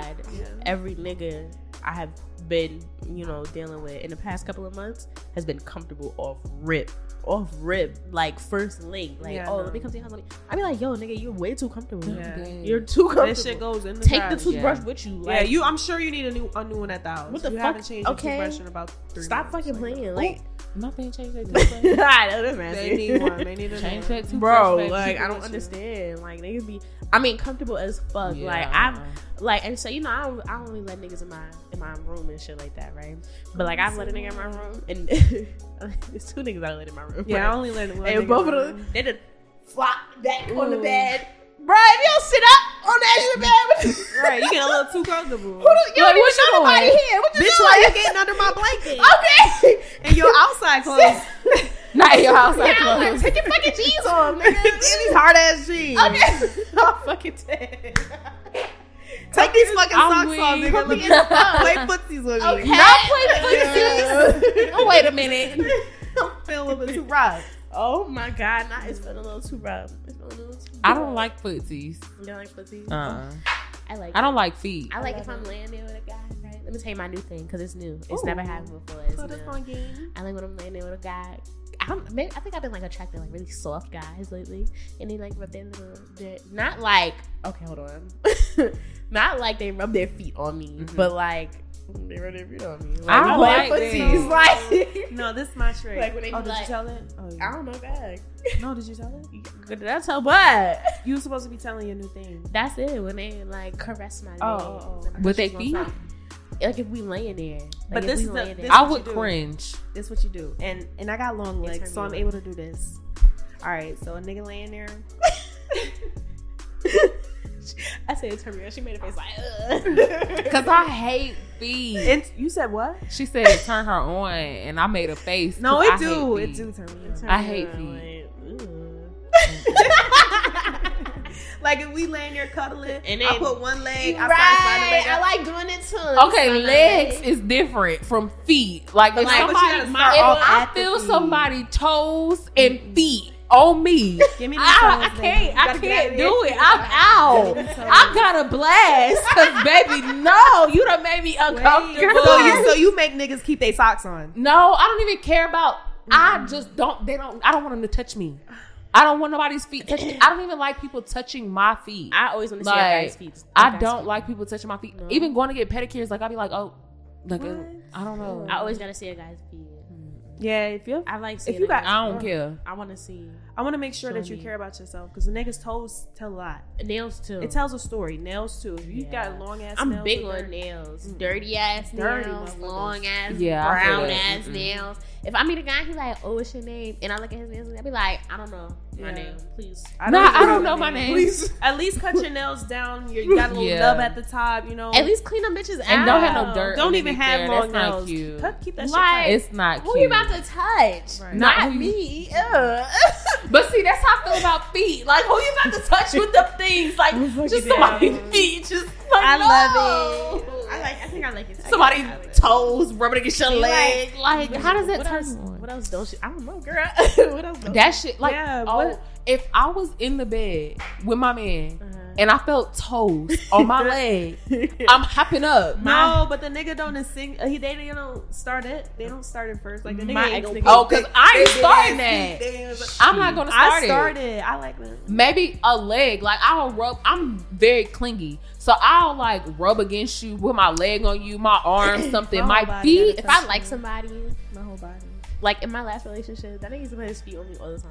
[SPEAKER 1] had-
[SPEAKER 3] Yeah.
[SPEAKER 2] every nigga I have been, you know, dealing with in the past couple of months has been comfortable off rip. Off rip, like first link, like
[SPEAKER 3] Yeah, I
[SPEAKER 2] oh,
[SPEAKER 3] know.
[SPEAKER 2] let me come to your house. let me- I be like, yo, nigga, you're way too comfortable.
[SPEAKER 3] Yeah.
[SPEAKER 2] You're too
[SPEAKER 3] This shit
[SPEAKER 2] comfortable.
[SPEAKER 3] goes in the
[SPEAKER 2] Take the
[SPEAKER 3] trash.
[SPEAKER 2] toothbrush with you.
[SPEAKER 3] Yeah,
[SPEAKER 2] Like,
[SPEAKER 3] you. I'm sure you need a new a new one at the house.
[SPEAKER 2] What the
[SPEAKER 3] you
[SPEAKER 2] fuck?
[SPEAKER 3] haven't changed your
[SPEAKER 2] Okay.
[SPEAKER 3] toothbrush in about three.
[SPEAKER 2] stop
[SPEAKER 3] months.
[SPEAKER 2] fucking
[SPEAKER 3] Like,
[SPEAKER 1] Oh.
[SPEAKER 2] playing. Like,
[SPEAKER 1] Nothing changed their toothbrush.
[SPEAKER 2] I know that's
[SPEAKER 3] They
[SPEAKER 2] nasty.
[SPEAKER 3] need one. They need a new
[SPEAKER 1] Change
[SPEAKER 3] one.
[SPEAKER 1] that toothbrush.
[SPEAKER 2] Bro,
[SPEAKER 1] back to
[SPEAKER 2] like I don't
[SPEAKER 1] toothbrush.
[SPEAKER 2] understand. Like niggas be, I mean, comfortable as fuck.
[SPEAKER 1] Yeah, uh-uh.
[SPEAKER 2] Like
[SPEAKER 1] I
[SPEAKER 2] I'm,
[SPEAKER 1] don't know.
[SPEAKER 2] like and so you know I don't, I don't really let niggas in my in my room and shit like that, right? But like I've let a nigga in my room and it's two niggas I let in my room.
[SPEAKER 3] Yeah, I
[SPEAKER 2] right?
[SPEAKER 3] only let one.
[SPEAKER 2] and
[SPEAKER 3] nigga
[SPEAKER 2] both of
[SPEAKER 3] alone.
[SPEAKER 2] them they done flop back on the
[SPEAKER 3] Ooh.
[SPEAKER 2] bed. Bruh, if you don't sit up on the edge of the bed,
[SPEAKER 3] Right, you get a little too comfortable.
[SPEAKER 2] who do, you
[SPEAKER 1] Like, what
[SPEAKER 2] don't
[SPEAKER 1] you
[SPEAKER 2] even know nobody
[SPEAKER 1] doing?
[SPEAKER 2] here. What you
[SPEAKER 3] Bitch,
[SPEAKER 2] doing?
[SPEAKER 3] why you getting under my blanket
[SPEAKER 2] Oh. okay.
[SPEAKER 3] and your outside clothes?
[SPEAKER 1] Not in your house.
[SPEAKER 2] Yeah,
[SPEAKER 1] I
[SPEAKER 2] I'm like,
[SPEAKER 1] close.
[SPEAKER 2] take your fucking jeans off,
[SPEAKER 3] and
[SPEAKER 2] nigga.
[SPEAKER 3] these hard ass jeans.
[SPEAKER 2] Okay. I'm fucking dead.
[SPEAKER 3] Take these fucking
[SPEAKER 1] I'm
[SPEAKER 3] socks off,
[SPEAKER 1] weak.
[SPEAKER 3] nigga. Let me play footsies with me.
[SPEAKER 2] Okay.
[SPEAKER 1] Not play
[SPEAKER 2] Yeah.
[SPEAKER 1] footsie. Oh, wait a minute.
[SPEAKER 3] I'm feeling a little bit too rough.
[SPEAKER 2] Oh my god, nah, it's feeling a little too rough. It's feeling a little too
[SPEAKER 1] I don't like
[SPEAKER 2] rough.
[SPEAKER 1] footsies.
[SPEAKER 2] You don't like pussy?
[SPEAKER 1] Uh,
[SPEAKER 2] I like.
[SPEAKER 1] I don't like feet.
[SPEAKER 2] I like if
[SPEAKER 3] love
[SPEAKER 2] I'm
[SPEAKER 3] it.
[SPEAKER 2] laying there with a guy. Right? Let me tell you my new thing because it's new. It's
[SPEAKER 3] Ooh.
[SPEAKER 2] never happened before. It's
[SPEAKER 3] Put us
[SPEAKER 2] new.
[SPEAKER 3] on game.
[SPEAKER 2] I like when I'm laying there with a guy. I'm, maybe, I think I've been like attracted to, like really soft guys lately, and they like rub their little, their, not like okay, hold on, not like they rub their feet on me,
[SPEAKER 1] Mhm.
[SPEAKER 2] but like they rub their feet on me. Like,
[SPEAKER 1] I don't
[SPEAKER 2] like
[SPEAKER 1] like
[SPEAKER 2] pussies, like
[SPEAKER 3] No, this is my trick.
[SPEAKER 2] Like when they
[SPEAKER 3] oh,
[SPEAKER 2] be
[SPEAKER 3] did you
[SPEAKER 2] like-
[SPEAKER 3] tell it? Oh,
[SPEAKER 2] I
[SPEAKER 3] yeah.
[SPEAKER 2] don't know back.
[SPEAKER 3] No, did you tell it?
[SPEAKER 2] That's how bad.
[SPEAKER 3] You were supposed to be telling your new thing.
[SPEAKER 2] That's it when they like caress my
[SPEAKER 3] Oh,
[SPEAKER 2] legs.
[SPEAKER 3] oh, oh.
[SPEAKER 2] and I
[SPEAKER 1] With their
[SPEAKER 2] just
[SPEAKER 1] feet?
[SPEAKER 2] want some- Like if we laying there, like,
[SPEAKER 3] But
[SPEAKER 2] if
[SPEAKER 3] this
[SPEAKER 2] we
[SPEAKER 3] is the-
[SPEAKER 2] laying
[SPEAKER 3] this-
[SPEAKER 2] there.
[SPEAKER 1] I
[SPEAKER 3] what you
[SPEAKER 1] would
[SPEAKER 3] do.
[SPEAKER 1] cringe.
[SPEAKER 3] This what you do. And and I got long
[SPEAKER 2] It's
[SPEAKER 3] legs,
[SPEAKER 2] her
[SPEAKER 3] so I'm
[SPEAKER 2] new
[SPEAKER 3] able to do this. All right, so a nigga laying there.
[SPEAKER 2] I said it's her real. She made a face like, ugh.
[SPEAKER 1] Cause I hate feet.
[SPEAKER 3] And you said what?
[SPEAKER 1] She said it turned her on, and I made a face.
[SPEAKER 3] No,
[SPEAKER 1] 'cause
[SPEAKER 3] it
[SPEAKER 1] I hate
[SPEAKER 3] do. It
[SPEAKER 1] feet.
[SPEAKER 3] do turn me on.
[SPEAKER 1] I hate
[SPEAKER 2] feet.
[SPEAKER 3] like if we laying there cuddling,
[SPEAKER 2] And
[SPEAKER 3] I
[SPEAKER 2] then-
[SPEAKER 3] put one leg, I
[SPEAKER 2] right, I
[SPEAKER 3] slide
[SPEAKER 2] like doing it too.
[SPEAKER 1] Okay, legs is different from feet. Like
[SPEAKER 3] But
[SPEAKER 1] if
[SPEAKER 3] like, but you
[SPEAKER 1] somebody,
[SPEAKER 3] gotta start
[SPEAKER 1] if
[SPEAKER 3] off
[SPEAKER 1] I
[SPEAKER 3] at the
[SPEAKER 1] feel
[SPEAKER 3] feet.
[SPEAKER 1] somebody toes and feet on me,
[SPEAKER 3] slide Give me the
[SPEAKER 1] I, I
[SPEAKER 3] toes, baby.
[SPEAKER 1] can't.
[SPEAKER 3] You
[SPEAKER 1] I
[SPEAKER 3] gotta get
[SPEAKER 1] can't
[SPEAKER 3] out of
[SPEAKER 1] do it.
[SPEAKER 3] here.
[SPEAKER 1] I'm out.
[SPEAKER 3] Give me the toes.
[SPEAKER 1] I got a blast, cause baby, no, you done made me uncomfortable.
[SPEAKER 3] So you, so you make niggas keep their socks on.
[SPEAKER 1] No, I don't even care about. I just don't. They don't. I don't want them to touch me. I don't want nobody's feet touching. me. I don't even like people touching my feet. I,
[SPEAKER 2] I always want to see
[SPEAKER 1] Like,
[SPEAKER 2] a guy's feet. A guy's
[SPEAKER 1] don't
[SPEAKER 2] feet.
[SPEAKER 1] like people touching my feet.
[SPEAKER 2] No.
[SPEAKER 1] Even going to get pedicures, like I'll be like, oh, like
[SPEAKER 3] What?
[SPEAKER 1] I don't know.
[SPEAKER 2] I always gotta see a guy's feet.
[SPEAKER 3] Yeah, if you,
[SPEAKER 2] I like seeing.
[SPEAKER 3] if you
[SPEAKER 2] a
[SPEAKER 3] got,
[SPEAKER 1] I don't care.
[SPEAKER 2] I want to see
[SPEAKER 3] I want to make sure
[SPEAKER 2] Show
[SPEAKER 3] that you
[SPEAKER 2] me.
[SPEAKER 3] care about yourself because the niggas' toes tell a lot.
[SPEAKER 2] nails too.
[SPEAKER 3] It tells a story. Nails too. If you
[SPEAKER 2] Yeah.
[SPEAKER 3] got long ass,
[SPEAKER 2] I'm
[SPEAKER 3] nails
[SPEAKER 2] big
[SPEAKER 3] or
[SPEAKER 2] on
[SPEAKER 3] dirt-
[SPEAKER 2] nails.
[SPEAKER 3] Mm.
[SPEAKER 2] Dirty ass
[SPEAKER 3] Dirty
[SPEAKER 2] nails,
[SPEAKER 3] motherfuckers.
[SPEAKER 2] long ass,
[SPEAKER 1] Yeah, I feel
[SPEAKER 2] brown
[SPEAKER 1] that.
[SPEAKER 2] ass
[SPEAKER 1] Mm-mm.
[SPEAKER 2] nails. If I meet a guy, he like, oh, what's your name? And I look at his nails and I be like, I don't know. my
[SPEAKER 3] Yeah.
[SPEAKER 2] name, please.
[SPEAKER 3] I
[SPEAKER 1] Nah,
[SPEAKER 3] even
[SPEAKER 1] I don't know
[SPEAKER 3] your
[SPEAKER 1] my name.
[SPEAKER 3] Please, at least cut your nails down. You got a little
[SPEAKER 1] Yeah.
[SPEAKER 3] nub at the top, you know.
[SPEAKER 2] At least clean them bitches out.
[SPEAKER 1] And don't have no dirt.
[SPEAKER 3] don't even
[SPEAKER 1] underneath
[SPEAKER 3] have
[SPEAKER 1] there.
[SPEAKER 3] long
[SPEAKER 1] That's not
[SPEAKER 3] nails.
[SPEAKER 1] cute.
[SPEAKER 3] Cut- keep that
[SPEAKER 2] Like-
[SPEAKER 3] shit.
[SPEAKER 1] It's not
[SPEAKER 2] Who
[SPEAKER 1] cute.
[SPEAKER 2] you about to touch? Not,
[SPEAKER 3] Right.
[SPEAKER 1] Not who you-
[SPEAKER 2] me. Ugh.
[SPEAKER 1] But see, that's how I feel about feet. Like, who you about to touch with the things? Like,
[SPEAKER 3] Look
[SPEAKER 1] just
[SPEAKER 3] at that.
[SPEAKER 1] somebody's feet. Just like,
[SPEAKER 2] I
[SPEAKER 1] no.
[SPEAKER 2] love it. I like. I think I like it.
[SPEAKER 1] Somebody's
[SPEAKER 2] I like it.
[SPEAKER 1] toes rubbing against your
[SPEAKER 2] Be
[SPEAKER 1] leg.
[SPEAKER 2] like-
[SPEAKER 1] Like, how does that
[SPEAKER 2] what
[SPEAKER 1] turn
[SPEAKER 2] else,
[SPEAKER 1] on?
[SPEAKER 2] What else don't you? I don't know, girl. what else? Don't
[SPEAKER 1] That shit, like,
[SPEAKER 3] Yeah,
[SPEAKER 1] oh,
[SPEAKER 3] what-
[SPEAKER 1] if I was in the bed with my man
[SPEAKER 2] Uh-huh.
[SPEAKER 1] and I felt toes on my leg, I'm hopping up.
[SPEAKER 3] Uh-huh. No, but the nigga don't sing. uh, He they, they don't start it. They don't start it first. Like the nigga
[SPEAKER 2] My
[SPEAKER 3] ain't
[SPEAKER 2] ex
[SPEAKER 3] gonna
[SPEAKER 2] nigga-
[SPEAKER 1] Oh, because I
[SPEAKER 3] They
[SPEAKER 1] ain't
[SPEAKER 3] did
[SPEAKER 1] starting
[SPEAKER 3] that.
[SPEAKER 1] that.
[SPEAKER 3] They was like,
[SPEAKER 1] I'm not gonna start
[SPEAKER 3] I
[SPEAKER 1] it.
[SPEAKER 3] started. I like that.
[SPEAKER 1] maybe a leg. Like I'll rub. I'm very clingy, so I'll like rub against you with my leg on you, my arm, something.
[SPEAKER 3] My
[SPEAKER 1] My,
[SPEAKER 3] whole body
[SPEAKER 1] feet.
[SPEAKER 3] gotta
[SPEAKER 2] if I like somebody,
[SPEAKER 3] My whole body.
[SPEAKER 2] like in my last relationship, that nigga used to put his feet on me all the time.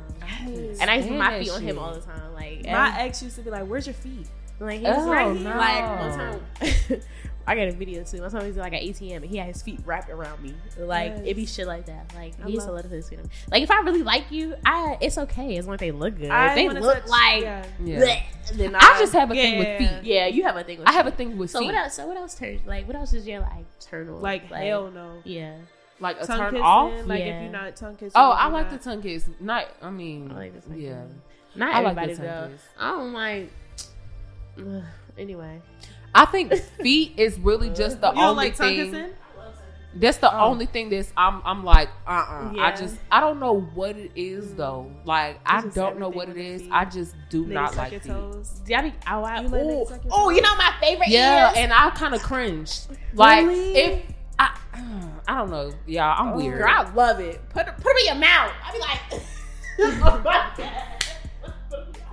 [SPEAKER 3] Yes.
[SPEAKER 2] And I used to put my
[SPEAKER 1] Stand
[SPEAKER 2] feet
[SPEAKER 1] that
[SPEAKER 2] on him
[SPEAKER 1] shit.
[SPEAKER 2] all the time. Like,
[SPEAKER 3] My ex used to be like, "Where's your feet?"
[SPEAKER 2] Like he was
[SPEAKER 1] Oh,
[SPEAKER 2] right here.
[SPEAKER 1] no.
[SPEAKER 2] Like one time, I got a video too. One time he was like at ATM and he had his feet wrapped around me. Like
[SPEAKER 3] Yes.
[SPEAKER 2] it be shit like that. Like
[SPEAKER 3] I
[SPEAKER 2] he used to
[SPEAKER 3] love-
[SPEAKER 2] let us put his feet on me. Like if I really like you, I it's okay as long as they look good.
[SPEAKER 3] I
[SPEAKER 2] if they
[SPEAKER 3] wanna
[SPEAKER 2] look
[SPEAKER 3] touch-
[SPEAKER 2] like
[SPEAKER 3] yeah.
[SPEAKER 1] Yeah.
[SPEAKER 2] bleh, then I,
[SPEAKER 1] I just have a thing with
[SPEAKER 3] Yeah.
[SPEAKER 1] feet.
[SPEAKER 2] yeah. You have a thing with
[SPEAKER 1] I have a
[SPEAKER 2] feet.
[SPEAKER 1] thing with
[SPEAKER 2] So
[SPEAKER 1] feet.
[SPEAKER 2] what else? So what else turns like what else is your like turn on?
[SPEAKER 3] like, hell no.
[SPEAKER 2] Yeah,
[SPEAKER 1] Like a
[SPEAKER 3] Tongue
[SPEAKER 1] turn
[SPEAKER 3] kissing,
[SPEAKER 1] off.
[SPEAKER 3] Like
[SPEAKER 2] Yeah.
[SPEAKER 3] if you're not tongue kissing.
[SPEAKER 1] Oh,
[SPEAKER 3] if
[SPEAKER 1] I
[SPEAKER 3] you're
[SPEAKER 1] like
[SPEAKER 3] not-
[SPEAKER 1] the tongue kiss. Not. I mean.
[SPEAKER 2] I like this. Like,
[SPEAKER 1] yeah.
[SPEAKER 2] not
[SPEAKER 1] I like
[SPEAKER 2] everybody
[SPEAKER 1] this
[SPEAKER 2] though.
[SPEAKER 1] idea.
[SPEAKER 2] I don't like. Ugh, anyway,
[SPEAKER 1] I think feet is really just the
[SPEAKER 3] You don't
[SPEAKER 1] only
[SPEAKER 3] like tongue
[SPEAKER 1] thing.
[SPEAKER 3] kissing?
[SPEAKER 1] That's the
[SPEAKER 3] Oh.
[SPEAKER 1] only thing that's I'm I'm like uh uh I
[SPEAKER 2] Yeah.
[SPEAKER 1] just I don't know what it is
[SPEAKER 3] Mm.
[SPEAKER 1] though like I
[SPEAKER 3] It's just
[SPEAKER 1] don't know
[SPEAKER 3] everything
[SPEAKER 1] what it
[SPEAKER 3] with the
[SPEAKER 1] is
[SPEAKER 3] feet.
[SPEAKER 1] I just do
[SPEAKER 3] Niggas
[SPEAKER 1] not
[SPEAKER 3] suck
[SPEAKER 1] like
[SPEAKER 3] your
[SPEAKER 1] feet.
[SPEAKER 3] toes.
[SPEAKER 2] yeah, I be, oh, I,
[SPEAKER 3] You let it
[SPEAKER 2] ooh,
[SPEAKER 3] suck your
[SPEAKER 2] ooh,
[SPEAKER 3] toes?
[SPEAKER 2] you know my favorite.
[SPEAKER 1] Yeah,
[SPEAKER 2] is?
[SPEAKER 1] and I kind of cringed. Like
[SPEAKER 3] Really?
[SPEAKER 1] if I, I don't know, y'all. I'm
[SPEAKER 3] Oh.
[SPEAKER 1] weird.
[SPEAKER 2] Girl, I love it. Put put them in your mouth. I be
[SPEAKER 1] Oh
[SPEAKER 2] like,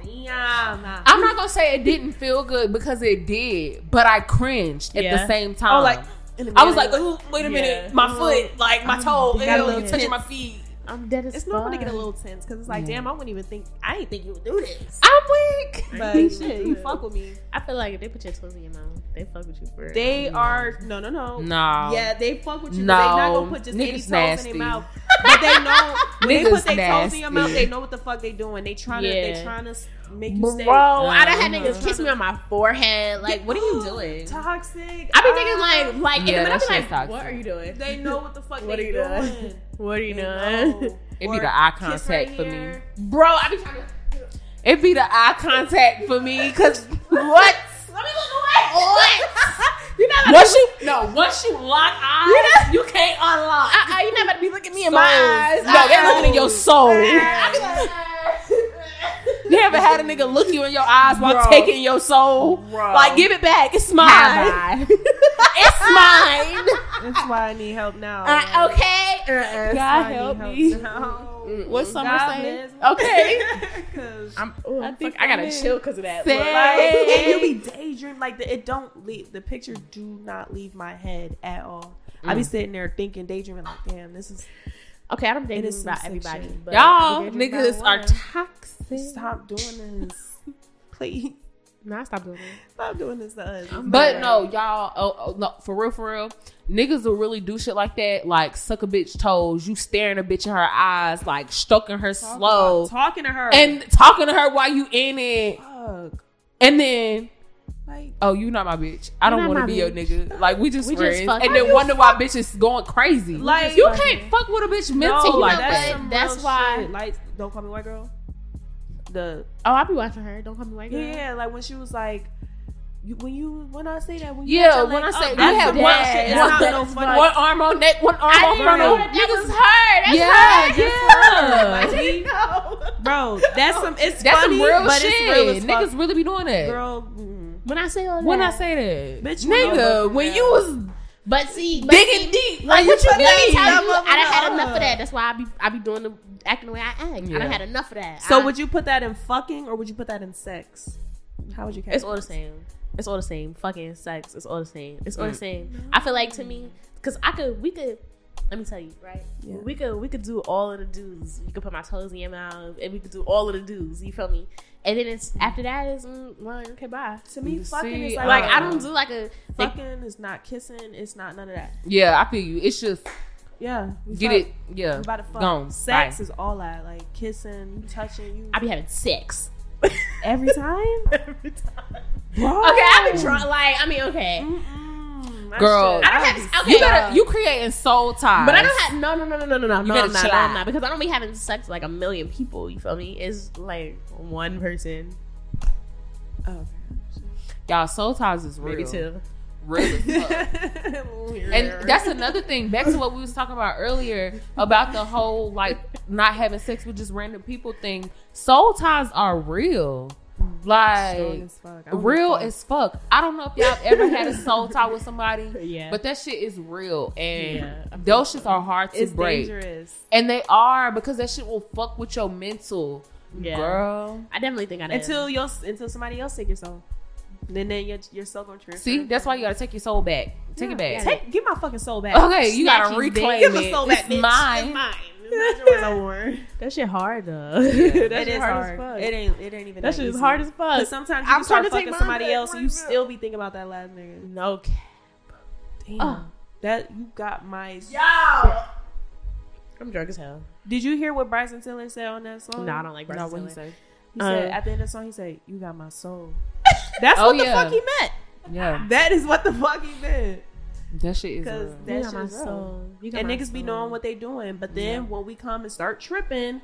[SPEAKER 3] Yeah, nah.
[SPEAKER 1] I'm not gonna say it didn't feel good because it did, but I cringed at
[SPEAKER 2] Yeah.
[SPEAKER 1] the same time.
[SPEAKER 3] Oh, like
[SPEAKER 1] I was like, "Ooh, wait a
[SPEAKER 2] Yeah.
[SPEAKER 1] minute, my
[SPEAKER 3] Oh.
[SPEAKER 1] foot, like my toe,
[SPEAKER 3] You got a
[SPEAKER 1] ew,
[SPEAKER 3] little
[SPEAKER 1] you touching
[SPEAKER 3] tense.
[SPEAKER 1] my feet.
[SPEAKER 2] I'm dead as
[SPEAKER 3] it's
[SPEAKER 2] fuck.
[SPEAKER 3] normal to get a little tense because it's like,
[SPEAKER 1] Yeah.
[SPEAKER 3] damn, I wouldn't even think.
[SPEAKER 2] I didn't think you would do this.
[SPEAKER 1] I'm weak.
[SPEAKER 3] But shit, you fuck with me.
[SPEAKER 2] I feel like if they put your toes in your mouth, they fuck with you for real.
[SPEAKER 3] They are no, no, no.
[SPEAKER 1] No.
[SPEAKER 3] Yeah, they fuck with you. No, they not
[SPEAKER 1] No.
[SPEAKER 3] gonna put just
[SPEAKER 1] Niggas
[SPEAKER 3] any toes
[SPEAKER 1] nasty.
[SPEAKER 3] in their mouth. But they know when they put
[SPEAKER 1] Niggas
[SPEAKER 3] their toes in your mouth,
[SPEAKER 1] nasty.
[SPEAKER 3] they know what the fuck they doing. They trying to, they
[SPEAKER 2] Yeah.
[SPEAKER 3] trying to make you
[SPEAKER 2] Bro,
[SPEAKER 3] stay.
[SPEAKER 2] Oh, I done had
[SPEAKER 1] Uh-huh.
[SPEAKER 2] niggas kiss me on my forehead. Like, what are you doing?
[SPEAKER 3] Toxic.
[SPEAKER 2] I be
[SPEAKER 3] Ah.
[SPEAKER 2] thinking like, like,
[SPEAKER 1] Yeah,
[SPEAKER 2] in
[SPEAKER 1] that
[SPEAKER 2] the minute, I be
[SPEAKER 1] shit's
[SPEAKER 2] like,
[SPEAKER 1] toxic.
[SPEAKER 2] what are you doing?
[SPEAKER 3] they know what the fuck
[SPEAKER 2] What
[SPEAKER 3] they
[SPEAKER 2] are you
[SPEAKER 3] doing.
[SPEAKER 2] doing? what are you
[SPEAKER 3] They
[SPEAKER 2] doing?
[SPEAKER 3] know.
[SPEAKER 1] It be
[SPEAKER 3] Or
[SPEAKER 1] the eye
[SPEAKER 3] kiss
[SPEAKER 1] contact
[SPEAKER 3] right
[SPEAKER 1] for me.
[SPEAKER 3] here.
[SPEAKER 2] Bro, I be trying to.
[SPEAKER 1] It be the eye contact for me, cause what?
[SPEAKER 2] Let me look away. What? you not
[SPEAKER 1] Once you no, once you lock eyes, you can't unlock.
[SPEAKER 2] I, I, you're not about to be looking me in
[SPEAKER 1] Souls.
[SPEAKER 2] my eyes.
[SPEAKER 1] No, they're looking in your soul.
[SPEAKER 2] I be like,
[SPEAKER 1] You ever had a nigga look you in your eyes while
[SPEAKER 3] Bro.
[SPEAKER 1] taking your soul?
[SPEAKER 3] Bro.
[SPEAKER 1] Like, give it back. It's mine.
[SPEAKER 2] Have
[SPEAKER 1] it's mine.
[SPEAKER 3] That's why I need help now.
[SPEAKER 2] uh, okay.
[SPEAKER 3] That's
[SPEAKER 2] Uh-uh.
[SPEAKER 1] God
[SPEAKER 3] why I need
[SPEAKER 1] help
[SPEAKER 3] help
[SPEAKER 1] me.
[SPEAKER 3] now.
[SPEAKER 1] What's Summer
[SPEAKER 3] God
[SPEAKER 1] saying?
[SPEAKER 3] bless me.
[SPEAKER 1] Okay.
[SPEAKER 3] 'Cause
[SPEAKER 2] I'm, ooh,
[SPEAKER 1] I
[SPEAKER 2] I,
[SPEAKER 1] think
[SPEAKER 2] fuck, I gotta
[SPEAKER 1] I'm
[SPEAKER 2] chill because of that.
[SPEAKER 1] Say-
[SPEAKER 2] Look,
[SPEAKER 3] Like,
[SPEAKER 2] like-
[SPEAKER 3] and you be daydream like the, it don't leave the picture do not leave my head at all. I be sitting there thinking, daydreaming like, damn, this is
[SPEAKER 2] okay, I don't
[SPEAKER 3] It
[SPEAKER 2] think
[SPEAKER 3] is
[SPEAKER 2] it's about
[SPEAKER 3] some
[SPEAKER 2] everybody.
[SPEAKER 3] section.
[SPEAKER 2] But
[SPEAKER 1] Y'all
[SPEAKER 2] I be daydreaming
[SPEAKER 1] niggas
[SPEAKER 2] about
[SPEAKER 1] are
[SPEAKER 2] one.
[SPEAKER 1] toxic.
[SPEAKER 3] stop doing this. Please.
[SPEAKER 2] nah, stop doing
[SPEAKER 3] Stop doing this to us.
[SPEAKER 1] But no, y'all, oh, oh, no, for real, for real, niggas will really do shit like that. Like, suck a bitch toes, you staring a bitch in her eyes, like, stroking her
[SPEAKER 3] Talk
[SPEAKER 1] slow,
[SPEAKER 3] about talking to her
[SPEAKER 1] and talking to her while you in it.
[SPEAKER 3] fuck.
[SPEAKER 1] And then,
[SPEAKER 3] Like
[SPEAKER 1] oh, you not my bitch. I
[SPEAKER 2] You
[SPEAKER 1] don't
[SPEAKER 2] not
[SPEAKER 1] want to
[SPEAKER 2] my
[SPEAKER 1] be your nigga. Like, we just
[SPEAKER 2] We just
[SPEAKER 1] friends.
[SPEAKER 2] fuck-
[SPEAKER 1] and
[SPEAKER 2] Why
[SPEAKER 1] then
[SPEAKER 2] you
[SPEAKER 1] wonder why bitches going crazy.
[SPEAKER 3] Like-
[SPEAKER 1] you can't fuck with a bitch mentally
[SPEAKER 3] no,
[SPEAKER 1] like
[SPEAKER 2] know
[SPEAKER 1] that.
[SPEAKER 2] what?
[SPEAKER 3] some
[SPEAKER 2] That's
[SPEAKER 3] real
[SPEAKER 2] why-
[SPEAKER 3] shit. Like, don't call me white girl. The
[SPEAKER 2] Oh, I be watching her. Don't call me white girl.
[SPEAKER 3] yeah, like when she was like, you, when you when I say that when you
[SPEAKER 1] Yeah,
[SPEAKER 3] got your
[SPEAKER 1] when I
[SPEAKER 3] leg
[SPEAKER 1] say
[SPEAKER 3] up,
[SPEAKER 1] we
[SPEAKER 3] that's
[SPEAKER 1] have
[SPEAKER 3] the
[SPEAKER 1] one,
[SPEAKER 3] real shit. It's
[SPEAKER 1] one,
[SPEAKER 3] not no
[SPEAKER 1] one
[SPEAKER 3] funny.
[SPEAKER 1] arm on neck, one arm
[SPEAKER 2] I
[SPEAKER 1] on
[SPEAKER 2] didn't
[SPEAKER 3] Bro.
[SPEAKER 1] frontal.
[SPEAKER 2] know that, that was her. That's yeah, her.
[SPEAKER 1] yeah.
[SPEAKER 3] Like, we- bro, that's some. It's
[SPEAKER 1] That's
[SPEAKER 3] funny,
[SPEAKER 1] some real
[SPEAKER 3] but
[SPEAKER 1] shit.
[SPEAKER 3] It's real as
[SPEAKER 1] Niggas really be doing that.
[SPEAKER 3] fuck. girl. mm.
[SPEAKER 2] When I say all that,
[SPEAKER 1] When I say that,
[SPEAKER 3] Bitch, you know
[SPEAKER 1] nigga,
[SPEAKER 3] about
[SPEAKER 1] when
[SPEAKER 3] that.
[SPEAKER 1] you was
[SPEAKER 2] but see, but see,
[SPEAKER 1] digging deep, like what you
[SPEAKER 3] put that
[SPEAKER 1] mean?
[SPEAKER 3] in
[SPEAKER 2] tell you,
[SPEAKER 3] Some of
[SPEAKER 2] I done had
[SPEAKER 3] them
[SPEAKER 2] enough
[SPEAKER 3] are.
[SPEAKER 2] of that. That's why I be I be doing the acting the way I act. I
[SPEAKER 1] Yeah.
[SPEAKER 2] done had enough of that.
[SPEAKER 3] So
[SPEAKER 2] I,
[SPEAKER 3] would you put that in fucking or would you put that in sex? How would you?
[SPEAKER 2] It's
[SPEAKER 3] categorize
[SPEAKER 2] all the same. It's all the same. Fucking sex. It's all the same. It's all the same. I feel like to me, because I could, we could. Let me tell you, right?
[SPEAKER 3] Yeah.
[SPEAKER 2] We could, we could do all of the do's. You could put my toes in your mouth, and we could do all of the do's. You feel me? And then it's after that is mm, well, okay, bye.
[SPEAKER 3] To me,
[SPEAKER 1] You
[SPEAKER 3] fucking
[SPEAKER 1] see,
[SPEAKER 3] is like,
[SPEAKER 2] Like
[SPEAKER 1] Uh,
[SPEAKER 2] I don't do like a like,
[SPEAKER 3] fucking is not kissing. It's not none of that.
[SPEAKER 1] Yeah, I feel you. It's just
[SPEAKER 3] Yeah. we
[SPEAKER 1] Get
[SPEAKER 3] fuck.
[SPEAKER 1] it? Yeah.
[SPEAKER 3] We about to fuck.
[SPEAKER 1] Gone.
[SPEAKER 3] Sex
[SPEAKER 1] Bye.
[SPEAKER 3] is all that. Like kissing, touching you.
[SPEAKER 2] I be having sex
[SPEAKER 3] every time?
[SPEAKER 2] every time.
[SPEAKER 3] Bro.
[SPEAKER 2] Okay, I've been drunk. Like, I mean, okay.
[SPEAKER 3] Mm-mm. I
[SPEAKER 1] Girl.
[SPEAKER 3] should-
[SPEAKER 2] Oh. I don't
[SPEAKER 3] I'd
[SPEAKER 2] have-
[SPEAKER 3] be
[SPEAKER 2] okay,
[SPEAKER 3] sick.
[SPEAKER 2] Yeah.
[SPEAKER 1] You better. You creating soul ties.
[SPEAKER 2] But I don't have no no no no no no no no
[SPEAKER 1] better
[SPEAKER 2] I'm not,
[SPEAKER 1] chill
[SPEAKER 2] no, I'm
[SPEAKER 1] out.
[SPEAKER 2] not because I don't be having sex with, like a million people. You feel me? It's like one person,
[SPEAKER 3] Oh,
[SPEAKER 1] Y'all soul ties is real.
[SPEAKER 2] maybe two.
[SPEAKER 1] Real as fuck. And that's another thing. Back to what we was talking about earlier about the whole like not having sex with just random people thing. Soul ties are real,
[SPEAKER 3] Strong
[SPEAKER 1] like
[SPEAKER 3] as fuck. I don't
[SPEAKER 1] real
[SPEAKER 3] give a
[SPEAKER 1] as fuck. I don't know if y'all ever had a soul tie with somebody,
[SPEAKER 2] Yeah,
[SPEAKER 1] but that shit is real, and
[SPEAKER 2] Yeah.
[SPEAKER 1] those shits are hard
[SPEAKER 3] fuck.
[SPEAKER 1] to
[SPEAKER 3] it's
[SPEAKER 1] break,
[SPEAKER 3] dangerous.
[SPEAKER 1] and they are because that shit will fuck with your mental,
[SPEAKER 2] yeah.
[SPEAKER 1] girl.
[SPEAKER 2] I definitely think I did.
[SPEAKER 3] Until your until somebody else take your soul. Then then your your soul gonna transfer.
[SPEAKER 1] See, that's why you gotta take your soul back. Take it back.
[SPEAKER 3] Take, get my fucking soul back.
[SPEAKER 1] Okay, you gotta
[SPEAKER 2] Snatch his dick.
[SPEAKER 1] reclaim
[SPEAKER 2] Give
[SPEAKER 1] it.
[SPEAKER 2] us soul
[SPEAKER 1] It's
[SPEAKER 2] back, bitch.
[SPEAKER 1] mine.
[SPEAKER 2] mine.
[SPEAKER 3] It's not yours no more.
[SPEAKER 2] That shit hard though.
[SPEAKER 1] Yeah.
[SPEAKER 2] that
[SPEAKER 3] it
[SPEAKER 2] shit
[SPEAKER 3] is
[SPEAKER 2] hard.
[SPEAKER 3] hard.
[SPEAKER 2] as fuck.
[SPEAKER 3] It ain't. It ain't even.
[SPEAKER 2] That
[SPEAKER 3] that
[SPEAKER 2] shit is
[SPEAKER 3] easy.
[SPEAKER 2] hard as
[SPEAKER 3] But
[SPEAKER 2] fuck.
[SPEAKER 3] sometimes you
[SPEAKER 2] I'm
[SPEAKER 3] I'm start
[SPEAKER 2] trying to take
[SPEAKER 3] fucking
[SPEAKER 2] mine
[SPEAKER 3] somebody
[SPEAKER 2] back
[SPEAKER 3] else,
[SPEAKER 2] right
[SPEAKER 3] you
[SPEAKER 2] now.
[SPEAKER 3] still be thinking about that last nigga.
[SPEAKER 2] No cap.
[SPEAKER 3] Damn,
[SPEAKER 2] Oh.
[SPEAKER 3] that you got my.
[SPEAKER 2] I'm drunk as hell.
[SPEAKER 3] Did you hear what Bryson Tiller said on that song?
[SPEAKER 2] No, I don't like
[SPEAKER 3] No,
[SPEAKER 2] Bryson
[SPEAKER 3] what
[SPEAKER 2] Tiller.
[SPEAKER 3] he said. He said
[SPEAKER 2] Um,
[SPEAKER 3] at the end of the song, he said, "You got my soul." That's
[SPEAKER 1] Oh,
[SPEAKER 3] what the
[SPEAKER 1] yeah.
[SPEAKER 3] fuck he meant.
[SPEAKER 1] Yeah,
[SPEAKER 3] That is what the fuck he meant.
[SPEAKER 1] that shit is.
[SPEAKER 3] Because
[SPEAKER 1] real.
[SPEAKER 3] that shit is real.
[SPEAKER 2] You
[SPEAKER 3] And
[SPEAKER 2] my
[SPEAKER 3] niggas be
[SPEAKER 2] soul.
[SPEAKER 3] knowing what they doing, but then when we come and start tripping,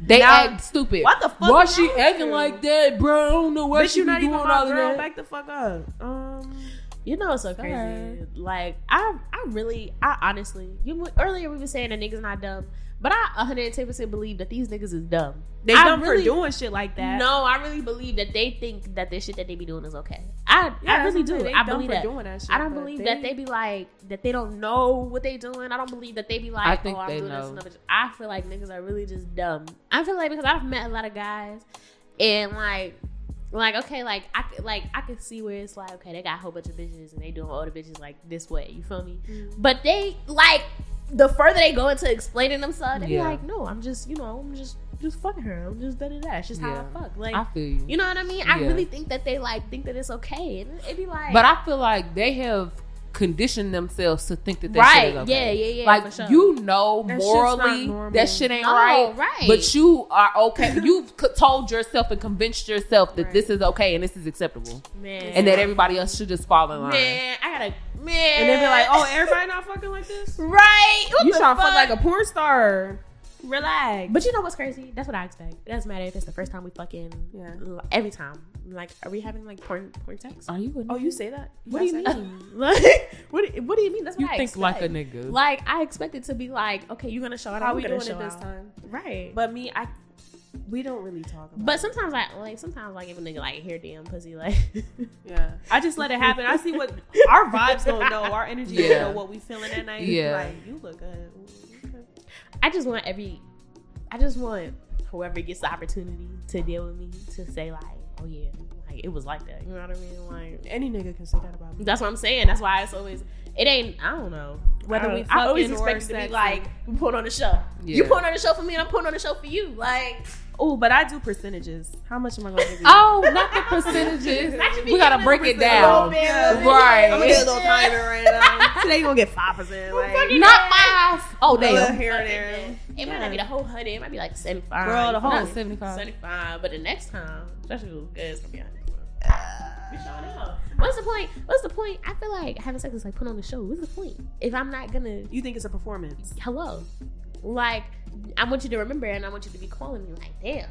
[SPEAKER 1] They
[SPEAKER 3] Now-
[SPEAKER 1] act stupid.
[SPEAKER 3] what the fuck?
[SPEAKER 1] Why
[SPEAKER 3] is
[SPEAKER 1] she
[SPEAKER 3] wrong with
[SPEAKER 1] acting
[SPEAKER 3] you?
[SPEAKER 1] like that, bro? I don't know why
[SPEAKER 3] Bitch,
[SPEAKER 1] she
[SPEAKER 3] you
[SPEAKER 1] be
[SPEAKER 3] not
[SPEAKER 1] doing
[SPEAKER 3] even
[SPEAKER 1] all
[SPEAKER 3] my
[SPEAKER 1] of
[SPEAKER 3] girl.
[SPEAKER 1] that.
[SPEAKER 3] Back the fuck up. Um,
[SPEAKER 2] You know it's so crazy.
[SPEAKER 1] Sorry.
[SPEAKER 2] Like I, I really, I honestly, you earlier we were saying that niggas not dumb, but I 110 percent believe that these niggas is dumb.
[SPEAKER 3] they
[SPEAKER 2] I
[SPEAKER 3] dumb
[SPEAKER 2] really-
[SPEAKER 3] for doing shit like that.
[SPEAKER 2] No, I really believe that they think that the shit that they be doing is okay. I,
[SPEAKER 3] Yeah,
[SPEAKER 2] I really
[SPEAKER 3] that's what I'm
[SPEAKER 2] do.
[SPEAKER 3] saying. They
[SPEAKER 2] I
[SPEAKER 3] dumb
[SPEAKER 2] believe
[SPEAKER 3] for
[SPEAKER 2] that.
[SPEAKER 3] doing shit,
[SPEAKER 2] I don't
[SPEAKER 3] but
[SPEAKER 2] believe that they be like that they don't know what they doing. I don't believe that they be like,
[SPEAKER 1] I think
[SPEAKER 2] oh, I'm
[SPEAKER 1] they
[SPEAKER 2] doing this
[SPEAKER 1] know.
[SPEAKER 2] another. I feel like niggas are really just dumb. I feel like because I've met a lot of guys, and like, like okay, like I c- like I can see where it's like okay, they got a whole bunch of bitches and they doing all the bitches like this way. You feel me?
[SPEAKER 3] Mm.
[SPEAKER 2] But they like the further they go into explaining themselves, they be
[SPEAKER 1] Yeah.
[SPEAKER 2] like, no, I'm just you know I'm just just fucking her. I'm just da da da. It's just
[SPEAKER 1] Yeah.
[SPEAKER 2] how I fuck. Like
[SPEAKER 1] I feel you.
[SPEAKER 2] you know what I mean? I
[SPEAKER 1] Yeah.
[SPEAKER 2] really think that they like think that it's okay, and it'd be like,
[SPEAKER 1] but I feel like they have conditioned themselves to think that that
[SPEAKER 2] right,
[SPEAKER 1] shit is okay.
[SPEAKER 2] yeah, yeah, yeah,
[SPEAKER 1] Like
[SPEAKER 2] for sure.
[SPEAKER 1] you know
[SPEAKER 3] That shit's not
[SPEAKER 1] morally
[SPEAKER 3] normal.
[SPEAKER 1] that shit ain't
[SPEAKER 2] No,
[SPEAKER 1] right,
[SPEAKER 2] right.
[SPEAKER 1] But you are okay. You've c- told yourself and convinced yourself that
[SPEAKER 3] Right.
[SPEAKER 1] this is okay and this is acceptable,
[SPEAKER 2] man,
[SPEAKER 1] and that everybody else should just fall in line.
[SPEAKER 2] man, I gotta man,
[SPEAKER 3] And they be like, "Oh, everybody not fucking like this."
[SPEAKER 2] right, what
[SPEAKER 3] you
[SPEAKER 2] the
[SPEAKER 3] trying to fuck
[SPEAKER 2] fuck?
[SPEAKER 3] like a porn star? Relax.
[SPEAKER 2] But you know what's crazy? That's what I expect. It doesn't matter if it's the first time we fucking.
[SPEAKER 3] Yeah.
[SPEAKER 2] l- Every time, like, are we having like porn porn sex?
[SPEAKER 1] Are you? A nigga?
[SPEAKER 3] oh, you say that?
[SPEAKER 2] What do you
[SPEAKER 3] guys say
[SPEAKER 2] mean? like, what do- what do you mean? That's what
[SPEAKER 1] You
[SPEAKER 2] I
[SPEAKER 1] think like a
[SPEAKER 2] expect.
[SPEAKER 1] nigga?
[SPEAKER 2] Like I expect it to be like, okay, you're gonna show
[SPEAKER 3] that?
[SPEAKER 2] out.
[SPEAKER 3] How
[SPEAKER 2] I'm
[SPEAKER 3] we
[SPEAKER 2] gonna
[SPEAKER 3] doing
[SPEAKER 2] show
[SPEAKER 3] it this
[SPEAKER 2] out.
[SPEAKER 3] time?
[SPEAKER 2] right?
[SPEAKER 3] But me, I we don't really talk about.
[SPEAKER 2] But sometimes I like sometimes like if a nigga like here damn pussy like
[SPEAKER 3] it. yeah, I just let it happen. I see what our vibes don't know, our energy
[SPEAKER 1] Yeah.
[SPEAKER 3] don't know what we feeling that night.
[SPEAKER 1] Yeah.
[SPEAKER 3] like you look good. Ooh, okay.
[SPEAKER 2] I just want every I just want whoever gets the opportunity to deal with me to say like, oh yeah, like it was like that. You know what I mean? Like
[SPEAKER 3] Any nigga can say that about me.
[SPEAKER 2] that's what I'm saying. That's why it's always it ain't I don't know.
[SPEAKER 3] Whether
[SPEAKER 2] I,
[SPEAKER 3] we
[SPEAKER 2] I always
[SPEAKER 3] fucking or
[SPEAKER 2] expect it to be
[SPEAKER 3] sexing.
[SPEAKER 2] like we put on the show. You
[SPEAKER 1] Yeah.
[SPEAKER 2] put on the show for me and I'm putting on the show for you. Like
[SPEAKER 3] Oh, but I do percentages. How much am I gonna give you?
[SPEAKER 1] oh, not the percentages.
[SPEAKER 2] I should be
[SPEAKER 1] we gotta
[SPEAKER 2] giving
[SPEAKER 1] break
[SPEAKER 2] them
[SPEAKER 1] it
[SPEAKER 2] a percentage.
[SPEAKER 1] down.
[SPEAKER 2] Little bit, little bit.
[SPEAKER 1] Right.
[SPEAKER 3] I'm gonna get a little timer right now. Today you gonna get five percent. Like,
[SPEAKER 2] fucking-
[SPEAKER 1] Not five. Oh
[SPEAKER 3] a little
[SPEAKER 1] damn.
[SPEAKER 3] here and
[SPEAKER 2] fucking-
[SPEAKER 3] there.
[SPEAKER 2] It might not be the whole hundred, it might be like seventy five.
[SPEAKER 3] Girl, the whole-
[SPEAKER 1] Not seventy-five.
[SPEAKER 2] seventy five, but the next time, that shit was good, it's gonna be honest. We showing out. What's the point? What's the point? I feel like having sex is like putting on the show. What's the point? If I'm not gonna
[SPEAKER 3] You think it's a performance?
[SPEAKER 2] hello. Like, I want you to remember and I want you to be calling me like, damn.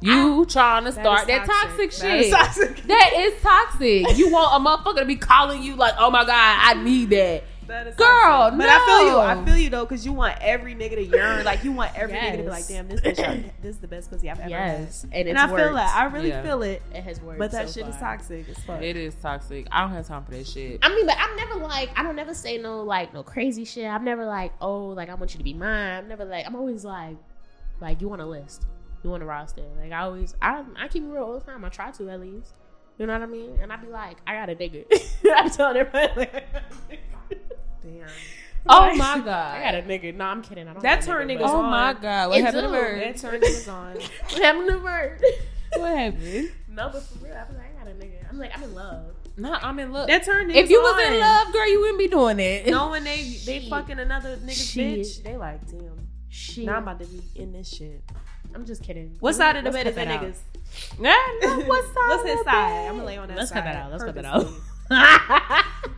[SPEAKER 1] You trying to
[SPEAKER 3] That
[SPEAKER 1] start
[SPEAKER 3] is
[SPEAKER 1] that toxic,
[SPEAKER 3] That
[SPEAKER 1] shit.
[SPEAKER 3] is toxic.
[SPEAKER 1] That is toxic. You want a motherfucker to be calling you like, oh my god, I need that.
[SPEAKER 3] That is
[SPEAKER 1] Girl,
[SPEAKER 3] toxic. But I feel you.
[SPEAKER 1] no.
[SPEAKER 3] I feel you though, because you want every nigga to yearn. Like you want every nigga to be
[SPEAKER 2] Yes.
[SPEAKER 3] like, damn, this bitch, I- this is the best pussy I've ever
[SPEAKER 2] Yes. And
[SPEAKER 3] had.
[SPEAKER 2] it's
[SPEAKER 3] And I feel
[SPEAKER 2] worked.
[SPEAKER 3] that. I really
[SPEAKER 1] Yeah.
[SPEAKER 3] feel it.
[SPEAKER 2] it has worked.
[SPEAKER 3] But that
[SPEAKER 2] so
[SPEAKER 3] shit is
[SPEAKER 2] far.
[SPEAKER 3] toxic as fuck.
[SPEAKER 1] It is toxic. I don't have time for that shit.
[SPEAKER 2] I mean, but I'm never like, I don't ever say no, like, no crazy shit. I'm never like, oh, like, I want you to be mine. I'm never like, I'm always like, like, you want a list. You want a roster. Like, I always, I, I keep it real all the time. I try to, at least. You know what I mean? And I be like, I got a nigga. I tell everybody, like,
[SPEAKER 3] Damn.
[SPEAKER 1] Oh my god.
[SPEAKER 2] I got a nigga. No, I'm kidding. I don't
[SPEAKER 3] That
[SPEAKER 2] got a
[SPEAKER 3] turned
[SPEAKER 2] nigga,
[SPEAKER 3] niggas
[SPEAKER 2] but-
[SPEAKER 1] oh
[SPEAKER 3] on.
[SPEAKER 1] my god. What
[SPEAKER 2] It
[SPEAKER 1] happened to
[SPEAKER 2] do.
[SPEAKER 1] her?
[SPEAKER 3] That turn niggas on.
[SPEAKER 2] What happened to Vern?
[SPEAKER 1] What happened?
[SPEAKER 2] No, but for real, I'm like, I got a nigga. I'm like, I'm in love.
[SPEAKER 1] Nah, I'm in love.
[SPEAKER 3] That turned
[SPEAKER 1] if
[SPEAKER 3] niggas
[SPEAKER 1] you was
[SPEAKER 3] on.
[SPEAKER 1] in love, girl, you wouldn't be doing it.
[SPEAKER 3] knowing they they
[SPEAKER 2] Shit.
[SPEAKER 3] fucking another nigga's
[SPEAKER 2] Shit.
[SPEAKER 3] bitch, they like damn.
[SPEAKER 2] Shit.
[SPEAKER 3] Now I'm about to be in this shit.
[SPEAKER 2] I'm just kidding.
[SPEAKER 3] What
[SPEAKER 2] Let's-
[SPEAKER 3] side of the
[SPEAKER 2] let's
[SPEAKER 3] bed
[SPEAKER 2] cut
[SPEAKER 3] is that
[SPEAKER 2] out.
[SPEAKER 3] niggas?
[SPEAKER 1] Nah, nah, what side?
[SPEAKER 3] What's his
[SPEAKER 1] of the
[SPEAKER 3] side?
[SPEAKER 1] bed?
[SPEAKER 3] I'm gonna lay on that
[SPEAKER 2] Let's
[SPEAKER 3] side.
[SPEAKER 2] cut that out. Let's cut that
[SPEAKER 3] purposely.
[SPEAKER 2] out.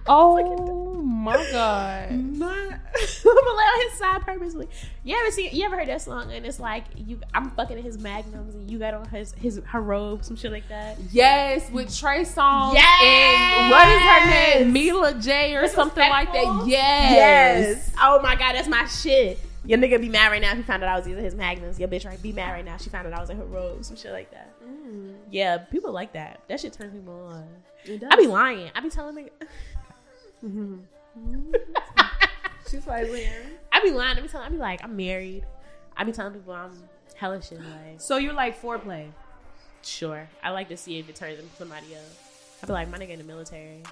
[SPEAKER 1] Oh my god.
[SPEAKER 3] My-
[SPEAKER 2] I'm gonna lay on his side purposely. You ever seen? You ever heard that song? And it's like you, I'm fucking in his magnums, and you got on his his her robe, some shit like that.
[SPEAKER 1] Yes, with Trey Songz
[SPEAKER 2] Yes!
[SPEAKER 1] and what is her name? Mila J or something like that.
[SPEAKER 2] Respectful?
[SPEAKER 1] Yes.
[SPEAKER 2] Oh my god, that's my shit. Your nigga be mad right now if he found out I was using his magnums. Your bitch right be mad right now. if She found out I was in her robe, some shit like that.
[SPEAKER 1] Mm,
[SPEAKER 2] Yeah, people like that. That shit turns people on.
[SPEAKER 3] It
[SPEAKER 2] I
[SPEAKER 3] does.
[SPEAKER 2] be lying. I be telling nigga.
[SPEAKER 3] Mhm. She's like, Lynn.
[SPEAKER 2] I be lying. I be telling. I be like, I'm married. I be telling people I'm hella shit. Like,
[SPEAKER 3] so you like foreplay?
[SPEAKER 2] sure. I like to see if it turns into somebody else. I be like, my nigga in the military.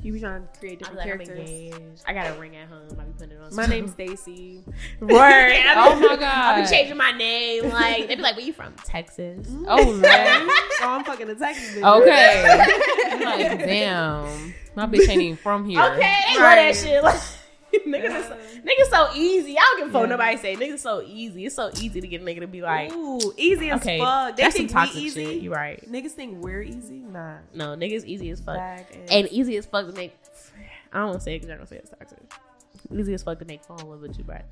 [SPEAKER 3] You be trying to create
[SPEAKER 2] I be
[SPEAKER 3] different
[SPEAKER 2] like, I'm
[SPEAKER 3] characters.
[SPEAKER 2] engaged. I got a ring at home. I be putting it on.
[SPEAKER 3] My name's Stacy.
[SPEAKER 2] Word. I
[SPEAKER 1] Oh
[SPEAKER 2] be-
[SPEAKER 1] my
[SPEAKER 2] I
[SPEAKER 1] god.
[SPEAKER 2] be changing my name. Like they be like, where you from? Mm-hmm. Texas.
[SPEAKER 1] Oh man.
[SPEAKER 3] so I'm fucking a Texas bitch.
[SPEAKER 1] Okay. I'm like, damn. My bitch ain't even from here.
[SPEAKER 2] Okay, they
[SPEAKER 3] Right.
[SPEAKER 2] love that shit. Like, niggas, is so,
[SPEAKER 3] Yeah.
[SPEAKER 2] niggas so easy. I don't give a fuck. what
[SPEAKER 3] Yeah.
[SPEAKER 2] Nobody say niggas so easy. It's so easy to get a nigga to be like,
[SPEAKER 3] Ooh, easy as
[SPEAKER 2] okay,
[SPEAKER 3] fuck. They
[SPEAKER 2] that's some
[SPEAKER 3] think
[SPEAKER 2] toxic
[SPEAKER 3] we easy.
[SPEAKER 2] shit. You right?
[SPEAKER 3] Niggas think we're easy. Nah.
[SPEAKER 2] No, niggas easy as fuck,
[SPEAKER 3] Black and-
[SPEAKER 2] and easy as fuck to make. I don't want to say it because I don't say it's toxic. Easy as fuck to make fun with, but you right?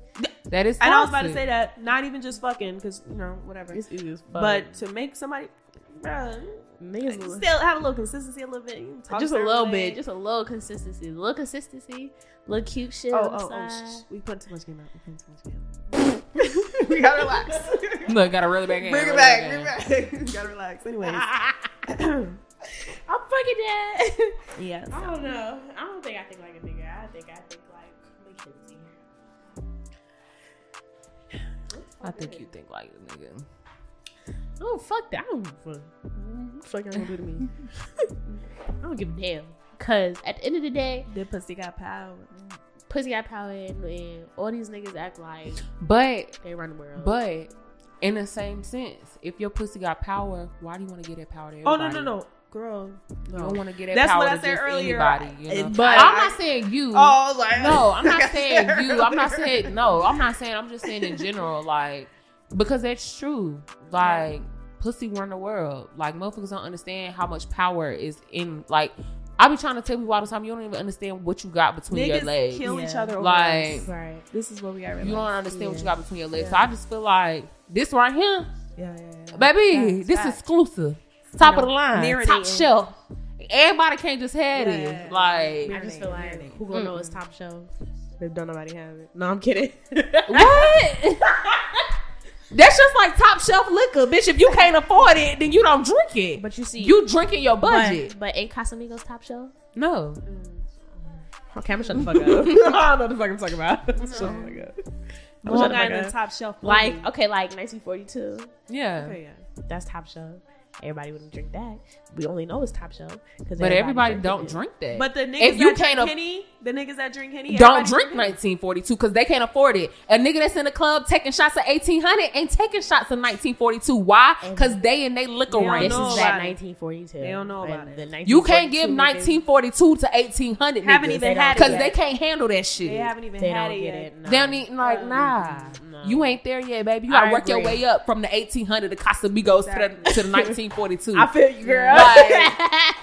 [SPEAKER 1] That is
[SPEAKER 3] and I was about to
[SPEAKER 1] toxic.
[SPEAKER 3] say that, not even just fucking, because you know whatever.
[SPEAKER 2] It's easy as fuck.
[SPEAKER 3] but to make somebody, bruh,
[SPEAKER 2] niggas will-
[SPEAKER 3] still have a little consistency, a little bit, you can talk
[SPEAKER 2] just a
[SPEAKER 3] certain
[SPEAKER 2] little
[SPEAKER 3] way.
[SPEAKER 2] bit, just a little consistency, little consistency, little cute shit.
[SPEAKER 3] oh,
[SPEAKER 2] on the
[SPEAKER 3] oh, oh,
[SPEAKER 2] side.
[SPEAKER 3] shh, shh. we put too much game out. We put too much game out.
[SPEAKER 2] we gotta relax.
[SPEAKER 1] Look, gotta reel it back in.
[SPEAKER 3] Bring
[SPEAKER 1] reel
[SPEAKER 3] it back. Bring it back. Gotta relax. Ah. Anyways.
[SPEAKER 2] I'm fucking dead.
[SPEAKER 3] yes.
[SPEAKER 2] I don't know. I don't think I think like a nigga. I think I think like Mackenzie.
[SPEAKER 1] I think you think like a nigga.
[SPEAKER 2] Oh fuck that. I don't fuck. Fuck y'all gonna do to me. I don't give a damn. Cause at the end of the day,
[SPEAKER 3] The pussy got power.
[SPEAKER 2] pussy got power, and, and all these niggas act like
[SPEAKER 1] But
[SPEAKER 2] they run the world.
[SPEAKER 1] but in the same sense, if your pussy got power, why do you want to get that power to
[SPEAKER 3] Oh
[SPEAKER 1] everybody?
[SPEAKER 3] no no no, girl.
[SPEAKER 1] You don't want to get that
[SPEAKER 3] That's
[SPEAKER 1] power
[SPEAKER 3] what I
[SPEAKER 1] to
[SPEAKER 3] said
[SPEAKER 1] just
[SPEAKER 3] earlier.
[SPEAKER 1] anybody. You know?
[SPEAKER 3] It-
[SPEAKER 1] But
[SPEAKER 3] but-
[SPEAKER 1] I'm not saying you.
[SPEAKER 3] Oh, I was like,
[SPEAKER 1] No, I'm
[SPEAKER 3] like I
[SPEAKER 1] not saying
[SPEAKER 3] said
[SPEAKER 1] you. I'm not
[SPEAKER 3] earlier.
[SPEAKER 1] saying no. I'm not saying. I'm just saying in general, like because that's true. Like pussy run the world. Like motherfuckers don't understand how much power is in. Like I be trying to tell people all the time. You don't even understand what you got between your
[SPEAKER 3] Niggas
[SPEAKER 1] legs.
[SPEAKER 3] kill each
[SPEAKER 2] Yeah.
[SPEAKER 3] other. Over
[SPEAKER 1] Like-
[SPEAKER 3] us.
[SPEAKER 2] right.
[SPEAKER 3] this is what we got.
[SPEAKER 1] you don't understand what you
[SPEAKER 2] Yeah.
[SPEAKER 1] got between your legs.
[SPEAKER 3] Yeah.
[SPEAKER 1] So I just feel like this right here,
[SPEAKER 3] Yeah, yeah, yeah.
[SPEAKER 1] baby.
[SPEAKER 3] Facts,
[SPEAKER 1] this
[SPEAKER 3] facts.
[SPEAKER 1] exclusive, top of
[SPEAKER 3] No,
[SPEAKER 1] the line,
[SPEAKER 3] marinating.
[SPEAKER 1] top shelf. Everybody can't just have
[SPEAKER 3] Yeah.
[SPEAKER 1] it. Like
[SPEAKER 2] I just feel like
[SPEAKER 3] Marinating.
[SPEAKER 2] who gonna know it's top show? If don't nobody have it. No, I'm kidding.
[SPEAKER 1] What? That's just like top shelf liquor, bitch. If you can't afford it, then you don't drink it.
[SPEAKER 2] but you see,
[SPEAKER 1] you drinking your budget.
[SPEAKER 2] But, but ain't Casamigos top show?
[SPEAKER 1] no. Oh,
[SPEAKER 2] Okay, I'm gonna shut the fuck up. I don't know what the fuck I'm talking about. I'm shut the fuck up. I'm
[SPEAKER 3] Well,
[SPEAKER 2] shut the
[SPEAKER 3] not in
[SPEAKER 2] fuck
[SPEAKER 3] the
[SPEAKER 2] up.
[SPEAKER 3] top shelf.
[SPEAKER 2] Like,
[SPEAKER 3] movie.
[SPEAKER 2] okay, like 1942.
[SPEAKER 1] Yeah.
[SPEAKER 3] Okay, yeah.
[SPEAKER 2] That's top shelf. Everybody wouldn't drink that. We only know it's top shelf because
[SPEAKER 1] But everybody don't drink that.
[SPEAKER 3] But the niggas
[SPEAKER 1] If you
[SPEAKER 3] that drink
[SPEAKER 1] can't af-
[SPEAKER 3] henny, the niggas that drink henny,
[SPEAKER 1] don't
[SPEAKER 3] everybody
[SPEAKER 1] drink 1942 because they can't afford it. A nigga that's in the club taking shots of 1800 ain't taking shots of 1942. Why? Because they in they liquor
[SPEAKER 3] They don't
[SPEAKER 1] range.
[SPEAKER 2] This
[SPEAKER 3] know
[SPEAKER 2] is
[SPEAKER 3] about
[SPEAKER 2] that
[SPEAKER 3] it.
[SPEAKER 2] 1942.
[SPEAKER 3] They don't know
[SPEAKER 2] And
[SPEAKER 3] about it.
[SPEAKER 2] the
[SPEAKER 1] You can't give
[SPEAKER 2] 1942
[SPEAKER 1] 1942 to 1800
[SPEAKER 3] Haven't
[SPEAKER 1] niggas
[SPEAKER 3] even
[SPEAKER 2] They
[SPEAKER 3] had it
[SPEAKER 2] don't-
[SPEAKER 1] because
[SPEAKER 3] yet.
[SPEAKER 1] they can't handle that shit.
[SPEAKER 3] They haven't even
[SPEAKER 2] They
[SPEAKER 3] had
[SPEAKER 2] don't
[SPEAKER 3] it
[SPEAKER 2] get
[SPEAKER 3] yet.
[SPEAKER 2] it. No.
[SPEAKER 1] They don't need like
[SPEAKER 3] Um,
[SPEAKER 1] nah.
[SPEAKER 2] no.
[SPEAKER 1] You ain't there yet, baby. You
[SPEAKER 2] Mm, I
[SPEAKER 1] gotta work your
[SPEAKER 2] agree.
[SPEAKER 1] way up from the 1800 to Casamigos
[SPEAKER 3] Exactly.
[SPEAKER 1] to the to the 1942.
[SPEAKER 2] I feel you, girl.
[SPEAKER 1] Like,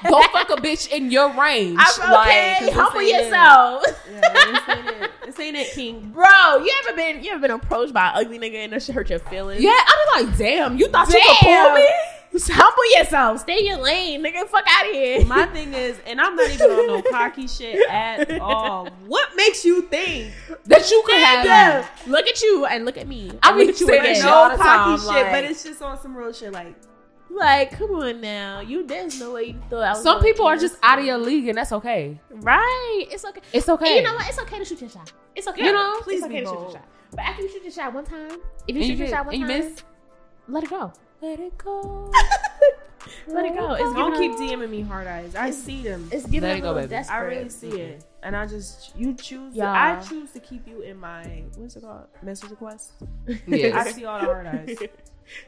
[SPEAKER 1] Go fuck a bitch in your range.
[SPEAKER 2] I'm okay.
[SPEAKER 1] Like,
[SPEAKER 2] Humble
[SPEAKER 3] this ain't it.
[SPEAKER 2] yourself,
[SPEAKER 3] Yeah, this ain't it. This ain't it, King.
[SPEAKER 2] bro. You ever been you ever been approached by an ugly nigga and that shit hurt your feelings?
[SPEAKER 1] yeah, I'm like, damn. You thought you could
[SPEAKER 2] Damn.
[SPEAKER 1] pull me?
[SPEAKER 2] Humble yourself. Stay in your lane, nigga. Fuck out of here.
[SPEAKER 3] My thing is, and I'm not even on no cocky shit at all. What makes you think
[SPEAKER 1] That you could have.
[SPEAKER 2] Nigga, look at you and look at me.
[SPEAKER 1] I
[SPEAKER 2] And
[SPEAKER 1] be
[SPEAKER 2] look at you
[SPEAKER 1] saying
[SPEAKER 3] Like,
[SPEAKER 1] Yeah.
[SPEAKER 2] again.
[SPEAKER 1] all
[SPEAKER 3] no
[SPEAKER 1] the
[SPEAKER 3] cocky
[SPEAKER 1] time,
[SPEAKER 3] shit?
[SPEAKER 1] like-
[SPEAKER 3] but it's just on some real shit. Like,
[SPEAKER 2] Like, come on now. You there's no way you thought I was.
[SPEAKER 1] Some
[SPEAKER 2] gonna
[SPEAKER 1] people are
[SPEAKER 2] do
[SPEAKER 1] just
[SPEAKER 2] this.
[SPEAKER 1] out of your league, and that's okay.
[SPEAKER 2] Right. It's okay.
[SPEAKER 1] It's okay.
[SPEAKER 2] And you know what? It's okay to shoot your shot. It's okay.
[SPEAKER 1] You know?
[SPEAKER 2] It's
[SPEAKER 3] Please
[SPEAKER 2] okay
[SPEAKER 3] be
[SPEAKER 2] to shoot
[SPEAKER 3] bold.
[SPEAKER 2] your shot. But after you shoot your shot one time, if you
[SPEAKER 1] And
[SPEAKER 2] shoot
[SPEAKER 1] you,
[SPEAKER 2] your
[SPEAKER 1] get-
[SPEAKER 2] shot one
[SPEAKER 1] and you
[SPEAKER 2] time,
[SPEAKER 1] miss.
[SPEAKER 2] let it go.
[SPEAKER 1] Let it go.
[SPEAKER 2] Let it go. It's
[SPEAKER 3] don't
[SPEAKER 2] giving
[SPEAKER 3] keep DMing me hard eyes. I see them.
[SPEAKER 2] It's giving
[SPEAKER 1] Let
[SPEAKER 2] a
[SPEAKER 1] it go,
[SPEAKER 2] little
[SPEAKER 1] baby.
[SPEAKER 2] desperate.
[SPEAKER 3] I really see it. And I just you choose.
[SPEAKER 2] Yeah.
[SPEAKER 3] I choose to keep you in my what's it called message request. I
[SPEAKER 1] Yes.
[SPEAKER 3] see all the hard eyes.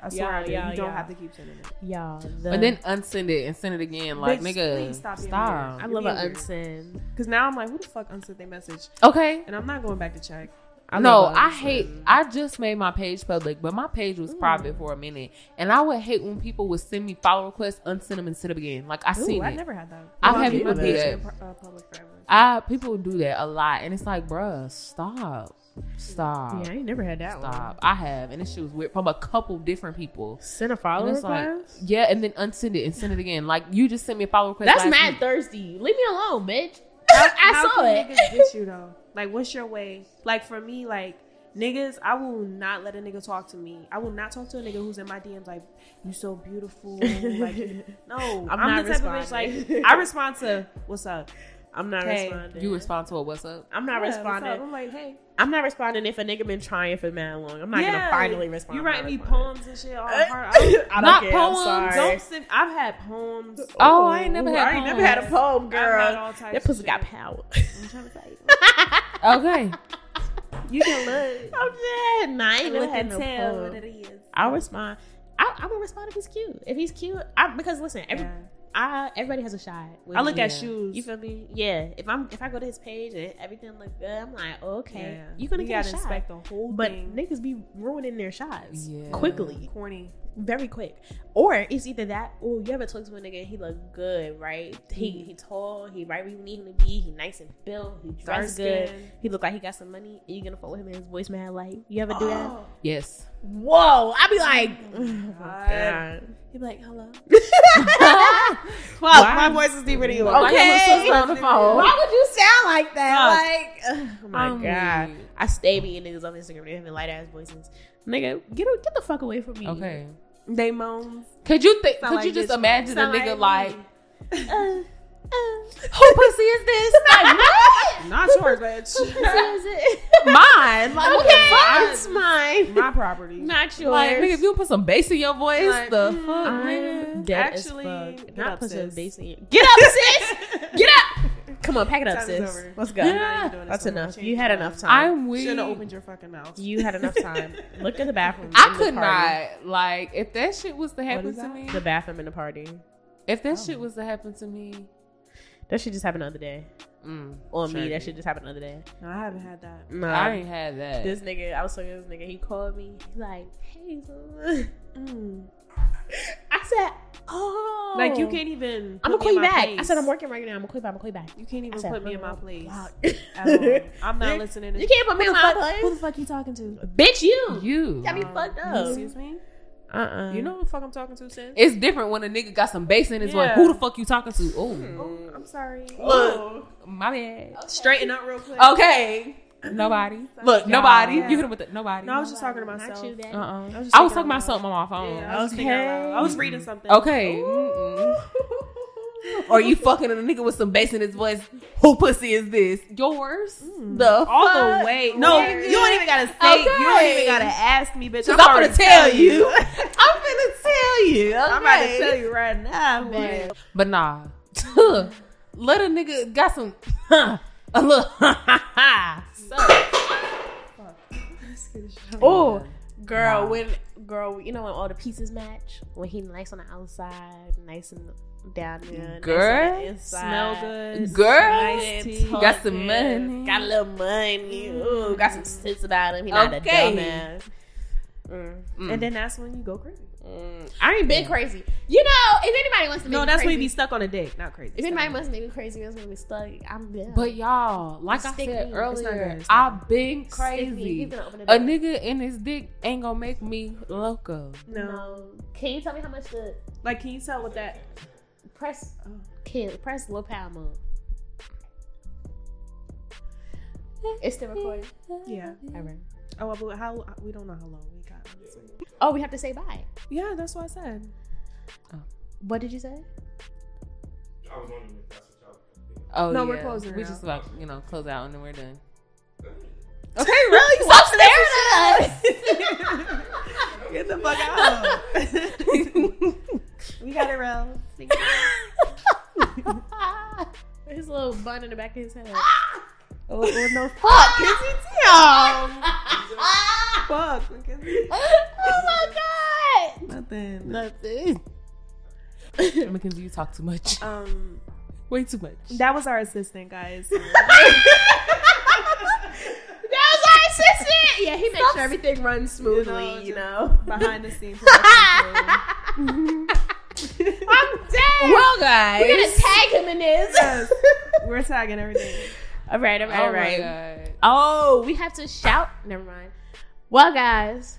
[SPEAKER 3] I swear
[SPEAKER 2] Yeah,
[SPEAKER 3] I do.
[SPEAKER 2] yeah,
[SPEAKER 3] you don't
[SPEAKER 2] yeah.
[SPEAKER 3] have to keep sending it.
[SPEAKER 2] Yeah.
[SPEAKER 1] But then unsend it and send it again. Like,
[SPEAKER 3] Bitch,
[SPEAKER 1] nigga,
[SPEAKER 3] please
[SPEAKER 1] stop.
[SPEAKER 3] stop being
[SPEAKER 2] I love
[SPEAKER 3] weird. You're
[SPEAKER 2] an
[SPEAKER 3] being weird.
[SPEAKER 2] unsend.
[SPEAKER 3] Because now I'm like, who the fuck unsent their message?
[SPEAKER 1] Okay.
[SPEAKER 3] And I'm not going back to check.
[SPEAKER 2] I
[SPEAKER 1] no,
[SPEAKER 2] love
[SPEAKER 1] I
[SPEAKER 2] unsend.
[SPEAKER 1] hate. I just made my page public, but my page was
[SPEAKER 2] Ooh.
[SPEAKER 1] private for a minute, and I would hate when people would send me follow requests, unsend them, and send them again. Like I
[SPEAKER 3] Ooh,
[SPEAKER 1] seen
[SPEAKER 3] I
[SPEAKER 1] it.
[SPEAKER 3] never had that.
[SPEAKER 1] I've
[SPEAKER 3] Well,
[SPEAKER 1] had
[SPEAKER 3] keep
[SPEAKER 2] people
[SPEAKER 3] my
[SPEAKER 2] do
[SPEAKER 3] page
[SPEAKER 1] that.
[SPEAKER 3] in pu- uh, public forever.
[SPEAKER 1] I people do that a lot, and it's like, bruh, stop, stop,
[SPEAKER 2] Yeah, I ain't never had that
[SPEAKER 1] stop. I have, and this shit was weird from a couple different people.
[SPEAKER 2] one. Send a
[SPEAKER 1] And
[SPEAKER 2] follow
[SPEAKER 1] it's like,
[SPEAKER 2] request?
[SPEAKER 1] yeah, and then unsend it and send it again. Like you just sent me a follow request.
[SPEAKER 2] That's
[SPEAKER 1] last
[SPEAKER 2] mad
[SPEAKER 1] week.
[SPEAKER 2] thirsty. Leave me alone, bitch.
[SPEAKER 3] How
[SPEAKER 2] I saw
[SPEAKER 3] can
[SPEAKER 2] it.
[SPEAKER 3] Niggas get you though. Like, what's your way? Like for me, like niggas, I will not let a nigga talk to me. I will not talk to a nigga who's in my DMs. Like, you so beautiful. Like, no, I'm,
[SPEAKER 2] not
[SPEAKER 3] the type of bitch.
[SPEAKER 2] responding.
[SPEAKER 3] Like, I respond to what's up.
[SPEAKER 2] I'm not
[SPEAKER 3] Hey,
[SPEAKER 2] responding.
[SPEAKER 1] You respond to a what's up?
[SPEAKER 2] I'm not
[SPEAKER 3] Yeah, what's
[SPEAKER 2] responding.
[SPEAKER 3] up? I'm like, hey,
[SPEAKER 2] I'm not responding if a nigga been trying for mad long. I'm not
[SPEAKER 3] Yeah,
[SPEAKER 2] gonna finally respond.
[SPEAKER 3] You
[SPEAKER 2] I'm not
[SPEAKER 3] write me
[SPEAKER 2] responding.
[SPEAKER 3] poems and shit. All
[SPEAKER 2] Uh,
[SPEAKER 3] hard.
[SPEAKER 2] I
[SPEAKER 3] I
[SPEAKER 2] don't
[SPEAKER 1] Not
[SPEAKER 2] care,
[SPEAKER 1] poems,
[SPEAKER 2] I'm
[SPEAKER 3] don't,
[SPEAKER 2] sorry.
[SPEAKER 3] don't send. I've had poems.
[SPEAKER 1] Oh, I ain't never had
[SPEAKER 2] I ain't never had a poem,
[SPEAKER 3] I've had
[SPEAKER 2] girl.
[SPEAKER 3] all types
[SPEAKER 2] That pussy
[SPEAKER 3] of
[SPEAKER 2] got
[SPEAKER 3] shit.
[SPEAKER 2] power.
[SPEAKER 3] I'm trying to tell you.
[SPEAKER 1] Okay,
[SPEAKER 3] You can look.
[SPEAKER 2] I'm dead. Nah, I ain't never
[SPEAKER 3] Look
[SPEAKER 2] had
[SPEAKER 3] and
[SPEAKER 2] no
[SPEAKER 3] tell what
[SPEAKER 2] poem.
[SPEAKER 3] it is.
[SPEAKER 2] I'll respond. I, I'm gonna respond if he's cute. If he's cute, I, because listen, every,
[SPEAKER 3] Yeah.
[SPEAKER 2] I, everybody has a shot. with
[SPEAKER 3] I look
[SPEAKER 2] me.
[SPEAKER 3] at
[SPEAKER 1] Yeah.
[SPEAKER 3] shoes.
[SPEAKER 2] You feel me? Yeah. If I'm if I go to his page and everything look good, I'm like, okay,
[SPEAKER 3] Yeah.
[SPEAKER 2] you're gonna
[SPEAKER 3] You
[SPEAKER 2] get a
[SPEAKER 3] gotta
[SPEAKER 2] shot.
[SPEAKER 3] inspect the whole
[SPEAKER 2] but
[SPEAKER 3] thing.
[SPEAKER 2] niggas be ruining their shots
[SPEAKER 1] Yeah.
[SPEAKER 2] quickly,
[SPEAKER 3] corny.
[SPEAKER 2] very quick. Or it's either that, or you ever talk to a nigga and he look good, right? He
[SPEAKER 3] Mhm.
[SPEAKER 2] he tall, he right where you need him to be, he nice and built, he
[SPEAKER 3] Dark
[SPEAKER 2] dressed good,
[SPEAKER 3] skin.
[SPEAKER 2] he look like he got some money, and you gonna follow him in his voice man like you ever do that?
[SPEAKER 3] Oh.
[SPEAKER 1] yes.
[SPEAKER 2] Whoa, I be like, oh my
[SPEAKER 3] God.
[SPEAKER 2] God.
[SPEAKER 3] He be like, hello.
[SPEAKER 2] Fuck, my
[SPEAKER 1] Why-
[SPEAKER 2] voice is deeper than yours.
[SPEAKER 1] Why your little
[SPEAKER 2] Okay.
[SPEAKER 1] sister on the phone?
[SPEAKER 2] Why would you sound like that? Like, oh my
[SPEAKER 1] I'm
[SPEAKER 2] god,
[SPEAKER 1] weak.
[SPEAKER 2] I stay being niggas on Instagram. They having light ass voices. Nigga, get get the fuck away from me.
[SPEAKER 1] Okay.
[SPEAKER 3] They moans.
[SPEAKER 1] Could you think?
[SPEAKER 3] Sound
[SPEAKER 1] Could
[SPEAKER 3] like
[SPEAKER 1] you just
[SPEAKER 3] bitch
[SPEAKER 1] imagine a
[SPEAKER 2] Sound
[SPEAKER 1] nigga
[SPEAKER 2] like
[SPEAKER 1] like,
[SPEAKER 2] me.
[SPEAKER 3] like-
[SPEAKER 2] Uh, uh,
[SPEAKER 1] who pussy is this? Like, what?
[SPEAKER 3] Not yours, bitch.
[SPEAKER 2] is it?
[SPEAKER 1] Mine. Like, what the
[SPEAKER 2] okay,
[SPEAKER 1] fuck?
[SPEAKER 2] it's mine,
[SPEAKER 3] My property.
[SPEAKER 2] not yours.
[SPEAKER 1] Like, nigga, if you put some bass in your voice,
[SPEAKER 3] Like,
[SPEAKER 1] the
[SPEAKER 3] mm,
[SPEAKER 1] fuck,
[SPEAKER 2] I'm
[SPEAKER 1] nigga.
[SPEAKER 2] dead
[SPEAKER 3] Actually,
[SPEAKER 2] as fuck.
[SPEAKER 3] get
[SPEAKER 2] Not
[SPEAKER 3] up,
[SPEAKER 2] put some
[SPEAKER 3] sis.
[SPEAKER 2] bass in your- Get up, sis. Get up. Come on, pack it up,
[SPEAKER 3] Time is
[SPEAKER 2] sis.
[SPEAKER 3] over.
[SPEAKER 2] Let's
[SPEAKER 3] I'm
[SPEAKER 2] go.
[SPEAKER 3] not even doing this
[SPEAKER 2] That's
[SPEAKER 3] no more.
[SPEAKER 2] enough.
[SPEAKER 3] Change
[SPEAKER 2] You
[SPEAKER 3] my
[SPEAKER 2] had
[SPEAKER 3] mind.
[SPEAKER 2] enough time.
[SPEAKER 1] I'm weak.
[SPEAKER 3] Shouldn't have opened your fucking mouth.
[SPEAKER 2] You had enough time. Look at the bathroom.
[SPEAKER 1] I
[SPEAKER 2] and the
[SPEAKER 1] could
[SPEAKER 2] party.
[SPEAKER 1] not. Like, if that shit was to happen
[SPEAKER 3] is
[SPEAKER 1] to
[SPEAKER 3] that?
[SPEAKER 1] me,
[SPEAKER 2] The bathroom and the party.
[SPEAKER 1] if that shit was to happen to me,
[SPEAKER 2] That should just happen the other day.
[SPEAKER 1] mm,
[SPEAKER 2] On me,
[SPEAKER 1] sure
[SPEAKER 2] that
[SPEAKER 1] did.
[SPEAKER 2] should just happen the other day.
[SPEAKER 3] No, I haven't had that.
[SPEAKER 2] No,
[SPEAKER 1] I ain't had that.
[SPEAKER 2] this nigga, I was talking to this nigga. He called me. He like, hey, so-
[SPEAKER 3] Mm.
[SPEAKER 2] I said, oh,
[SPEAKER 3] Like you can't even.
[SPEAKER 2] I'm gonna
[SPEAKER 3] put me
[SPEAKER 2] call you
[SPEAKER 3] in my
[SPEAKER 2] back. I
[SPEAKER 3] place.
[SPEAKER 2] said I'm working right now. I'm gonna call you back. I'm gonna call you back.
[SPEAKER 3] You can't
[SPEAKER 2] I
[SPEAKER 3] even
[SPEAKER 2] said,
[SPEAKER 3] put me in my
[SPEAKER 2] "Oh,
[SPEAKER 3] place.
[SPEAKER 2] wow."
[SPEAKER 3] At all. I'm not
[SPEAKER 2] You-
[SPEAKER 3] listening to
[SPEAKER 2] You
[SPEAKER 3] this.
[SPEAKER 2] can't put me in
[SPEAKER 3] Who the fuck-
[SPEAKER 2] my
[SPEAKER 3] Who the
[SPEAKER 2] place,
[SPEAKER 3] fuck you talking to?
[SPEAKER 2] bitch. You.
[SPEAKER 1] you.
[SPEAKER 2] Got me
[SPEAKER 3] Um,
[SPEAKER 2] fucked up.
[SPEAKER 3] Excuse me.
[SPEAKER 2] Uh. uh
[SPEAKER 3] You know who the fuck I'm talking to, sis?
[SPEAKER 1] It's different when a nigga got some bass in his voice.
[SPEAKER 3] Yeah.
[SPEAKER 1] Who the fuck you talking to? Oh,
[SPEAKER 3] Oh, I'm sorry. Oh.
[SPEAKER 2] Look.
[SPEAKER 1] my bad.
[SPEAKER 3] Straighten up real quick.
[SPEAKER 1] Okay. Nobody.
[SPEAKER 2] Look,
[SPEAKER 1] Nobody.
[SPEAKER 3] Yeah.
[SPEAKER 1] You hit him with the nobody.
[SPEAKER 3] No, I was just talking to myself.
[SPEAKER 2] Not you, daddy.
[SPEAKER 1] Uh-uh. I was,
[SPEAKER 3] just thinking
[SPEAKER 1] talking
[SPEAKER 3] out
[SPEAKER 1] about something on my
[SPEAKER 3] loud.
[SPEAKER 1] phone.
[SPEAKER 3] Yeah, I was thinking out loud. I was reading something.
[SPEAKER 1] Okay. Mm-mm. Or you fucking a nigga with some bass in his voice. Who pussy is this? Yours? The
[SPEAKER 3] all the
[SPEAKER 1] fuck?
[SPEAKER 3] way. No,
[SPEAKER 1] Word.
[SPEAKER 3] you don't even gotta say. You don't
[SPEAKER 1] Okay.
[SPEAKER 3] even gotta ask me, bitch.
[SPEAKER 1] Cause I'm
[SPEAKER 3] already
[SPEAKER 1] gonna tell
[SPEAKER 3] telling
[SPEAKER 1] you. I'm gonna tell you. Okay.
[SPEAKER 3] I'm about to tell you right now. Like,
[SPEAKER 1] But nah. Let a nigga got some a little
[SPEAKER 2] Oh, girl,
[SPEAKER 1] Nah.
[SPEAKER 2] when girl, you know when all the pieces match, when he nice on the outside, nice and down there,
[SPEAKER 1] Girl,
[SPEAKER 2] nice on the inside,
[SPEAKER 3] smell good.
[SPEAKER 1] Girl.
[SPEAKER 2] nice
[SPEAKER 3] tea.
[SPEAKER 2] and
[SPEAKER 1] Got some
[SPEAKER 2] talkative,
[SPEAKER 1] money.
[SPEAKER 2] got a little money, ooh, got some sense about him. He not
[SPEAKER 1] Okay.
[SPEAKER 2] a dumbass. Mm,
[SPEAKER 3] And then that's when you go crazy.
[SPEAKER 2] mm. I ain't been crazy. You know, if anybody wants to make
[SPEAKER 3] No,
[SPEAKER 2] me
[SPEAKER 3] that's
[SPEAKER 2] crazy,
[SPEAKER 3] when you be stuck on a dick, not crazy.
[SPEAKER 2] if anybody wants to make me crazy, that's when we stuck. I'm there.
[SPEAKER 1] But y'all, like
[SPEAKER 2] It's
[SPEAKER 1] I
[SPEAKER 2] sticky.
[SPEAKER 1] said
[SPEAKER 2] It's
[SPEAKER 1] earlier,
[SPEAKER 3] not good. It's not
[SPEAKER 1] I've been
[SPEAKER 2] Stick me.
[SPEAKER 1] crazy.
[SPEAKER 2] You gonna open it
[SPEAKER 1] A
[SPEAKER 2] up.
[SPEAKER 1] nigga in his dick ain't gonna make me loco.
[SPEAKER 3] no.
[SPEAKER 2] Can you tell me how much the
[SPEAKER 3] Like, can you tell what that?
[SPEAKER 2] press
[SPEAKER 3] Oh.
[SPEAKER 2] Kid, press low power mode. It's still recording.
[SPEAKER 3] Yeah.
[SPEAKER 2] Alright.
[SPEAKER 3] Oh, but how? We don't know how long we got.
[SPEAKER 2] Oh, we have to say bye.
[SPEAKER 3] Yeah, that's what I said.
[SPEAKER 2] What did you say?
[SPEAKER 4] I was wondering if that's what y'all
[SPEAKER 1] Oh
[SPEAKER 3] No,
[SPEAKER 1] yeah.
[SPEAKER 3] we're closing
[SPEAKER 1] We
[SPEAKER 3] now.
[SPEAKER 1] just about you know close out and then we're done.
[SPEAKER 4] were thinking.
[SPEAKER 3] Okay, really? You
[SPEAKER 2] Stop staring
[SPEAKER 3] Get the fuck out. we got it, Rel.
[SPEAKER 2] His little butt going in the back of his head.
[SPEAKER 3] Oh, well, no, fuck, is he down?
[SPEAKER 2] oh
[SPEAKER 3] Fuck, look at me.
[SPEAKER 2] my god!
[SPEAKER 3] Nothing.
[SPEAKER 2] Nothing.
[SPEAKER 1] Mackenzie, you talk too much.
[SPEAKER 3] Um,
[SPEAKER 1] Way too much.
[SPEAKER 3] that was our assistant, guys.
[SPEAKER 2] That was our assistant. Yeah, he makes sure everything runs smoothly. You
[SPEAKER 3] just
[SPEAKER 2] know.
[SPEAKER 3] Behind the scenes. production crew.
[SPEAKER 2] I'm dead.
[SPEAKER 1] well, guys.
[SPEAKER 2] We're gonna tag him in this.
[SPEAKER 3] Yes. We're tagging everything.
[SPEAKER 2] All right, all right, all
[SPEAKER 1] oh
[SPEAKER 2] right.
[SPEAKER 1] my God.
[SPEAKER 2] Oh, we have to shout. Never mind. Well, guys,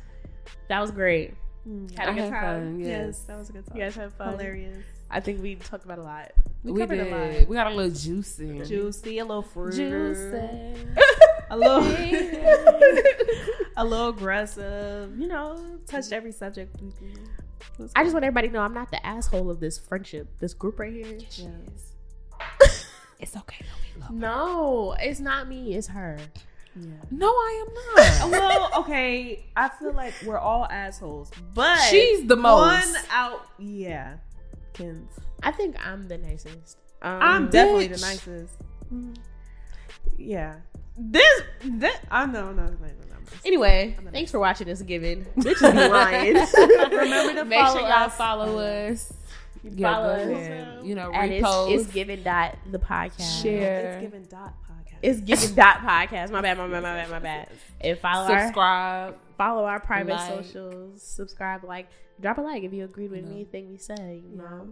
[SPEAKER 2] that was great. Hmm. Had
[SPEAKER 1] I
[SPEAKER 2] a good
[SPEAKER 1] had
[SPEAKER 2] time.
[SPEAKER 1] fun. Yes.
[SPEAKER 3] Yes, that was a good talk.
[SPEAKER 2] You guys had fun.
[SPEAKER 3] Hilarious.
[SPEAKER 2] I think we talked about a lot.
[SPEAKER 1] We,
[SPEAKER 3] covered a
[SPEAKER 1] did.
[SPEAKER 3] lot.
[SPEAKER 1] We got a little juice in.
[SPEAKER 3] Juicy, a little fruit.
[SPEAKER 1] Juicy.
[SPEAKER 3] A little a little aggressive. You know, touched every subject. we could.
[SPEAKER 2] I just want everybody to know I'm not the asshole of this friendship, this group right here.
[SPEAKER 3] Yeah.
[SPEAKER 1] It's okay.
[SPEAKER 2] No, it's not me. It's her.
[SPEAKER 1] No, I am not.
[SPEAKER 3] Well, okay. I feel like we're all assholes. But
[SPEAKER 1] She's the most.
[SPEAKER 3] one out yeah. Kins.
[SPEAKER 2] I think I'm the nicest. Um,
[SPEAKER 3] I'm definitely the
[SPEAKER 1] bitch. Mm.
[SPEAKER 3] nicest. Yeah. This this I'm no no no no no.
[SPEAKER 2] Anyway,
[SPEAKER 3] the
[SPEAKER 2] thanks for watching this given. Bitches be lying.
[SPEAKER 3] Remember to
[SPEAKER 1] Make
[SPEAKER 3] follow
[SPEAKER 1] sure y'all
[SPEAKER 3] us.
[SPEAKER 1] follow us. Yeah,
[SPEAKER 2] Follow
[SPEAKER 1] go
[SPEAKER 2] us.
[SPEAKER 1] ahead. You know,
[SPEAKER 2] At it's,
[SPEAKER 1] repost.
[SPEAKER 2] it's given dot the podcast.
[SPEAKER 1] Share.
[SPEAKER 3] It's given dot podcast.
[SPEAKER 2] It's given dot podcast. My bad. My bad. My bad. My bad. And follow our Oh.
[SPEAKER 1] subscribe.
[SPEAKER 2] follow our private
[SPEAKER 1] Like.
[SPEAKER 2] socials. Subscribe. Like. Drop a like if you agreed with
[SPEAKER 1] No.
[SPEAKER 2] anything we said. You know.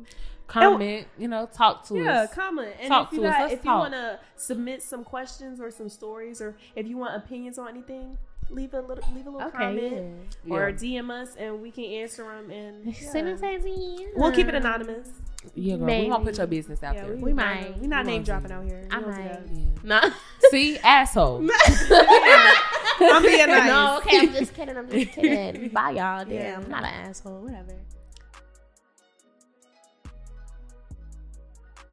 [SPEAKER 1] comment, you know, talk to
[SPEAKER 3] Yeah,
[SPEAKER 1] us.
[SPEAKER 3] comment. And
[SPEAKER 1] Talk
[SPEAKER 3] if you,
[SPEAKER 1] to us.
[SPEAKER 3] got,
[SPEAKER 1] Let's
[SPEAKER 3] if you
[SPEAKER 1] talk.
[SPEAKER 3] want to submit some questions or some stories, or if you want opinions on anything, leave a little leave a little comment
[SPEAKER 2] Okay.
[SPEAKER 3] or
[SPEAKER 1] yeah.
[SPEAKER 3] DM us, and we can answer them. And
[SPEAKER 2] Yeah.
[SPEAKER 3] yeah.
[SPEAKER 2] Send us that in.
[SPEAKER 3] We'll keep it anonymous.
[SPEAKER 1] yeah, girl, we
[SPEAKER 2] Maybe.
[SPEAKER 1] gonna put your business out
[SPEAKER 3] Yeah,
[SPEAKER 1] there.
[SPEAKER 2] We might.
[SPEAKER 3] We're not
[SPEAKER 1] We
[SPEAKER 3] name
[SPEAKER 1] won't do
[SPEAKER 3] dropping
[SPEAKER 1] that.
[SPEAKER 3] out here.
[SPEAKER 2] I
[SPEAKER 3] We don't do
[SPEAKER 2] might.
[SPEAKER 3] that.
[SPEAKER 1] Yeah.
[SPEAKER 2] No.
[SPEAKER 1] See, asshole.
[SPEAKER 3] I'm being nice.
[SPEAKER 2] No, okay, I'm just kidding. I'm just kidding. Bye, y'all. Damn,
[SPEAKER 3] Yeah.
[SPEAKER 2] I'm not an asshole. Whatever.